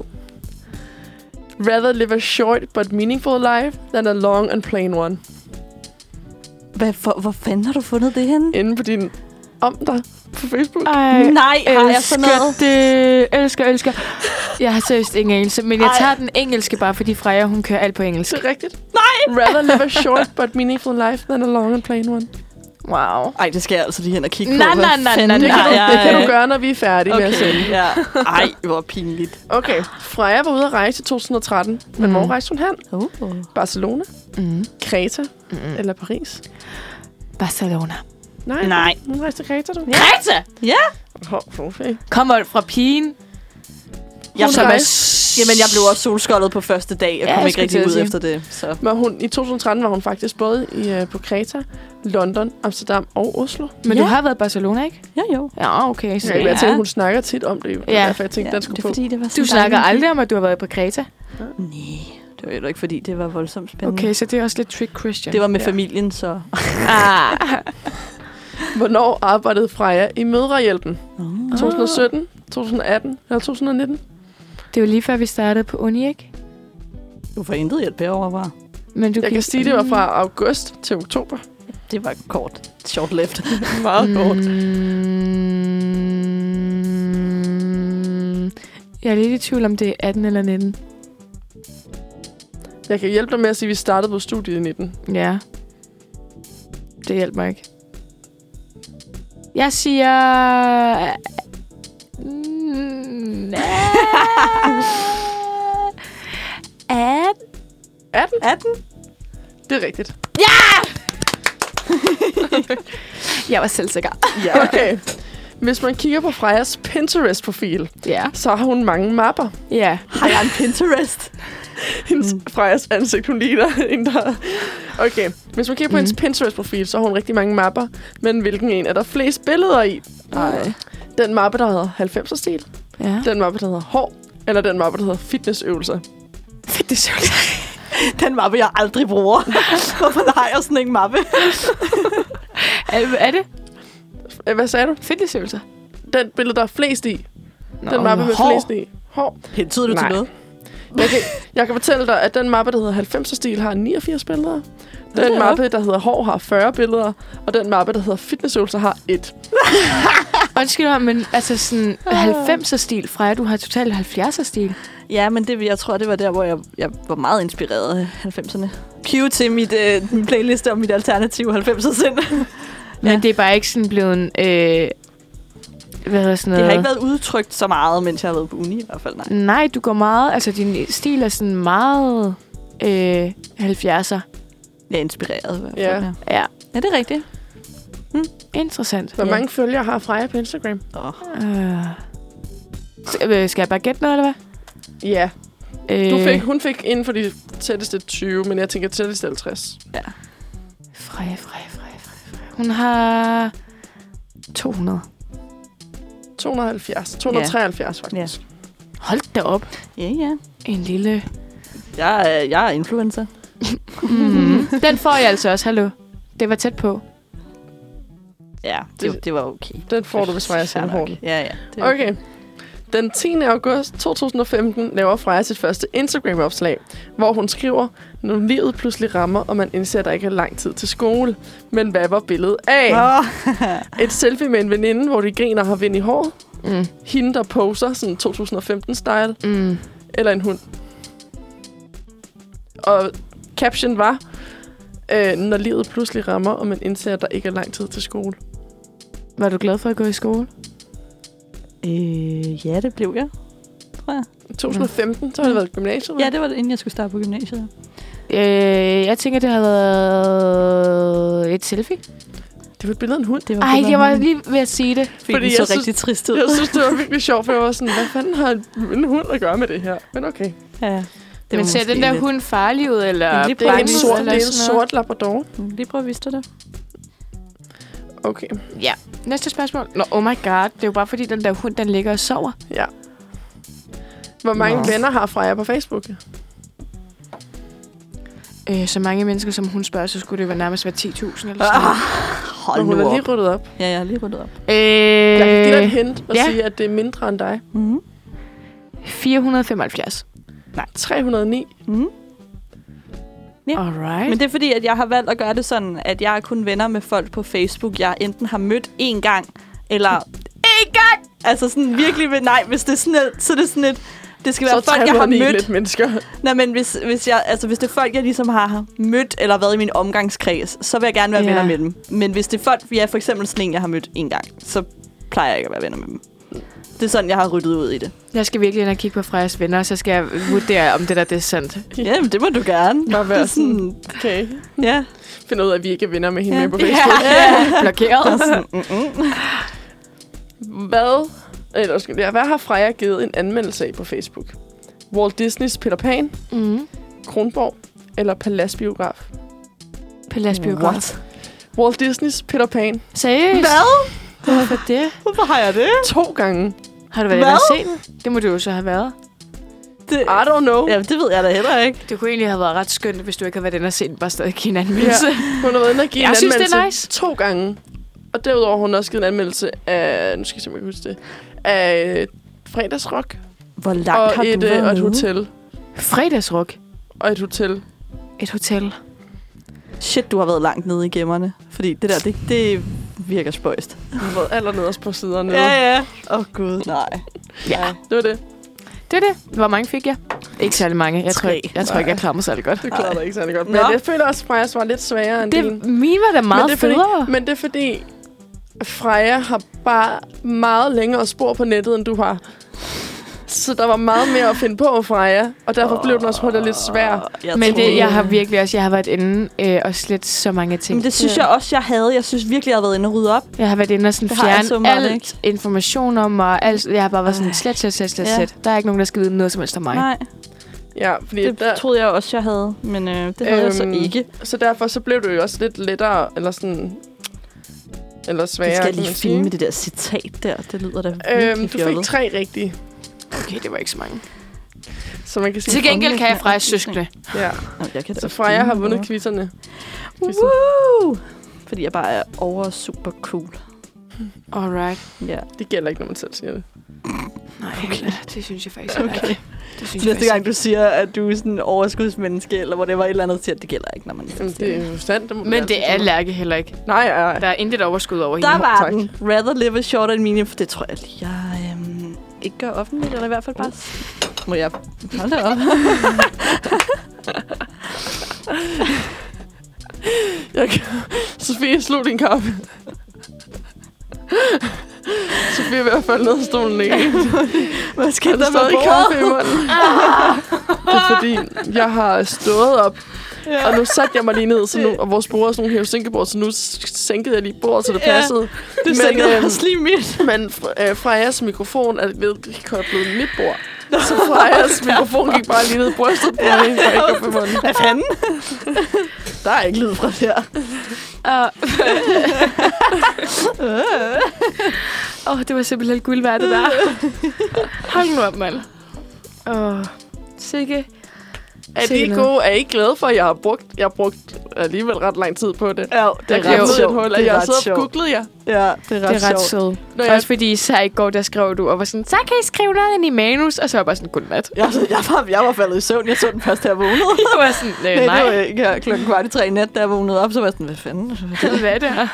Rather live a short but meaningful life than a long and plain one.
Hvad, for, hvor fanden har du fundet det henne?
Inde på din om dig på Facebook.
Ej,
Nej, har jeg sådan
Øh, elsker
noget?
det. Elsker, elsker. Jeg har seriøst ingen engelsk, men jeg
Ej.
tager den engelske bare, fordi Freja, hun kører alt på engelsk.
Det er rigtigt. Nej! Rather live a short but meaningful life than a long and plain one.
Wow.
Ej, det skal jeg altså lige hen og kigge
Nej,
på. Hvad
nej, nej,
fanden
nej,
Det kan,
har
du,
jeg-
det kan du gøre, når vi er færdige okay. med at sende.
Okay, ja. Ej, hvor pinligt.
Okay, Freja var ude at rejse i 2013. Men
Mm.
hvor rejste hun hen?
Oh.
Barcelona,
Mm.
Kreta
Mm.
eller Paris?
Barcelona.
Nej.
Nej.
Hun rejste til Kreta, du.
Greta!
Ja,
Hov, okay.
Kommer fra pigen,
jeg
Hun
blev,
rejste-
jamen, jeg blev også solskoldet på første dag, og
Ja,
ja, kom
jeg
ikke
skulle til
rigtig
at
ud
sige.
efter det. Så.
Men hun, I 2013 var hun faktisk både i, øh, på Kreta, London, Amsterdam og Oslo.
men
Ja.
du har været i Barcelona, ikke?
Jo, jo.
Ja, okay.
Ja. Jeg tænkte, hun snakker tit om det. Ja.
Ja.
Derfor jeg tænkte, ja, den skulle
det
på.
er fordi, det var sådan
Du snakker
dejligt.
aldrig om, at du har været på Kreta.
Nej, det var jo ikke, fordi det var voldsomt spændende.
Okay, så det er også lidt trick question.
Det var med
Ja.
familien, så...
Ah.
Hvornår arbejdede Freja i Mødrehjælpen?
Oh.
2017, 2018 eller 2019?
Det var lige før, vi startede på uni, ikke?
Du får intet hjælp herovre, var.
Men du
Jeg kan sige, det var fra august til oktober. Mm.
Det var kort. Short left. Meget kort.
Mm. Jeg er lidt i tvivl om, det er 18 eller 19.
Jeg kan hjælpe dig med at sige, at vi startede på studiet i 19.
Ja. Det hjælper mig ikke. Jeg siger... Mm, ah.
18?
18?
Det er rigtigt.
jeg var selvsikker.
Ja.
Okay. Hvis man kigger på Frejas Pinterest-profil,
Ja.
så har hun mange mapper.
Ja.
Har jeg en Pinterest? Mm.
Hendes, Frejas ansigt, hun ligner en, der... Okay. Hvis man kigger på mm. hendes Pinterest-profil, så har hun rigtig mange mapper. Men hvilken en er der flest billeder i?
Nej. Ah.
Den mappe, der hedder 90'er-stil,
ja.
den mappe, der hedder hår, eller den mappe, der hedder fitnessøvelser.
Fedt, det er
Den mappe, jeg aldrig bruger. Hvorfor har jeg sådan en mappe?
er, er det
Øh, Hvad sagde du?
fitnessøvelser?
Den billede, der er flest i.
Nå,
Den mappe med
hår.
flest i. Hår.
Hentyder du til
Nej.
noget?
Jeg kan, jeg kan fortælle dig, at den mappe, der hedder 90'er-stil, har 89 billeder. Den
da
mappe, der hedder hår, har 40 billeder. Og den mappe, der hedder fitnessøvelser, har 1.
Undskyld mig, men altså sådan 90'er stil, Freja, du har totalt 70'er stil.
Ja, men det, jeg tror, det var der, hvor jeg, jeg var meget inspireret af 90'erne. Cue til mit, øh, min playliste om mit alternative 90'er sind.
Men
Ja.
det er bare ikke sådan blevet en... Øh, hvad hedder sådan
Det
noget?
har ikke været udtrykt så meget, mens jeg har været på uni i hvert fald. Nej.
Nej, du går meget... Altså, din stil er sådan meget øh, 70'er.
Jeg er inspireret i hvert fald.
Ja.
Ja,
Ja,
ja det er rigtigt.
interessant.
Hvor
Ja.
mange følgere har Freja på Instagram?
Oh.
Øh. S- øh, Skal jeg bare gætte noget, eller hvad?
Ja.
Øh,
Du fik, hun fik inden for de tætteste 20, men jeg tænker tætteste 50.
Freja, Freja, Freja, Freja, Freja. Hun har 200.
270. 273, ja. faktisk. Ja.
Hold da op.
Ja, ja.
En lille...
Jeg, er- jeg er influencer.
Mhm.
Mm. Den får jeg altså også, hallo. Det var tæt på.
Ja, det, det var okay.
Den får du, hvis Freja
Fair
sender
nok.
hårdt.
Ja, ja. Det er
Okay. Den 10. august 2015 laver Freja sit første Instagram-opslag, hvor hun skriver, når livet pludselig rammer, og man indser, at der ikke er lang tid til skole. Men hvad var billedet af?
Åh,
Et selfie med en veninde, hvor de griner og har vind i håret.
Mm.
Hende, der poser, sådan 2015-style.
Mm.
Eller en hund. Og caption var, øh, når livet pludselig rammer, og man indser, at der ikke er lang tid til skole.
Var du glad for at gå i skole?
øh, ja, det blev jeg.
2015, så har det været gymnasiet.
Ja, det var det, inden jeg skulle starte på gymnasiet.
Øh, jeg tænker, det har været et selfie.
det var et billede af en hund.
Det var
Ej,
det,
jeg var lige ved at sige det.
Fordi, fordi
Fordi
den så
jeg synes-
rigtig trist ud.
Jeg synes, det var virkelig sjovt, for jeg var sådan, hvad fanden har en hund at gøre med det her? Men okay.
Ja.
Det Men ser den der hund farlig ud, eller
Den lige
Det er en
Barney
sort, det
eller
er en
sådan noget?
sort labrador.
hund. Lige prøv at vise dig det.
Okay,
Ja. Næste spørgsmål. Nå, oh my god. Det er jo bare fordi, den der hund, den ligger og sover.
ja. Hvor mange
Nå.
venner har Freja på Facebook?
Øh, så mange mennesker, som hun spørger, så skulle det være nærmest være 10.000 eller
Ah,
sådan noget.
Og
hold
hun
nu
har
op.
lige ryddet op.
Ja, jeg har lige ryddet op.
Øh,
Jeg kan give dig et hint og
ja.
sige, at det er mindre end dig.
Mm.
475.
309.
Mm. Ja.
Alright.
Men det er fordi, at jeg har valgt at gøre det sådan, at jeg er kun venner med folk på Facebook, jeg enten har mødt én gang, eller... én gang! Altså sådan virkelig... ved- Nej, hvis det er sådan et, så er det sådan et... Det skal være
Så
folk, jeg har
309
mødt.
lidt mennesker.
Nej, men hvis, hvis, jeg, altså, hvis det er folk, jeg ligesom har mødt eller været i min omgangskreds, så vil jeg gerne være
Ja.
ja. venner med dem. Men hvis det er folk, ja, for eksempel sådan en, jeg har mødt en gang, så plejer jeg ikke at være venner med dem. Det er sådan, jeg har ryddet ud i det.
Jeg skal virkelig ind og kigge på Frejas venner, og så skal jeg vurdere, om det der det er sandt.
Ja, men det må du gerne.
Bare
Det er
være sådan,
sådan,
okay.
ja.
Finder ud af, at vi ikke er venner med hende
Ja.
mere på Facebook.
Blokeret.
Sådan, mm-mm.
Hvad, eller, undskyld, ja, hvad har Freja givet en anmeldelse af på Facebook? Walt Disneys Peter Pan,
Mm.
Kronborg eller Paladsbiograf?
Palas biograf.
What?
Walt Disneys Peter Pan
Seriøst?
Hvad?
Hvorfor det?
Hvorfor har jeg det?
to gange.
Har du været inde og
Hvad?
se den? Det må du jo så have været.
det
I don't know.
ja, det ved jeg da heller ikke.
Det kunne egentlig have været ret skønt, hvis du ikke havde været inde og se den, bare stadig give en anmeldelse. Ja.
Hun har været inde og give
Jeg
en
synes, det er
anmeldelse
nice.
to gange. Og derudover har hun også givet en anmeldelse af... Nu skal jeg simpelthen huske det. Af fredagsrock
Hvor langt har
og
du
et,
været
øh, og et
nede?
hotel.
Fredagsrock.
Og et hotel.
Et hotel.
Shit, du har været langt nede i gemmerne. Fordi det der, det, det virker spøjst.
Hun har været allernederst på siderne.
Ja, ja. Åh, oh, gud, nej.
Ja.
Det var det.
Det er det. Hvor mange fik jeg? Ikke særlig mange. Jeg tror,
Tre.
ikke, jeg, tror ikke, jeg klarer mig særlig godt.
Det klarede dig ikke særlig godt. Men
Nå.
jeg føler også, at Frejas var lidt sværere end
Det,
din.
mine var da meget
men det er
federe.
Fordi, men det er fordi, Freja har bare meget længere spor på nettet, end du har. Så der var meget mere at finde på, Freja. Og derfor blev den også hurtigt lidt svær.
Jeg
Men det,
troede-
jeg har virkelig også, jeg har været inde øh, og slet så mange ting.
Men det synes jeg også, jeg havde. Jeg synes virkelig, jeg havde været inde og rydde op.
Jeg har været inde og sådan
Det har jeg
fjerne
så
så
meget,
alt
ikke?
ikke? information om mig. Alt, jeg har bare været sådan,
Ej.
slet, slet, slet, slet,
Ja.
slet. Der er ikke nogen, der skal vide noget som helst om mig.
Nej,
Ja, fordi
det
der,
troede jeg også, jeg havde. Men øh, det havde jeg så
Øhm,
ikke.
Så derfor så blev det jo også lidt lettere, eller sådan... Eller sværere,
Det skal
kan
jeg lige
man sige.
filme det der citat der. Det lyder da
Øhm,
virkelig
du fik
fjollet.
tre rigtige,
Okay, det var ikke så mange.
så man kan sige...
Til gengæld kan jeg fra søskende.
Ja.
Nå, jeg kan da
Så
også
Freja
filme
har
det
vundet
der.
quizzerne. quizzen.
Woo! Fordi jeg bare er over super cool.
Alright.
Ja.
Det gælder ikke, når man selv siger det.
Nej, okay. det synes jeg faktisk
Okay.
ikke. Det synes jeg
Næste
faktisk.
gang du siger, at du er sådan en overskudsmenneske, eller hvor det var et eller andet, så siger jeg, det gælder ikke, når man
Jamen, det er jo sandt. Det må du
Men
altid
det er
sige.
Lærke heller ikke.
Nej, nej,
Der
nej.
er intet overskud over
Der
hende.
var
tak.
den. Rather live a short and medium, for det tror jeg lige, jeg øhm, ikke gør offentligt, eller i hvert fald bare... s- Må jeg holde op?
Jeg kan... Sofie, slug din kaffe. Sofie er ved at falde ned af stolen igen.
Hvad skal
Er der
der med
stadig
bordet?
kaffe i munden? det er fordi, jeg har stået op,
Ja.
og nu satte jeg mig lige ned, så nu, og vores bord er sådan nogle hævesænkerbord, så nu s- sænkede jeg lige bordet, så det
Ja,
passede.
Du
Men,
sagde
øhm,
også lige mit.
Men fr- øh, Frejas mikrofon er blevet koblet mit bord. Så Frejas mikrofon gik bare lige ned i brystet på mig, og ikke op i munden.
Hvad fanden? der er ikke lyd fra der.
Åh, oh, det var simpelthen guld værd, det der. Hold nu op, mand. Åh, oh, sikke.
Er det ikke gode? Er I ikke glade for, at jeg har brugt, jeg har brugt alligevel ret lang tid på det?
Ja, det
Jeg
er
gik
ret
ned i et
sjovt.
hul, og
Det er
jeg
ret
sad og
sjovt.
googlede jer.
Ja, det er ret,
Det er ret
sjovt.
sødt.
Når
Også
jeg,
fordi især i går, der skrev du, og var sådan, så kan I skrive noget ind i manus, og så var jeg bare sådan, godnat.
Jeg, jeg, var, jeg var faldet i søvn. Jeg så den først, da jeg vågnede.
Jeg var sådan, øh,
Nej, det var
nej,
ikke her klokken kvart i tre i nat, da jeg vågnede op, så var jeg sådan, hvad fanden?
hvad er det her?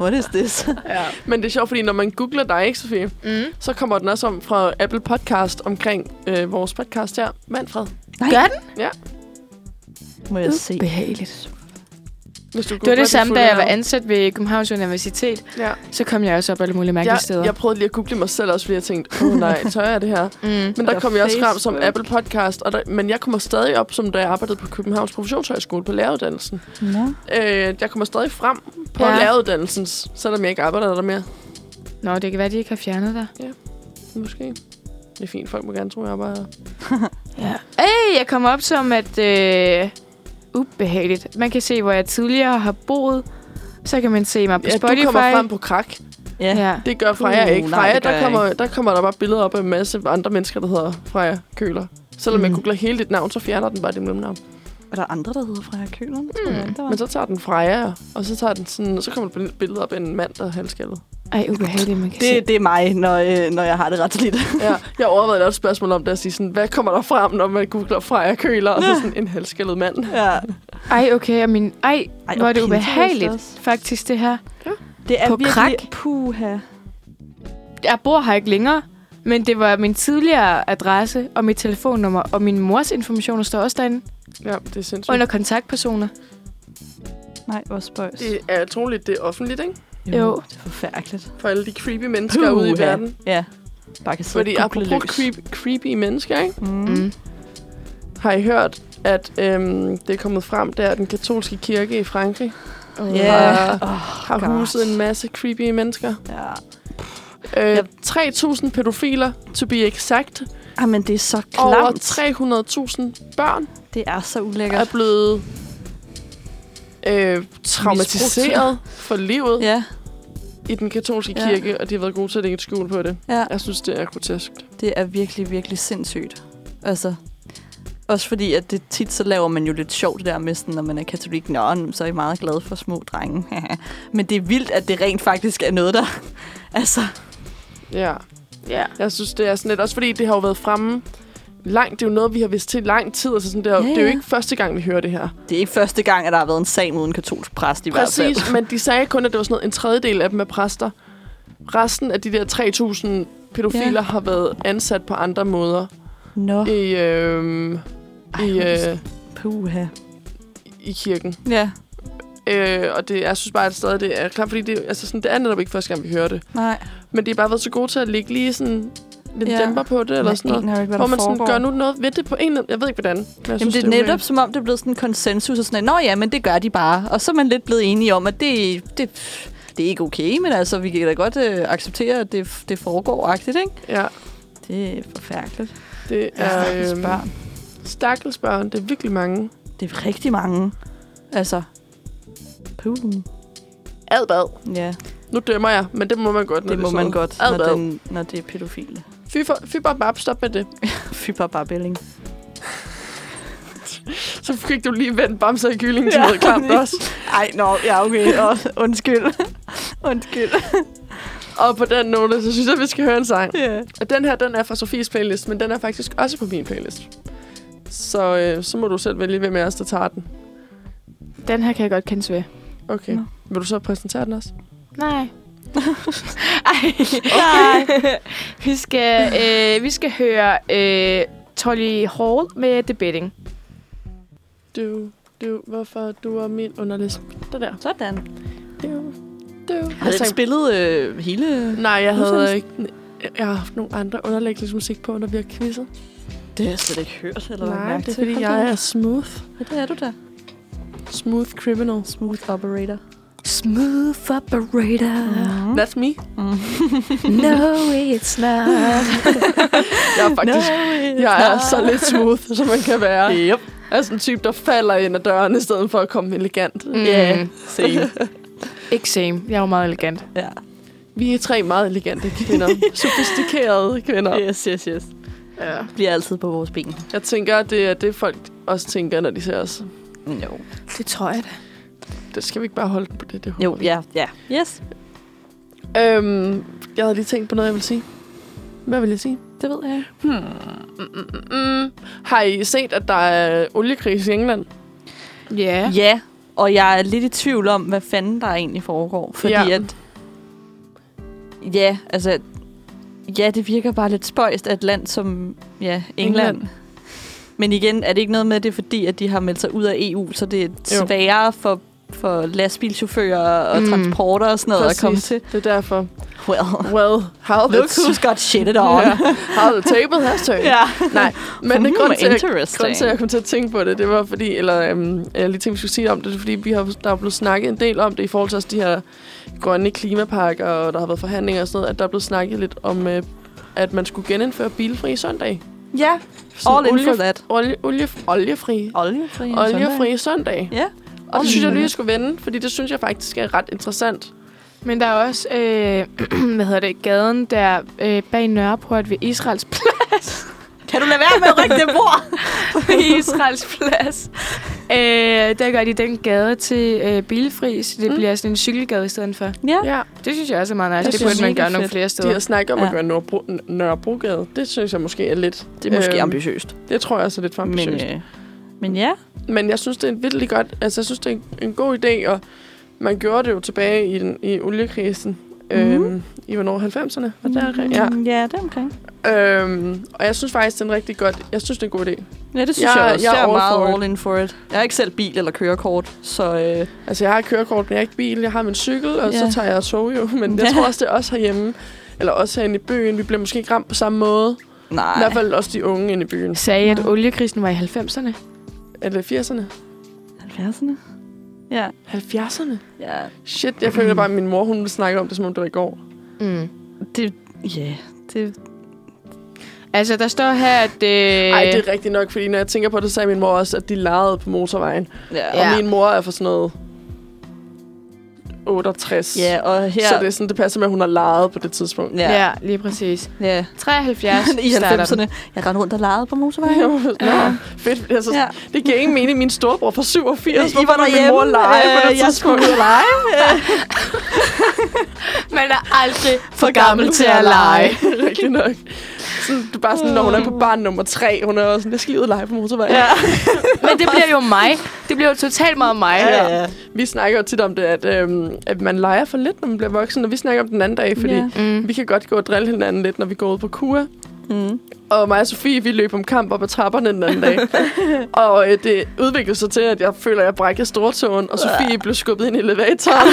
What is this?
Ja.
men det er sjovt, fordi når man googler dig, ikke, Sofie,
Mm.
så kommer den også om fra Apple Podcast omkring øh, vores podcast her, Manfred.
Gør den?
Må jeg se?
Behageligt.
Hvis du
Det var
googler
det samme, da jeg var
fulde navn.
ansat ved Københavns Universitet.
Ja.
Så kom jeg også op alle mulige mærkelige
Jeg,
steder.
jeg prøvede lige at google mig selv også, fordi jeg tænkte, åh oh, nej, tør jeg det her?
Mm.
Men der
Og
kom jeg også frem som
Facebook.
Apple Podcast, og der, men jeg kommer stadig op, som da jeg arbejdede på Københavns Professionshøjskole på læreruddannelsen.
Ja.
Øh, jeg kommer stadig frem på
Ja.
ja. læreruddannelsen, selvom jeg ikke arbejder der mere.
Nå, det kan være, de ikke har fjernet dig.
Måske. Det er fint, folk må gerne tro, jeg arbejder.
Ja. Hey, jeg kom op som, at... Øh, ubehageligt. Man kan se, hvor jeg tidligere har boet. Så kan man se mig på
Ja,
Spotify.
du kommer frem på krak.
ja.
Ja.
Det gør Freja
Uh,
ikke.
nej,
Freja,
det gør
der,
jeg
kommer, der kommer der bare billeder op af en masse andre mennesker, der hedder Freja Køler. Selvom mm. jeg
Mm.
googler hele dit navn, så fjerner den bare dit mellemnavn.
Er der andre, der hedder Freja Køhlund?
Mm.
Men så tager den Freja, og så, tager den sådan, så kommer der billeder op af en mand, der er halvskaldet.
Ej, ubehageligt, man kan se.
Det, det er mig, når, øh, når jeg har det ret lidt.
Ja, jeg overvejede også et spørgsmål om det, at sige sådan, hvad kommer der frem, når man googler Freja Køler, og så sådan en halvskaldet mand?
ja.
Ej, okay, og min... Ej,
Ej,
Ej hvor
og
er det
Pinterest
ubehageligt,
også.
faktisk, det her.
Det er
På
virkelig
krak?
puha.
Jeg bor her ikke længere, men det var min tidligere adresse og mit telefonnummer, og min mors informationer står også derinde
Ja, det er sindssygt.
under kontaktpersoner.
Nej, hvor spøjs.
Det er utroligt, det er offentligt, ikke?
Jo.
Det er forfærdeligt.
For alle de creepy mennesker ude i
Puha.
verden.
Ja. Bare kan sidde
Fordi
og google
apropos
løs.
creep, creepy mennesker, ikke?
Mm.
Mm.
Har I hørt, at øhm, det er kommet frem, der at den katolske kirke i Frankrig
Oh.
Ja.
har,
Oh,
har
God.
huset en masse creepy mennesker.
Ja.
Øh,
Ja.
3.000 pædofiler, to be exact.
Jamen, det er så
Over
klamt.
300.000 børn
Det er så
er
ulækkert.
blevet øh, traumatiseret for livet ja.
Ja,
i den katolske
Ja.
kirke, og de har været gode til at lægge et skjul på det.
ja.
Jeg synes, det er grotesk.
Det er virkelig, virkelig sindssygt. Altså, også fordi, at det tit så laver man jo lidt sjovt det der med, sådan, når man er katolik. Nå, men så er I meget glade for små drenge. men det er vildt, at det rent faktisk er noget, der... altså,
Ja.
Ja.
Jeg synes, det er sådan lidt... Også fordi det har jo været fremme langt. Det er jo noget, vi har vidst til i lang tid. Altså sådan, det, er,
Ja,
ja, ja. det er jo
ja.
ikke første gang, vi hører det her.
det er ikke første gang, at der har været en sag mod en katolsk præst i hvert fald.
Præcis, men de sagde kun, at det var sådan noget, en tredjedel af dem er præster. Resten af de der 3.000 pædofiler
Ja.
ja. har været ansat på andre måder.
Nå,
I, øh,
Ej,
i,
hvor er det
øh,
puha.
i kirken.
Ja,
Øh, og det, jeg synes bare, at stadig det er klart, fordi det, altså sådan, det er netop ikke første gang, vi hører det.
nej.
Men det er bare været så gode til at ligge lige sådan lidt
Ja.
ja. dæmper på det, eller sådan noget.
Ikke, hvad
Hvor
der
man sådan,
foregår.
gør nu noget ved det på en eller anden... Jeg ved ikke, hvordan. Men jeg
Jamen,
synes,
det er
okay.
netop som om, det er blevet sådan en konsensus, og sådan, at, nå ja, men det gør de bare. Og så er man lidt blevet enige om, at det, det, det er ikke okay, men altså, vi kan da godt øh, acceptere, at det, det foregår agtigt, ikke?
Ja,
Det er forfærdeligt.
det
Ja,
er...
øhm.
Øh,
børn.
Stakkels børn. Det er virkelig mange.
Det er rigtig mange. Altså, puh.
Ad bad.
Ja,
Nu dømmer jeg, men det må man godt, når
det
er
må
sådan
man godt,
Ad
når,
bad.
den, når det er pædofile.
Fy, for, fy bare bab, stop med det.
Fy bare bare bælling.
Så fik du lige vendt bamser i kyllingen til
Ja,
noget klamt
lige.
også.
Ej, nå, ja, okay. Og, undskyld. undskyld.
Og på den note, så synes jeg, vi skal høre en sang.
Ja.
Og den her, den er fra Sofies playlist, men den er faktisk også på min playlist. Så, øh, så må du selv vælge, hvem af os, der tager den.
Den her kan jeg godt kendes ved.
Okay.
Nå.
Vil du så præsentere den også?
Nej. Ej. Okay. vi, skal, øh, vi skal høre øh, Tolly Hall med The Betting.
Du, du, hvorfor du er min underlist. Det der.
Sådan.
Du,
Mm.
du.
Har du ikke spillet øh, hele...
Nej, jeg
Udsendelsen?
havde ikke... Jeg har haft nogle andre underlægningsmusik på, når vi har quizzet.
Det har jeg slet ikke hørt, eller lagt
Nej,
mærke
det er
til.
fordi,
Hold
jeg
da
er smooth.
op. Ja, det er du da.
Smooth criminal.
Smooth operator.
Smooth operator.
Mm.
That's me.
No, it's not.
Jeg er faktisk... Jeg er så lidt smooth, som man kan være.
Yep.
Jeg er sådan en type, der falder ind ad døren, i stedet for at komme elegant.
Mm.
Yeah. Same.
Ikke same. Jeg er jo meget elegant.
ja.
Vi er tre meget elegante kvinder. Sofistikerede kvinder.
Yes, yes, yes.
Ja.
Bliver altid på vores ben.
Jeg tænker, at det er det, folk også tænker, når de ser os.
Jo.
Det tror jeg da.
Det skal vi ikke bare holde den på det, det håber
Jo,
vi.
ja, ja. Yes.
Øhm, jeg havde lige tænkt på noget, jeg ville sige. Hvad vil jeg sige?
Det ved jeg.
Hmm. Mm, mm, mm. Har I set, at der er oliekris i England?
Ja.
Ja, og jeg er lidt i tvivl om, hvad fanden der egentlig foregår. Fordi ja.
Ja.
at... Ja, altså... Ja, det virker bare lidt spøjst, at et land som ja, England... England.
England.
E Men igen, er det ikke noget med, at det er fordi, at de har meldt sig ud af EU, så det er sværere for for lastbilchauffører og
Mm.
mm. transporter og sådan noget Præcis. at komme
Præcis.
til.
Det er derfor.
Well,
Well, how the,
look who's got shit it on.
yeah. how the table has turned.
ja.
Nej, men det
Hmm,
er grund til, at Grunden
interesting.
til, at jeg kom til at tænke på det, det var fordi, eller øhm, jeg lige tænkte, vi skulle sige om det, det er fordi vi har, der er blevet snakket en del om det i forhold til også de her grønne klimapakker, og der har været forhandlinger og sådan noget, at der er blevet snakket lidt om, øh, at man skulle genindføre bilfri søndag.
Ja, all in for that.
olie, olie, oliefri.
Oliefri.
Oliefri søndag.
Ja.
Og det
Oliefri.
synes jeg lige, jeg skulle vende, fordi det synes jeg faktisk er ret interessant.
Men der er også, øh, hvad hedder det, gaden der øh, bag Nørreport ved Israels plads.
Kan du lade være med at rykke det bord?
Israels plads. Øh, der gør de den gade til øh, bilfri, så det
Mm.
mm. bliver sådan en cykelgade i stedet for.
ja.
Ja.
Det synes jeg også er meget nice.
Jeg
Det, det
synes,
burde man
mega
gøre nogle
fedt.
flere
De
steder.
har snakket om at
Ja.
gøre Nørrebro, N- Nørrebrogade. Det synes jeg måske er lidt...
Det er måske
øhm,
ambitiøst.
Det tror jeg også er lidt for ambitiøst.
Men, øh, men ja.
Men jeg synes, det er en virkelig godt... Altså, jeg synes, det er en, en god idé, og man gjorde det jo tilbage i, den, i oliekrisen. Mm-hmm. Øhm, I hvornår? 90'erne? Var det der? Mm, Ja.
ja, det er omkring.
Øhm, og jeg synes faktisk, det er en rigtig godt... Jeg synes, det er en god idé.
Ja, det synes
Jeg-
jeg, også.
jeg er
Jeg er
all for
meget
it.
all in for it. Jeg har ikke selv bil eller kørekort, så øh,
Altså, jeg har et kørekort, men jeg har ikke bil. Jeg har min cykel, og
Ja.
så tager jeg tog jo. Men jeg
Ja.
tror også, det er også herhjemme. Eller også herinde i byen. Vi bliver måske ikke ramt på samme måde.
nej.
I hvert fald også de unge inde i byen.
Sagde, at
Nå.
oliekrisen var i 90'erne.
Er det 80'erne?
70'erne? Ja.
70'erne?
ja.
Shit, jeg føler bare, at min mor hun snakker om det, som om det var i går.
Mm.
Det, ja, det,
Altså, der står her, at... Øh,
Nej, det er rigtigt nok, fordi når jeg tænker på det, så sagde min mor også, at de legede på motorvejen.
ja.
Ja.
Ja.
Og min mor er for sådan noget 68.
Ja, og her...
Så det, er sådan, det passer med, at hun har leget på det tidspunkt.
ja. ja.
Ja, lige præcis.
ja.
73
I
starter den.
90'erne. Jeg rendte rundt og legede på motorvejen.
Jeg var sådan, Nå, fedt. Altså, ja.
Ja.
Det giver ingen mening. Min storebror fra 87.
I
Hvorfor
var
var min
derhjemme. Øh,
mor lege på det
jeg skulle
tidspunkt?
ud og lege.
Man er aldrig for gammel til at lege.
Rigtig nok. Så det er bare sådan, når hun er på barn nummer 3, hun er også sådan, jeg skal lige ud og lege på motorvejen. Ja.
Men det bliver jo mig. Det bliver jo totalt meget mig.
Ja, ja.
Vi snakker jo tit om det, at, øhm, at man leger for lidt, når man bliver voksen. Og vi snakker om den anden dag, fordi
Ja.
Mm.
vi kan godt gå og drille hinanden lidt, når vi går ud på kur.
Mm.
Og mig og Sofie, vi løb om kamp op ad trapperne den anden dag. og øh, det udviklede sig til, at jeg føler, at jeg brækkede stortåen, og Sofie blev skubbet ind i elevatoren.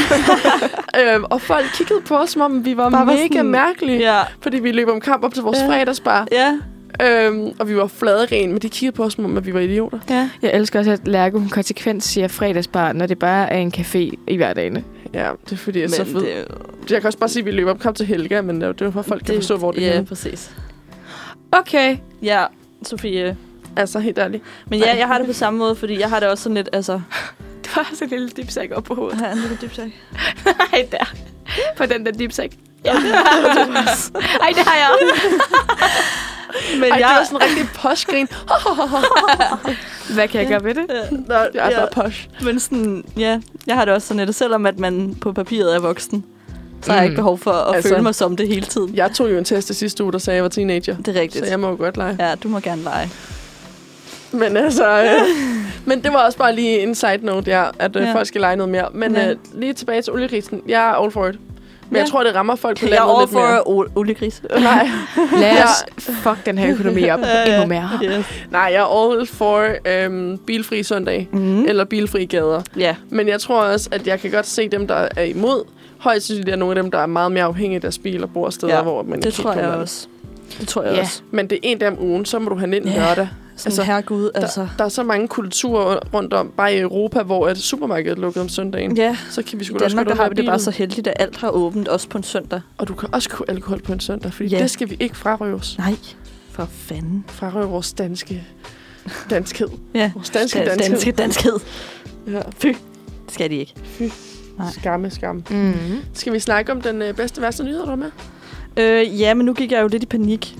øhm, og folk kiggede på os, som om vi var
Bare var
mega
sådan-
mærkelige.
Ja.
Fordi vi løb om kamp op til vores
Ja.
fredagsbar,
Ja.
øhm, og vi var fladeren, men de kiggede på os, som om at vi var idioter.
ja.
Jeg elsker også, at Lærke hun konsekvent siger fredagsbar, når det bare er en café i hverdagen.
Ja, det er fordi, jeg er
Men
så fed.
det,
Det... Jeg kan også bare sige, at vi løb om kamp til Helga, men det er jo for, at folk det... kan forstå, hvor det
ja,
er. henne.
præcis.
Okay.
Ja, Sofie.
Altså, helt ærligt.
Men ja, jeg har det på samme måde, fordi jeg har det også sådan lidt, altså...
Det var sådan en lille dipsæk op på hovedet.
Har jeg en lille dybsæk?
Nej, der. På den der dipsæk. Ja. Ej, det har jeg også.
Men
Ej,
jeg...
det var sådan en rigtig poshgrin.
Hvad kan jeg gøre ved det?
Nå, jeg er
Ja.
bare posh.
Øh, Men sådan, ja, jeg har det også sådan lidt, at selvom at man på papiret er voksen, så har jeg
Mm.
ikke behov for at
Altså-
altså, føle mig som det hele tiden.
Jeg tog jo en test i sidste uge, der sagde, at jeg var teenager.
Det er rigtigt.
Så jeg må jo godt lege. Ja.
Ja, du må gerne lege.
Men altså... Øh, men det var også bare lige en side note, ja, at øh, ja.
Ja.
folk skal lege noget mere. Men
Ja.
øh, lige tilbage til oliekrisen. Jeg er all for it. Men ja.
Ja.
jeg tror, det rammer folk på
Kan jeg
landet lidt mere.
overfor oliegris?
Nej,
Lad os fuck den her økonomi op endnu mere.
Yes.
nej, jeg er all for øhm, bilfri søndag.
Mm.
Mm. Eller bilfri gader.
Ja.
Men jeg tror også, at jeg kan godt se dem, der er imod. Højst synes det er nogle af dem, der er meget mere afhængige af deres bil og bor steder,
Ja,
hvor man
Det
kan
tror
komme
jeg
af.
også. Det tror jeg
Ja.
også.
Men det er en dag om ugen, så må du have den
Ja.
yeah. lørdag.
Sådan,
Altså,
altså, herregud,
Der,
altså.
altså. der er så mange kulturer rundt om, bare i Europa, hvor at supermarkedet er lukket om søndagen.
Ja,
Så kan vi sgu
i
da også
Danmark
godt
der har vi
holde
det bare
bilen.
så heldigt, at alt har åbent, også på en søndag.
Og du kan også købe alkohol på en søndag, fordi
Ja.
det skal vi ikke frarøves.
Nej, for fanden.
Frarøve vores danske danskhed.
Ja.
Vores danske
Da-
danskhed.
danske danskhed.
Ja.
Det skal de ikke. Nej. Mhm.
Skamme, skamme.
Mm.
Skal vi snakke om den øh, bedste værste nyhed, du har med?
Øh, ja, men nu gik jeg jo lidt i panik.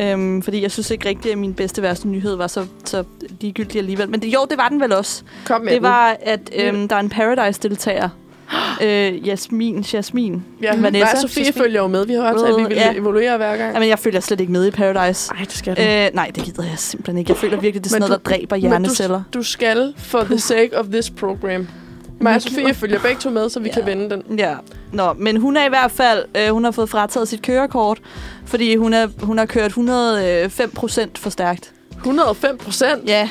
Øhm, fordi jeg synes ikke rigtigt, at min bedste værste nyhed var så, så ligegyldig alligevel. Men det, jo, det var den vel også.
Kom med
det var, at
Ja.
øhm, der er en Paradise-deltager. øh, Jasmin, Jasmin.
den. Ja,
Vanessa,
Vanessa, Sofie
Sofie.
følger jo med. Vi har jo aftalt, at vi vil ja.
Ja.
evaluere hver gang.
Jamen, jeg føler slet ikke med i Paradise.
Nej, det skal du.
Øh, nej, det gider jeg simpelthen ikke. Jeg føler virkelig, det er sådan
Men
noget, der dræber hjerneceller.
Du skal, for the sake of this program. Mig og
jeg
Sofie
gider-
følger begge to med, så vi
Ja.
kan vende den.
Ja, Nå, men hun er i hvert fald, øh, hun har fået frataget sit kørekort, fordi øh, hun, er, hun har kørt 105 procent for stærkt.
105 procent?
Ja,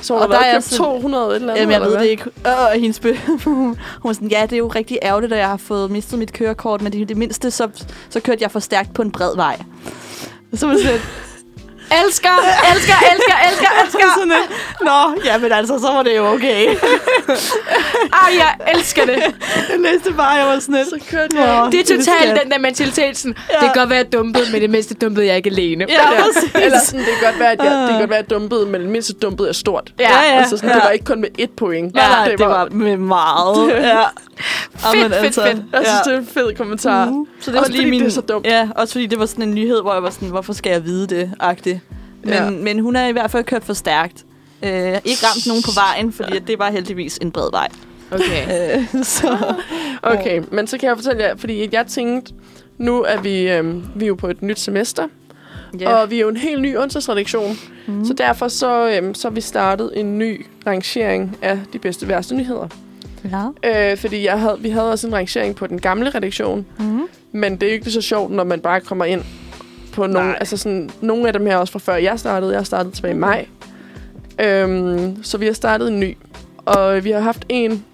Så hun
Og
har
der er
været købt
jeg sådan-
200 et eller andet,
Jamen, jeg
eller
ved
hvad?
det ikke. Øh, og hendes be- hun var sådan, ja, det er jo rigtig ærgerligt, at jeg har fået mistet mit kørekort, men i det mindste, så, så kørte jeg for stærkt på en bred vej. Så var det sådan,
Elsker, elsker, elsker, elsker, elsker.
sådan lidt, Nå, ja, men altså, så var det jo okay.
Ej, jeg elsker det.
jeg læste bare, jeg var sådan lidt.
Så kørte
Nå,
jeg.
Det er totalt
skat.
den der mentalitet. Sådan,
Ja.
Det kan godt være, at jeg dumpede, men det mindste dumpede jeg ikke alene.
Ja, præcis.
Ja. Eller sådan, det kan godt være, at jeg, det kan
Ah.
godt være, at dumpede, men det mindste dumpede er stort.
Ja,
Ja, ja.
Altså sådan, ja. det var ikke kun med ét point.
Ja, nej, det var med meget. Ja. altså.
Fedt, fedt, fedt.
Jeg synes, det er en fed kommentar.
Mhm.
Så det er også fordi, min... det er så dumt.
Ja, også fordi det var sådan en nyhed, hvor jeg var sådan, hvorfor skal jeg vide det, agtigt. Men,
Ja.
ja. men hun har i hvert fald kørt for stærkt. Øh, ikke ramt nogen på vejen, fordi at det var heldigvis en bred vej.
Okay.
Øh, så
Ah. Okay, men så kan jeg fortælle jer, fordi jeg tænkte, nu er vi, øhm, vi er jo på et nyt semester, yeah. og vi er jo en helt ny onsdagsredaktion. Mm. Så derfor så, øhm, så har vi startet en ny rangering af de bedste værste nyheder.
ja.
Øh, fordi jeg havde, vi havde også en rangering på den gamle redaktion,
Mm.
men det er jo ikke så sjovt, når man bare kommer ind på nogle,
Nej.
altså sådan, nogle af dem her også fra før jeg startede. Jeg startede tilbage i maj. Øhm, så vi har startet en ny, og vi har haft en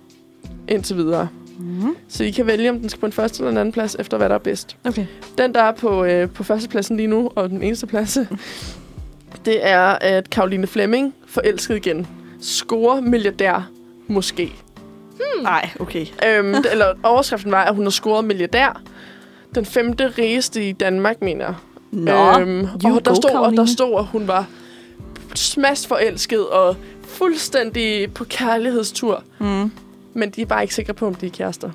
indtil videre.
Mm.
Så I kan vælge, om den skal på en første eller en anden plads, efter hvad der er bedst.
Okay.
Den, der er på, øh, på førstepladsen lige nu, og den eneste plads, det er, at Karoline Flemming, forelsket igen, scorer milliardær, måske. Hmm.
Nej, okay.
Øhm, d- eller overskriften var, at hun har scoret milliardær. Den femte rigeste i Danmark, mener jeg. Øhm,
Nå, you
og, der
go,
stod, og der
Karoline.
stod, at hun var smash forelsket og fuldstændig på kærlighedstur.
Mm.
Men de er bare ikke sikre på, om de er kærester.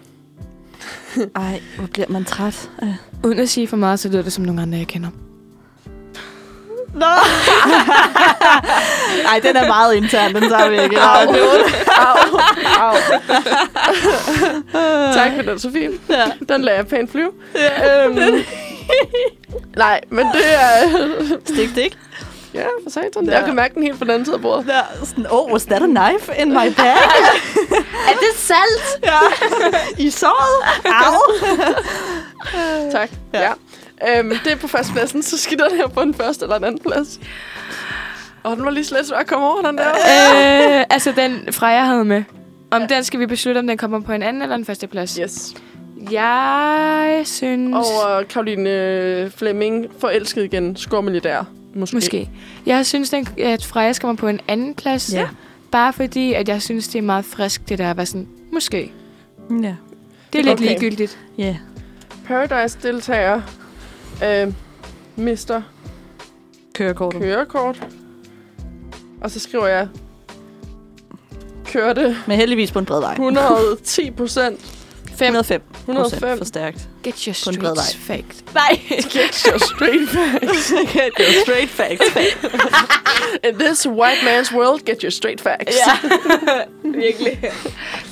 Ej, hvor bliver man træt. Øh.
Uden at sige for meget, så lyder det som nogle andre, jeg kender.
Nå! Nej, den er meget intern, den tager vi ikke.
Au. Au. Au. tak for den, Sofie.
Ja.
Den lader jeg pænt flyve. Ja, øhm. Nej, men det er...
Stik, stik.
Ja, for satan.
Ja.
Jeg kan mærke den helt på den anden side af bordet.
Der, sådan, oh, was that a knife in my bag?
Er det salt?
ja. I såret? Au!
Tak. Ja.
Ja.
ja. Øhm, det er på førstepladsen, så skal den her på den første eller den anden plads. Og den var lige slet svær at komme over, den der.
øh, altså den fra, jeg havde med. Om den skal vi beslutte, om den kommer på en anden eller en første plads.
Yes.
Jeg synes...
Over Karoline øh, Flemming, forelsket igen, skormilitær. Måske.
Måske. Jeg synes, den, at Freja skal på en anden plads.
Ja.
Bare fordi, at jeg synes, det er meget frisk, det der at være sådan, måske.
Ja.
Det er lidt
Okay.
okay. ligegyldigt.
Ja.
Paradise-deltager. Øh, mister
Kørekortet.
kørekort. Og så skriver jeg, kørte
Men heldigvis på en bred vej.
110 procent.
105
105.
for stærkt.
Get your
På en bred
streets faked.
Nej.
Get your straight facts.
Det er straight fact.
In this white man's world, get your straight facts.
ja.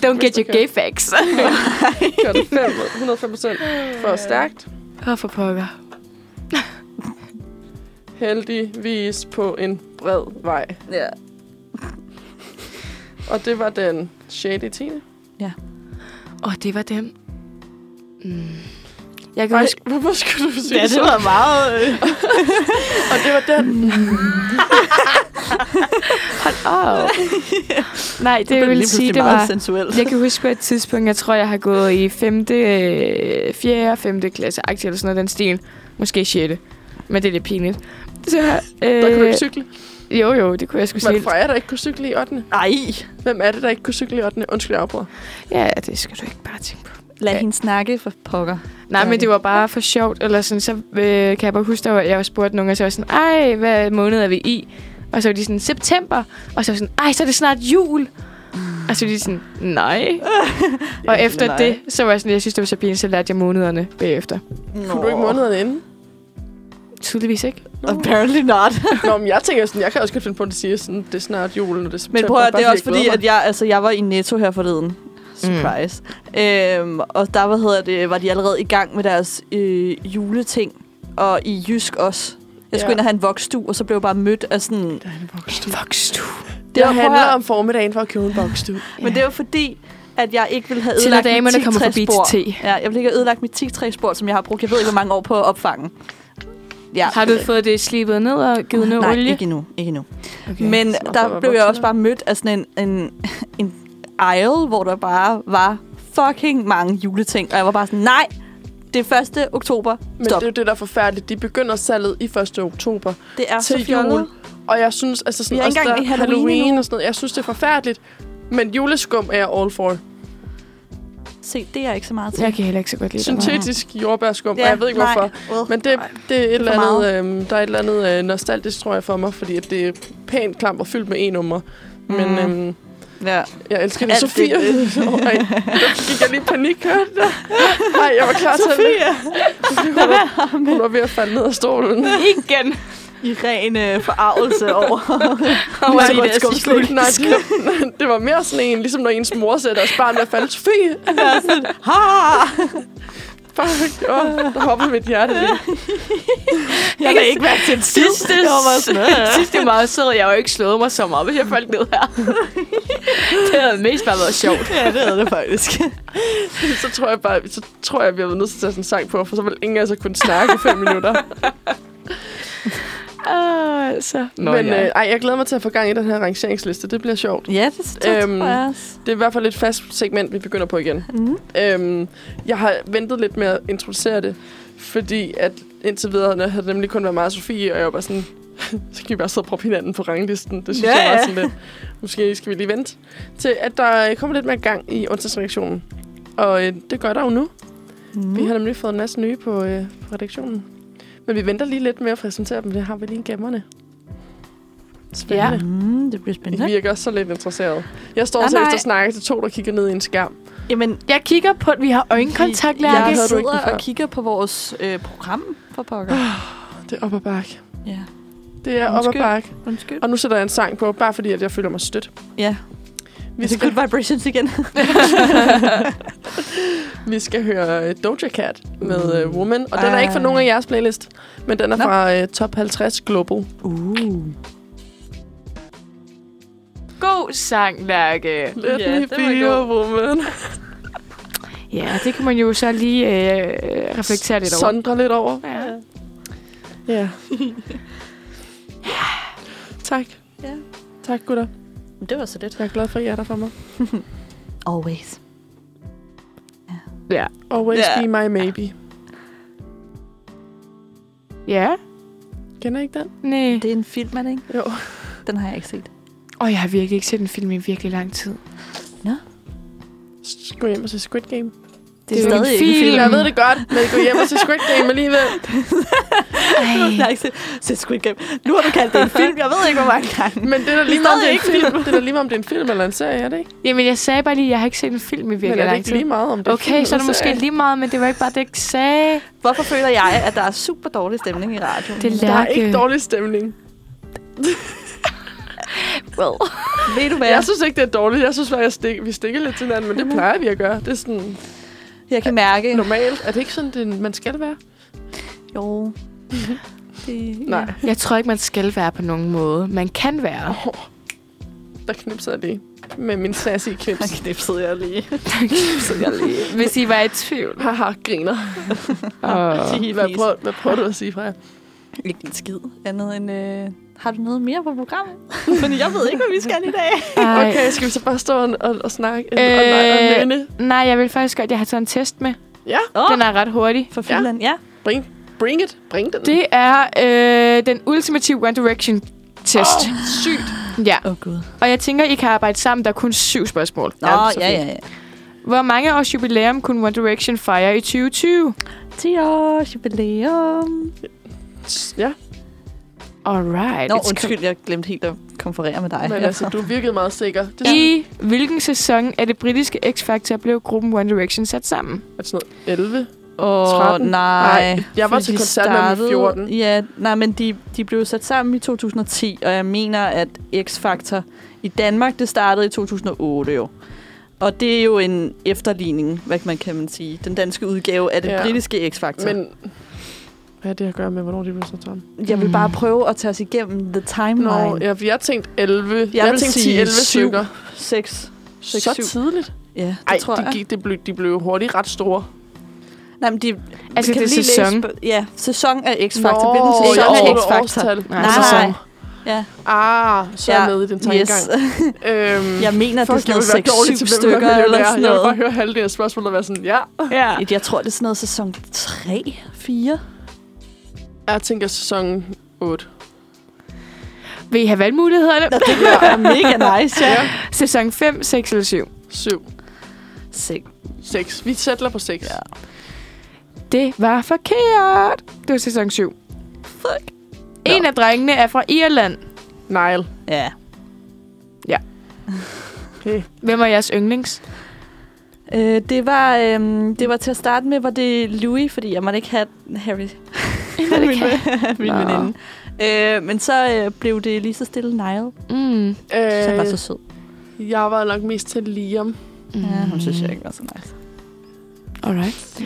Don't get
du
your gay facts.
Kørte 5, 105 procent for stærkt.
Åh, for pokker.
Heldigvis på en bred vej.
ja.
Og det var den 6. i 10.
Og det var dem. Mm. Jeg kan
Nej,
huske...
hvorfor skulle du sige
ja, det
så?
var meget... Øh.
Og det var den.
Oh. Nej, det, det vil sige, det
meget
var...
sensuelt.
Jeg kan huske på et tidspunkt, jeg tror, jeg har gået i 5. 4. og 5. klasse, aktie eller sådan noget, den stil. Måske 6. Men det er lidt pinligt. Så, øh,
Der kunne du ikke cykle.
Jo, jo, det kunne jeg sgu
Var
sige.
det Freja, der ikke kunne cykle i 8.
Ej,
Hvem er det, der ikke kunne cykle i 8. Undskyld, jeg afbryder.
Ja, det skal du ikke bare tænke på.
lad
Ja.
hende snakke for pokker.
Nej,
Ja,
men det
det-
var bare for sjovt. Eller sådan, så øh, kan jeg bare huske, at jeg spurgte nogen, og så var jeg sådan, ej, hvad måned er vi i? Og så var de sådan, september. Og så var jeg sådan, ej, så er det snart jul. Og så var de sådan, nej. og
Ja,
efter
nej.
det, så var jeg sådan, jeg synes, det var så pinligt, så lærte jeg månederne bagefter.
Nå.
Kunne du ikke månederne inden?
Tydeligvis ikke.
Apparently not.
Nå, men jeg tænker sådan, jeg kan også godt finde på, at det siger sådan, det er snart julen, og det er
Men
september,
prøv at høre,
bare
det er også
jeg
fordi,
glæder
at jeg, altså, jeg var i Netto her
Mm.
forleden. Surprise. Mm. Øhm, og der hvad hedder det, var de allerede i gang med deres øh, juleting. Og i Jysk også. Jeg skulle
Ja.
ja. ind og have en voksstue, og så blev jeg bare mødt af sådan...
En vokstue.
mig. det
prøv at
handler
høre,
om formiddagen for at købe en bogstue.
Men det var fordi, at jeg ikke ville have
Til
ødelagt
når damerne
mit
kommer forbi til
spor.
te.
Ja, jeg ville ikke have ødelagt mit 10 spor som jeg har brugt, jeg ved ikke, hvor mange år på at opfange. Ja.
Har du fået det slibet ned og givet noget
Nej,
olie?
ikke endnu. Ikke endnu. Okay, Men der blev jeg også bare mødt af sådan en, en, en aisle, hvor der bare var fucking mange juleting. Og jeg var bare sådan, nej, det er 1. oktober.
Men
Stop.
det er jo det, der er forfærdeligt. De begynder salget i 1. oktober.
Det er så
til
fjollet.
jul. Og jeg synes, altså sådan,
Vi er ikke
også
engang
der
i Halloween endnu.
og sådan noget, jeg synes, det er forfærdeligt. Men juleskum er jeg all for.
Se, det er jeg ikke så meget til.
Jeg kan heller ikke så godt lide det. meget.
Syntetisk jordbærskum, ja, og jeg ved ikke nej. hvorfor.
Well.
Men det, det er et eller
for
andet, øh, der er et eller andet øh, nostalgisk, tror jeg, for mig, fordi at det er pænt klamt og fyldt med e-numre. Men
Mm.
mm. øh,
Ja.
jeg elsker det.
Alt det-
Sofie! Åh, Ej, der gik jeg lige i panik, hørte det. Nej, jeg var klar til det. Hun var- Hun var ved at falde ned af stolen.
Igen.
I ren øh, forarvelse over.
Over
Ligesom
i
at
deres
skubbe
historie.
slik. Nej, det- det var mere sådan en, ligesom når ens mor sætter os barn ved at falde. Sofie!
ha!
Fuck, oh, der hopper mit hjerte lige.
Jeg kan ikke være til en tid. Sidste,
Jeg var bare sådan, "Ah."
sidste meget sad jeg jo ikke slået mig så meget, hvis jeg faldt ned her. det havde mest bare været sjovt.
ja, det er det faktisk.
Så tror jeg bare, så tror jeg, vi har været nødt til at sætte sådan en sang på, for så vil ingen af os have kunnet snakke i fem minutter.
Ah, altså.
Nå, Men ja. øh, ej, jeg glæder mig til at få gang i den her rangeringsliste. Det bliver sjovt.
ja, det, det
Øhm,
øhm, tror jeg også.
Det er i hvert fald et fast segment, vi begynder på igen.
Mm.
Øhm, jeg har ventet lidt med at introducere det, fordi at indtil videre havde det nemlig kun været mig og Sofie, og jeg var bare sådan, så kan vi bare sidde og proppe hinanden på ranglisten. Det synes
Ja,
ja, jeg var
ja.
sådan lidt. Måske skal vi lige vente til, at der kommer lidt mere gang i onsdagsreaktionen. Og øh, det gør der jo nu.
Mm.
Vi har nemlig fået en masse nye på, øh, på redaktionen. Men vi venter lige lidt med at præsentere dem. Det har vi lige i gemmerne. Spændende.
Mm, det bliver
Ja.
spændende.
I virker så lidt interesseret. Jeg står
Nej,
selv
nej.
og snakker til to, der kigger ned i en skærm.
Jamen,
Jeg kigger på, at vi har øjenkontakt,
jeg,
Lærke.
jeg
havde du ikke den
sidder
før. Ah.
og kigger på vores øh, program for pokker.
Det er op ad bakke.
ja,
Det er op ad
Undskyld.
bakke.
undskyld.
Og nu sætter jeg en sang på, bare fordi at jeg føler mig stødt.
Ja,
Vi
vi skal
skal,
good vibrations igen.
vi skal høre øh, Doja Cat med uh, Woman. Og den er ikke fra
Mm. Ej.
nogen af jeres playlist, men den er
Nå.
fra uh, Top 50 Global.
uh.
God sang, Lærke.
Let
Ja,
yeah, me
den var
be your woman.
Ja, det kan man jo så lige øh, reflektere lidt over.
Sondre lidt over.
Ja.
Ja. tak.
Ja.
Tak, gutter.
Det var så lidt.
Jeg er glad for, at I er der for mig.
Always.
ja.
Always
Ja.
yeah. be my maybe.
Ja.
Kender I ikke den?
Nej.
Det er en film, er det ikke?
Jo.
Den har jeg ikke set.
Og jeg har virkelig ikke set en film i virkelig lang tid.
Gå hjem og se Squid Game.
Det
er jo en
Mm.
film.
Jeg ved det godt, men gå hjem og se Squid Game alligevel.
Jeg har ikke set, set Squid Game. Nu har du kaldt det en film. Jeg ved ikke, hvor mange gange.
Men det er da lige meget, om det er en film. Det er da lige meget, om det er en film eller en serie, er det ikke?
Jamen, jeg sagde bare lige, at jeg har ikke set en film
Men
i virkelig
er det
lang
ikke
tid.
lige meget, om det er
Okay,
film
så er det
eller
måske
serie?
lige meget, men det var ikke bare det, jeg sagde.
Hvorfor føler jeg, at der er super dårlig stemning i radioen?
Det er
Der er ikke
Lærke.
dårlig stemning.
Well.
Ved du hvad?
Jeg synes ikke, det er dårligt. Jeg synes, bare, jeg stik, vi stikker lidt til hinanden, men det plejer vi at gøre. Det er sådan
Jeg kan mærke.
normalt. Er det ikke sådan, det, man skal være?
Jo. Det,
Nej.
Jeg tror ikke, man skal være på nogen måde. Man kan være.
Åh, der knipsede jeg lige med min sassy knips.
Der knipsede jeg lige.
Hvis I var i tvivl.
Haha, griner.
Og...
Hvad prøver, hvad prøver du at sige, Freja?
Ikke en skid andet end... Øh, har du noget mere på programmet? Fordi jeg ved ikke, hvad vi skal i dag.
Ej.
Okay, skal vi så bare stå og, og, og snakke? Øh, og, nej, og
Øh,
nynne?
nej, jeg vil faktisk godt, jeg har taget en test med.
Ja,
Åh,
Den er ret hurtig.
for Finland, ja.
bring, bring it. Bring den.
Det er øh, den ultimative One Direction test.
Åh, sygt.
Ja,
Åh, oh, Gud.
og jeg tænker, I kan arbejde sammen. Der er kun syv spørgsmål.
Nå,
så
ja,
fint.
ja, ja.
Hvor mange års jubilæum kunne One Direction fejre i 2020?
10 års jubilæum.
Ja,
Alright.
Nå,
it's
undskyld, jeg glemte helt at konferere med dig.
men altså, du virkede meget sikker. Det
com-
er
I hvilken sæson af det britiske X-Factor blev gruppen One Direction sat sammen?
Er det sådan noget 11.
Åh, oh,
13?
nej.
Nej, jeg var
Fordi
til
de
koncert med dem i 14.
Ja, nej, men de, de blev sat sammen i 2010, og jeg mener, at X-Factor i Danmark, det startede i 2008 jo. Og det er jo en efterligning, hvad man kan man sige, den danske udgave af den
Ja.
ja. britiske X-Factor. Men
Men hvad er det at gøre med, hvornår de blev så tomme?
jeg vil bare prøve at tage os igennem the timeline.
Mm. Nå,
Nå, ja.
jeg, jeg tænkte 11. Jeg,
vil
tænkte
sige
10-11
syv.
stykker.
6. Seks,
så
syv.
tidligt?
Ja, det
Ej,
tror
de,
jeg.
gik, det blev, de blev hurtigt ret store.
Nej, men de,
Altså,
kan
det
du
er
lige
sæson.
Læse, på- ja, sæson af X-Factor. Hvilken
Nå,
sæson
jeg
af
troede,
X-Factor?
årstal. Altså
Nej,
Nej.
sæson.
Ja,
Ah, så er jeg
Ja,
med i den tankegang.
yes.
Øhm,
Mm. Jeg mener, at det er sådan
jeg
noget
ville være dårlig til,
6-7
hvem der
stykker
ville
eller
være.
sådan
Jeg vil bare
noget.
høre halvdelen af spørgsmålet og være sådan, ja.
Ja.
Jeg tror, det er sådan noget sæson 3, 4.
Jeg tænker sæson 8.
Vil I have valgmulighederne?
Nå, det er mega nice, ja.
Ja.
Sæson 5, 6 eller 7.
7.
Se.
6. Vi sætler på 6. Ja.
Det var forkert. Det var sæson 7.
Fuck.
En af drengene er fra Irland.
Nile.
Ja.
Okay.
Hvem er jeres yndlings?
Øh, det, var, øhm, det var til at starte med, var det Louis, fordi jeg måtte ikke have Harry. min
det
min
Nå.
veninde. Øh, men så øh, blev det lige så stille Niall,
Mm.
øh. som var så
Øh,
sød.
jeg var nok mest til Liam.
Ja, hun synes jeg ikke var så nice.
Alright.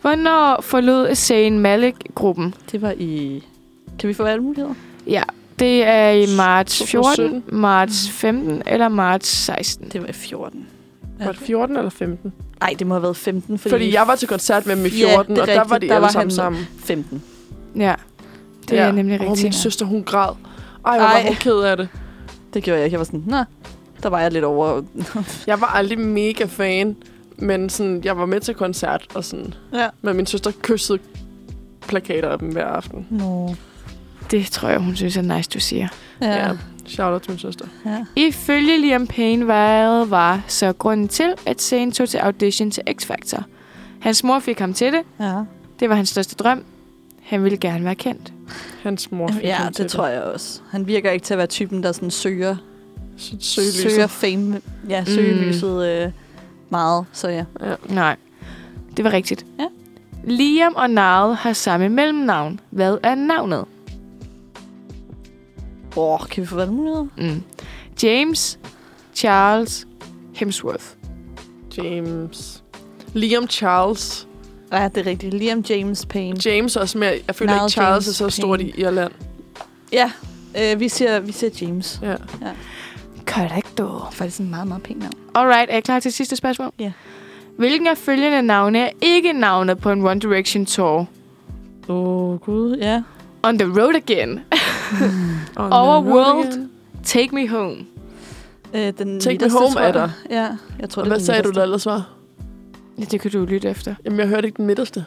Hvornår forlod Zayn Malik-gruppen?
Det var i... Kan vi få alle muligheder?
Ja, det er i marts 14,
2017.
marts 15 eller marts 16.
Det var i 14.
Var det 14 eller 15?
Nej, det må have været 15, fordi...
Fordi, Fordi jeg var til koncert med dem i
Ja,
14,
det er
og der
rigtigt.
var de
Der
alle
var
sammen
han-
sammen.
15.
Ja, det
Ja.
er nemlig
Og min
rigtigt.
søster, hun græd. Ej, hvor var
Ej.
hun ked af det.
Det gjorde jeg ikke. Jeg var sådan, nå, der var jeg lidt over...
Jeg var aldrig mega fan, men sådan, jeg var med til koncert, og sådan,
Ja.
men min søster kyssede plakater af dem hver aften.
Nå.
Det tror jeg, hun synes er nice, du siger.
Ja. ja.
Shout out til min søster.
ja.
Ifølge Liam Payne var, var så grunden til, at Zayn tog til audition til X-Factor. Hans mor fik ham til det.
ja.
Det var hans største drøm. Han ville gerne være kendt.
Hans mor fik
Ja,
ham
det
til
tror jeg også. Han virker ikke til at være typen, der sådan søger,
Så
søger
Søgelyset.
fame, ja,
Mm.
søgelyset øh, meget, så ja.
Nej, det var rigtigt.
Ja.
Liam og Niall har samme mellemnavn. Hvad er navnet?
Åh, oh, kan vi få valgt muligheder?
Mm. James Charles Hemsworth.
James. Liam Charles.
Ja, det er rigtigt. Liam James Payne.
James er også mere. Jeg føler
Niall
ikke, Charles er
Mm. James
så stort i
Payne.
Irland.
Ja, øh, vi, siger, vi siger James.
Ja.
Correcto.
Det er faktisk en meget, meget pæn navn.
Alright, er I klar til sidste spørgsmål?
Ja.
Hvilken af følgende navne er ikke navnet på en One Direction tour?
Åh, oh, gud, ja.
On the road again.
Og
Overworld. Take me home.
Øh, den
Take Me
midterste,
Home
tror
er
jeg.
der.
Ja, jeg tror,
Og
det er
hvad
den
sagde du,
midterste.
der ellers var?
Ja, det kan du lytte efter.
Jamen, jeg hørte ikke den midterste.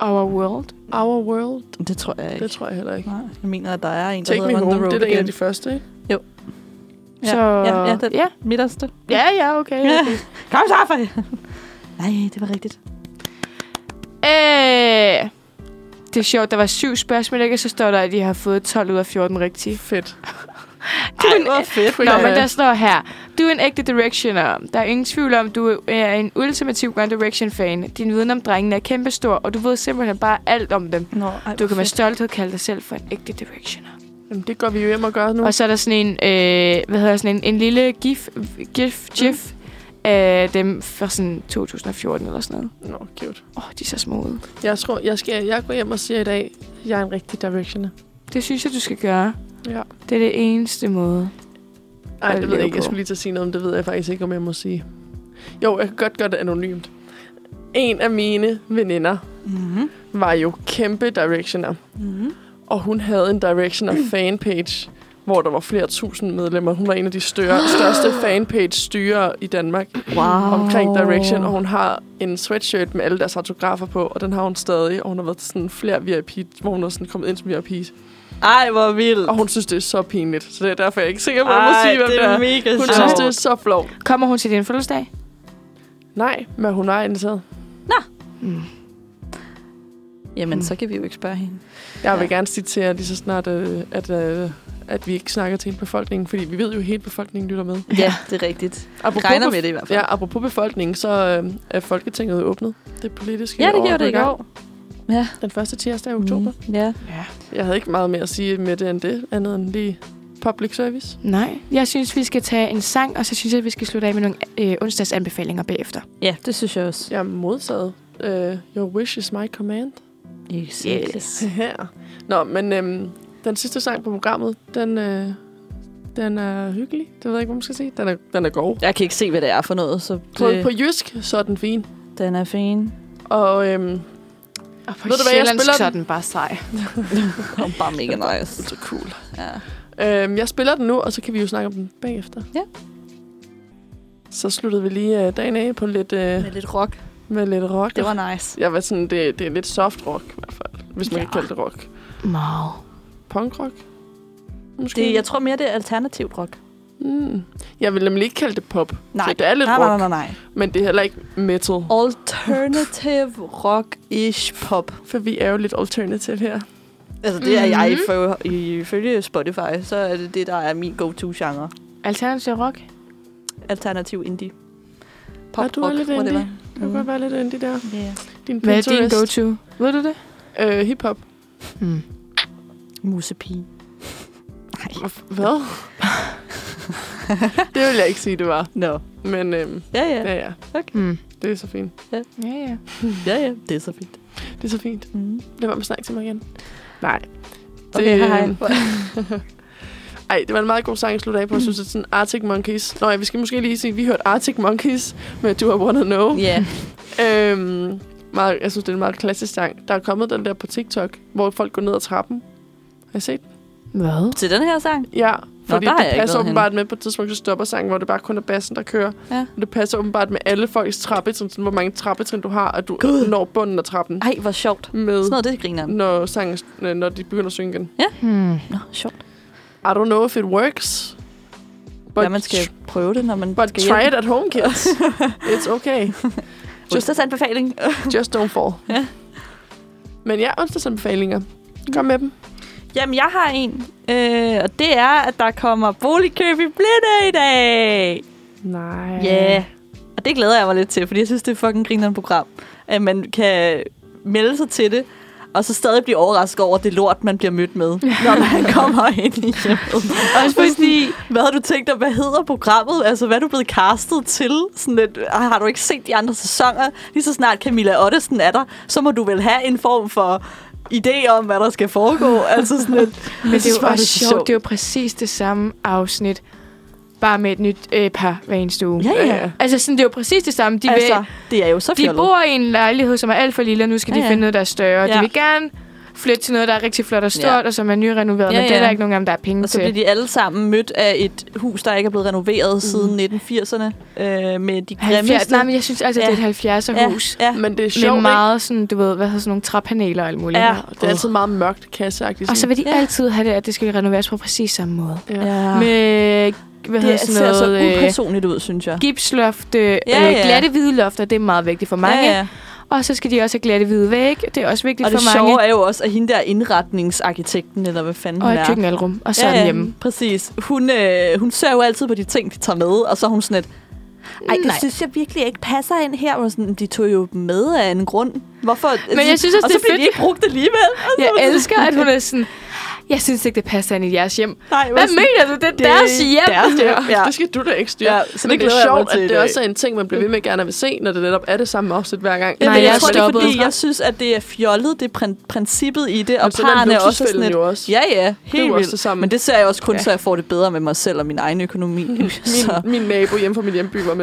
Our world.
Our World.
Det tror jeg ikke.
Det tror jeg heller ikke.
Nej, jeg mener, at der er en, der
Take
hedder
Me
On The
Home.
Road
Det er da en af
Again.
de første, ikke?
Ja,
Så,
ja, ja, den-
ja.
Midterste.
ja, ja, okay. okay.
Kom så, for Nej, det var rigtigt.
Øh, det er sjovt, der var syv spørgsmål, ikke? Og så står der, at I har fået 12 ud af 14 rigtige.
Fedt.
Du er en-
hvor fedt.
Nå,
Ja.
men der står her. Du er en ægte Directioner. Der er ingen tvivl om, du er en ultimativ One Direction-fan. Din viden om drengene er kæmpestor, og du ved simpelthen bare alt om dem.
Nå, ej,
Du
hvor
kan med
fedt.
stolthed kalde dig selv for en ægte Directioner.
Jamen, det går vi jo hjem og gør nu.
Og så er der sådan en, øh, hvad hedder sådan en, en lille gif, gif, gif mm. af dem fra sådan 2014 eller sådan noget.
Nå, cute.
Åh, oh, de er så små ud.
Jeg tror, jeg skal jeg går hjem og siger i dag, at jeg er en rigtig directioner.
Det synes jeg, du skal gøre.
Ja.
Det er det eneste måde.
Nej,
Og
det ved jeg
leve
ikke. Jeg
på.
skulle lige til at sige noget om det. ved jeg faktisk ikke, om jeg må sige. Jo, jeg kan godt gøre det anonymt. En af mine veninder
Mhm.
var jo kæmpe directioner.
Mhm.
Og hun havde en directioner fanpage, hvor der var flere tusind medlemmer. Hun var en af de større, største fanpage-styrer i Danmark
Wow.
omkring Direction, og hun har en sweatshirt med alle deres autografer på, og den har hun stadig, og hun har været til sådan flere VIP, hvor hun er sådan kommet ind som VIP.
Ej, hvor vildt.
Og hun synes, det er så pinligt, så det er derfor, jeg er ikke sikker på, at jeg må sige, hvem det er.
mega
Hun
sjovt.
synes, det er så flov.
Kommer hun til din fødselsdag?
Nej, men hun har inviteret.
Mm.
Jamen,
Mm.
så kan vi jo ikke spørge hende.
Jeg vil
Ja.
gerne citere lige så snart, øh, at, øh, at vi ikke snakker til hele befolkningen, fordi vi ved jo, at hele befolkningen lytter med.
Ja, det er rigtigt.
Apropos
Regner
bef-
med det i hvert fald.
Ja, apropos befolkningen, så øh, er Folketinget åbnet. Det politiske
ja det
år er
gjorde det
gået
i Mm.
gang.
går. Ja.
Den første tirsdag i oktober.
Mm, ja.
Ja.
Jeg havde ikke meget mere at sige med det end det, andet end lige public service.
Nej. Jeg synes, vi skal tage en sang, og så synes jeg, at vi skal slutte af med nogle øh, onsdagsanbefalinger bagefter.
ja, det synes jeg også.
Jeg er modtaget. Uh, your wish is my command.
Exactly.
Yes.
Her. Nå, men øhm, den sidste sang på programmet, den, øh, den er hyggelig. Det ved jeg ikke, hvad man skal sige. Den er, den er god.
Jeg kan ikke se, hvad det er for noget, så
På,
det,
på jysk, så er den fin.
den er fin.
Og øhm,
Og på
Ved du hvad, jeg
sjællandsk,
spiller
så er
den-
den bare sej.
Det var bare mega nice.
så cool.
Ja.
Øhm, jeg spiller den nu, og så kan vi jo snakke om den bagefter.
Ja.
Så sluttede vi lige øh, dagen af på lidt, øh,
Med lidt rock.
med lidt rock.
Det var nice.
Jeg var sådan, det, det er lidt soft rock i hvert fald, hvis man
Ja.
kan kalde det rock.
Meget.
Punk rock? Måske?
Det, jeg tror mere, det er alternativt rock.
mm. jeg vil nemlig ikke kalde det pop.
Nej.
Så det er lidt
nej,
rock,
nej, nej, nej.
men det er heller ikke metal.
Alternative rock-ish pop.
For vi er jo lidt alternative her.
Altså, det er jeg
Mhm.
ifø- ifølge Spotify, så er det det, der er min go-to-genre.
Alternativ rock?
Alternativ indie.
Ja, du er lidt indie. Det
Mm. Mhm.
kan godt være lidt indie der.
Yeah.
Din
Hvad er din
Pinterest.
go-to? Ved du det?
Øh, hip-hop.
Hmm.
Musepige.
Hvad? det vil jeg ikke sige, det var.
Nå. No.
Men øhm,
Ja,
ja,
ja.
ja.
Hmm.
Det er så fint.
Ja, ja.
Ja, ja. Det er så fint.
Det er så fint.
Mm.
Lad være med at snakke til mig igen. Nej.
Okay, hej, hej.
øh, Ej, det var en meget god sang at slutte af på. Jeg synes,
Mm.
det er sådan Arctic Monkeys. Nå ja, vi skal måske lige sige, at vi hørte Arctic Monkeys med Do I Wanna Know.
Ja.
Øhm, meget, jeg synes, det er en meget klassisk sang. Der er kommet den der på TikTok, hvor folk går ned ad trappen. Har I set? den?
Hvad?
Til den her sang?
Ja, fordi
der har jeg
det
ikke
passer
været henne.
åbenbart med på et tidspunkt, så stopper sangen, hvor det bare kun er bassen, der kører.
Ja.
Og det passer åbenbart med alle folks trappetrin, sådan, hvor mange trappetrin du har, og du
Gud.
når bunden af trappen.
Ej, hvor sjovt.
Med,
Sådan noget, det griner han.
når, sangen, øh, når de begynder at synge igen.
Hmm.
Nå, sjovt.
I don't know if it works. But,
Ja, man skal prøve det, når man
but
skal
try it at home, kids. It's okay.
Just anbefaling.
Just don't fall.
Ja.
Men ja, onsdagsanbefalinger. Kom med dem.
Jamen, jeg har en. Øh, og det er, at der kommer boligkøb i Blinde i dag.
Nej.
Ja, yeah. og det glæder jeg mig lidt til, fordi jeg synes, det er fucking grinerende program, at man kan melde sig til det, og så stadig blive overrasket over det lort, man bliver mødt med, når man kommer ind i hjemmet. Også fordi, hvad har du tænkt dig, hvad hedder programmet? Altså, hvad er du blevet castet til? Sådan lidt, "Ah, har du ikke set de andre sæsoner? Lige så snart Camilla Ottesen er der, så må du vel have en form for idé om, hvad der skal foregå. Altså sådan lidt.
Men det er
Hvor
jo
er
også
det
sjovt.
sjovt.
Det er jo præcis det samme afsnit. Bare med et nyt øh, par hver eneste uge.
Ja, ja.
Altså, sådan, det er jo præcis det samme. De, altså,
Altså,
vil,
det er jo så
de
fjollet.
bor i en lejlighed, som er alt for lille, og nu skal ja,
Ja,
de
ja.
finde noget, der er større. Ja.
Ja.
De vil gerne flytte til noget, der er rigtig flot og stort,
Ja.
ja. og som er nyrenoveret,
Ja,
ja, men det er
ja.
der ikke nogen af dem, der er penge
Og så
til.
bliver de alle sammen mødt af et hus, der ikke er blevet renoveret mm. siden 1980'erne. Øh, med de
70,
grimmeste...
nej, men jeg synes altså, ja. det er et 70'er hus.
Ja, ja.
Men det er
Med
sjovt,
meget sådan, du ved, hvad hedder sådan nogle træpaneler og alt muligt.
Ja.
ikke? Det er altid meget mørkt, kasseagtigt.
Og så vil de
Ja.
ja. altid have det, at det skal renoveres på præcis samme måde.
Ja.
ja. Men
Med,
det
hvad hedder
ser så
sådan
altså
noget, øh,
upersonligt ud, synes jeg.
gipsloft, øh,
Ja,
ja,
ja.
ja. glatte hvide lofter, det er meget vigtigt for mange.
Ja, ja.
Og så skal de også have glatte hvide væg, det er også vigtigt
Og det
for mange.
sjove er jo også, at hende der indretningsarkitekten, eller hvad fanden
Og
hun
et
er.
køkkenalrum, og så ja, ja. hjemme.
Præcis. Hun, øh, hun ser jo altid på de ting, de tager med, og så er hun sådan lidt, ej, det
Mm, Nej.
synes jeg virkelig ikke passer ind her. Og sådan, de tog jo dem med af en grund. Hvorfor? Altså,
Men jeg synes også,
og så
det er
bliver de
fedt.
ikke brugt alligevel. Og så
Jeg
er man sådan-
elsker, at hun er sådan, jeg synes ikke, det passer ind i jeres hjem.
Nej, hvor
Hvad
sådan-
mener du, det er
Det er
deres hjem?
Deres hjem, ja.
Ja. Det skal du da ikke styre.
Ja,
Ja,
så
så
det
Men det,
glæder
det
jeg
er sjovt,
mig til i
at det
dag.
også er en ting, man bliver ved med gerne vil se, når det netop er det samme afsnit hver gang.
Ja,
Nej,
Nej, jeg,
jeg
jeg tror, det er
stoppede.
fordi, jeg synes, at det er fjollet, det er prin- princippet i det, og
Men sådan er
parerne er også sådan
luksusfælden
et...
jo også.
Ja, ja,
jo
helt
også
vildt.
det samme.
Men det ser jeg også kun, ja.
Ja.
så jeg får det bedre med mig selv og min egen økonomi. så,
Min, min nabo hjemme fra min hjemby var med.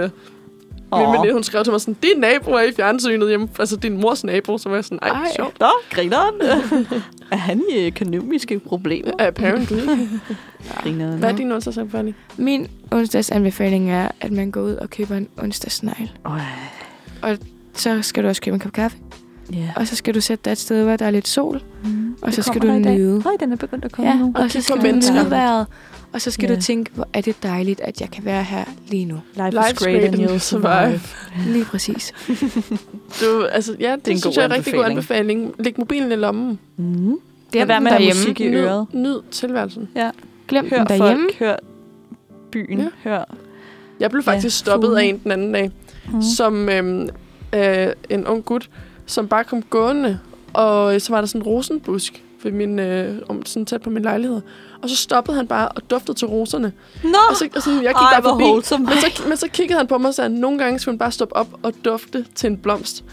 Min
Åh.
veninde, hun skrev til mig sådan, din nabo er i fjernsynet hjemme. Altså din mors nabo, så var jeg sådan, ej,
Ej.
ej. sjovt.
Nå, grineren. er han i økonomiske problemer?
Apparently.
Grineren.
Hvad er din onsdagsanbefaling?
Min onsdagsanbefaling er, at man går ud og køber en onsdagsnegl.
Øj,
Så skal du også købe en kop kaffe,
Ja.
og så skal du sætte dig et sted, hvor der er lidt sol,
Mm.
og så
Det
skal du
kommer der i dag.
nyde.
Høj, den er begyndt at komme
Ja,
nu.
og så skal
på
du
mennesker.
nyde vejret. Og så skal
Ja.
du tænke, hvor er det dejligt, at jeg kan være her lige nu.
Life,
Life's great and you'll survive.
Lige præcis.
Du, altså, ja, det,
en
det synes
god
jeg er en rigtig god
anbefaling.
anbefaling. Læg mobilen i lommen.
Mm.
Glem
være
den
med at have
derhjemme.
musik i øret.
Nyd, nyd tilværelsen.
Glem
Hør
den derhjemme.
folk, hør byen,
Ja.
hør...
Jeg blev
Ja,
faktisk stoppet af
fugle.
en den anden dag,
Mm.
som øhm, øh, en ung gut, som bare kom gående, og øh, så var der sådan en rosenbusk ved min, øh, om, sådan tæt på min lejlighed. Og så stoppede han bare og duftede til roserne.
Nå,
Og, så, og sådan, jeg gik
ej,
bare
hvor
forbi,
wholesome.
men så, men så kiggede han på mig og sagde, at nogle gange skulle man bare stoppe op og dufte til en blomst.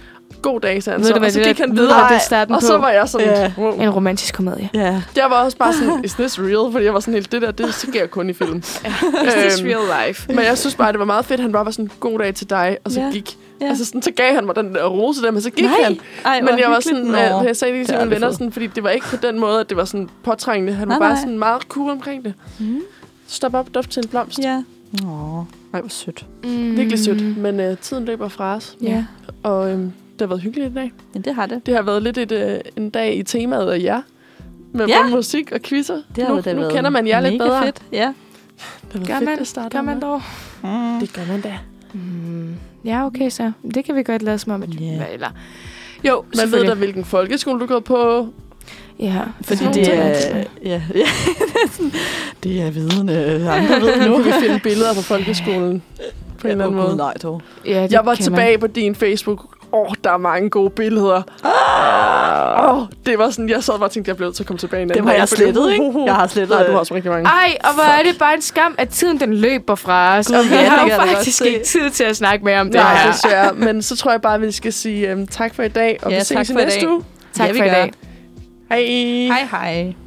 god dag, sagde han
Ved
så.
du, hvad
og så
det
gik
der-
han
ved du,
videre.
hvad det er starten
og så
på?
var jeg sådan,
Ja.
wow.
En romantisk komedie.
Ja.
Jeg var også bare sådan, is this real? Fordi jeg var sådan helt, det der, det sker kun i film.
Is this
Øhm,
real life?
Men jeg synes bare, det var meget fedt. Han bare var sådan, god dag til dig, og så
Ja.
gik.
Ja.
Altså sådan, så gav han mig den der rose der, men så gik han.
Ej, hvor
Men jeg var sådan,
hyggeligt.
øh,
Nå.
jeg sagde det
Det
til
er
mine
aldrig
venner,
fedt.
sådan, fordi det var ikke på den måde, at det var sådan påtrængende. Han
Nej,
var bare
nej.
sådan meget cool omkring det.
Mm.
Stop op, duft til en blomst.
Ja. Nå. Ej, hvor sødt.
Mm.
Virkelig sødt, men øh, tiden løber fra os,
Ja.
og øh, det har været hyggeligt i dag.
Men det har det.
Det har været lidt et, øh, en dag i temaet af jer, med
Ja.
både musik og quizzer.
Det har
nu,
da
nu
været
kender man jer lidt
mega
bedre.
Fedt. Ja.
Det har været
Gør
fedt
man-
at starte
Gør man
med.
dog?
Mm.
Det gør man da.
Mm. Ja, okay så. Det kan vi godt lade som om, at...
Ja.
Yeah. Eller... Jo,
Man ved da,
selvfølgelig.
hvilken folkeskole du går på.
Ja.
Fordi
Sådan
det
nogle
er,
ting.
ja, ja, det er sådan- det er viden, øh, andre ved nu.
Nu kan vi finde billeder fra folkeskolen. På en eller anden
Åh, gud,
måde.
Nej, dog.
Ja, det
Jeg var
kan
tilbage på din Facebook. Åh, oh, der er mange gode billeder. Åh, oh, det var sådan, jeg sad bare og tænkte, jeg blev nødt til at komme tilbage en
Dem
anden
har
dag,
Ah! jeg
fordi-
slettet, ikke? Jeg har slettet.
Nej, du har
øh,
også rigtig mange.
Man. Ej, og hvor er det bare en skam, at tiden den løber fra os.
Gud,
og vi
ja, det
har
kan jeg da
jo
godt
faktisk
se.
ikke tid til at snakke mere om det
Nej,
her.
desværre. Men så tror jeg bare, at vi skal sige øhm, tak for i dag, og
Ja,
vi
tak
ses i
for i
næste
dag.
uge.
Tak
Ja, vi
for i
gør.
dag.
Hej.
Hej, hej.